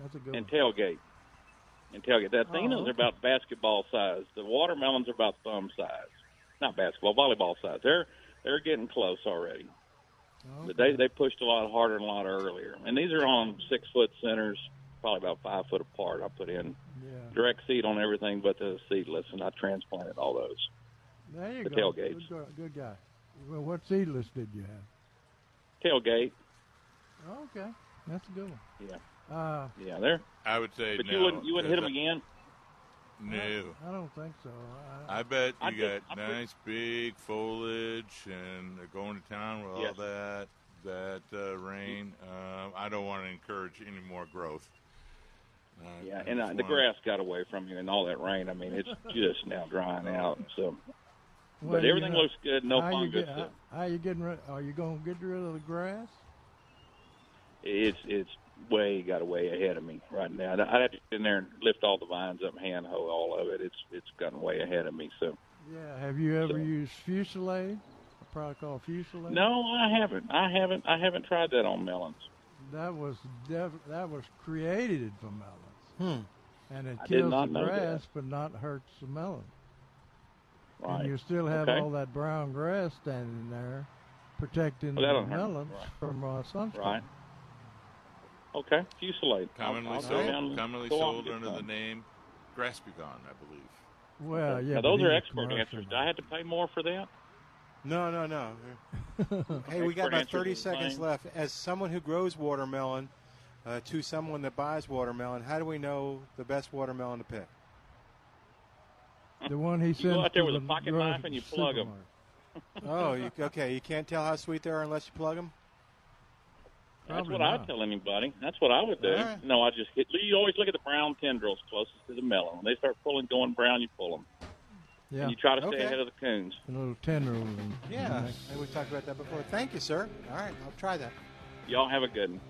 E: That's a good
Q: And
E: one.
Q: tailgate. And tailgate. The Athenas
E: Oh, okay.
Q: are about basketball size. The watermelons are about thumb size. Not basketball, volleyball size. They're they're getting close already. But they they pushed a lot harder and a lot earlier. And these are on six foot centers, probably about five foot apart. I put in direct seed on everything but the seedless, and I transplanted all those.
E: There you
Q: the
E: go.
Q: tailgates.
E: Good, go- good guy. Well, what seedless did you have?
Q: Tailgate.
E: Okay, that's a good one.
Q: Yeah.
E: Uh,
Q: Yeah, there.
D: I would say
Q: But
D: no.
Q: you wouldn't you wouldn't hit
D: 'cause
Q: them again.
D: I- No.
E: I don't think so. I,
D: I bet you
E: I
D: got
E: just- I think-
D: nice big foliage, and they're going to town with
E: Yes.
D: all that that uh, rain. Um, I don't want to encourage any more growth. Uh,
Q: Yeah,
D: I
Q: and uh,
D: just
Q: the
D: wanna-
Q: grass got away from you, and all that rain. I mean, it's just now drying out. So,
E: Well,
Q: but
E: you
Q: everything
E: know,
Q: looks good. No
E: how you
Q: fungus.
E: get- how- How you getting rid? Are you gonna get rid of the grass?
Q: It's it's way got away ahead of me right now. I'd I'd have to get in there and lift all the vines up, hand hoe all of it. It's it's gotten way ahead of me. So,
E: Yeah. Have you ever used fusilade? A product called fusilade.
Q: no, I haven't. I haven't. I haven't tried that on melons.
E: That was def- that was created for melons.
C: Hmm.
E: And it
Q: I did
E: kills
Q: not
E: the
Q: know that.
E: grass, but not hurts the melon.
Q: Right.
E: And you still have
Q: Okay.
E: all that brown grass standing there, protecting
Q: Well, that
E: the
Q: don't hurt.
E: melons from uh, sunscreen.
Q: Right. Okay, fusilade. I'll-
D: Commonly
Q: I'll go
D: sold,
Q: down and
D: commonly
Q: go out and
D: sold
Q: get
D: under
Q: some.
D: the name Grass Be Gone, I believe.
E: Well, yeah.
Q: now,
E: but
Q: those
E: he's
Q: are
E: a
Q: expert
E: commercial
Q: answers. Do I have to pay more for that?
C: No, no, no. hey, we got
Q: Expert
C: about
Q: answers
C: 30
Q: is fine.
C: seconds left. As someone who grows watermelon uh, to someone that buys watermelon, how do we know the best watermelon to pick?
E: The one he
C: You go
E: sends
C: out there
E: to
C: with a
E: the
C: pocket
E: grocery
C: knife and you plug 'em.
E: supermarket.
C: oh, you, okay. You can't tell how sweet they are unless you plug them?
Q: That's
C: Probably
Q: what
C: not.
Q: I'd tell anybody. That's what I would do.
C: All right.
Q: No, I just hit. You always look at the brown tendrils closest to the melon. When they start pulling, going brown, you pull them.
E: Yeah.
Q: And you try to stay
C: Okay.
Q: ahead of the coons.
E: A little tender one.
C: Yeah. And we've talked about that before. Thank you, sir. All right. I'll try that.
Q: Y'all have a good one.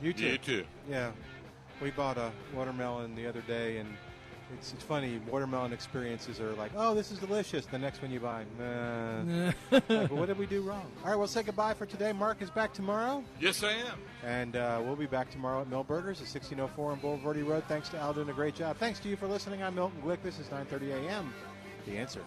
C: You too.
D: You too.
C: Yeah, we bought a watermelon the other day, and it's, it's funny. Watermelon experiences are like, oh, this is delicious. The next one you buy, nah. Like, "Well, what did we do wrong? All right, we'll say goodbye for today. Mark is back tomorrow,
D: Yes, I am.
C: and uh, we'll be back tomorrow at Mill Burgers at 1604 on Boulevardy Road. Thanks to Al doing a great job. Thanks to you for listening. I'm Milton Glick. This is 9:30 a.m. The answer.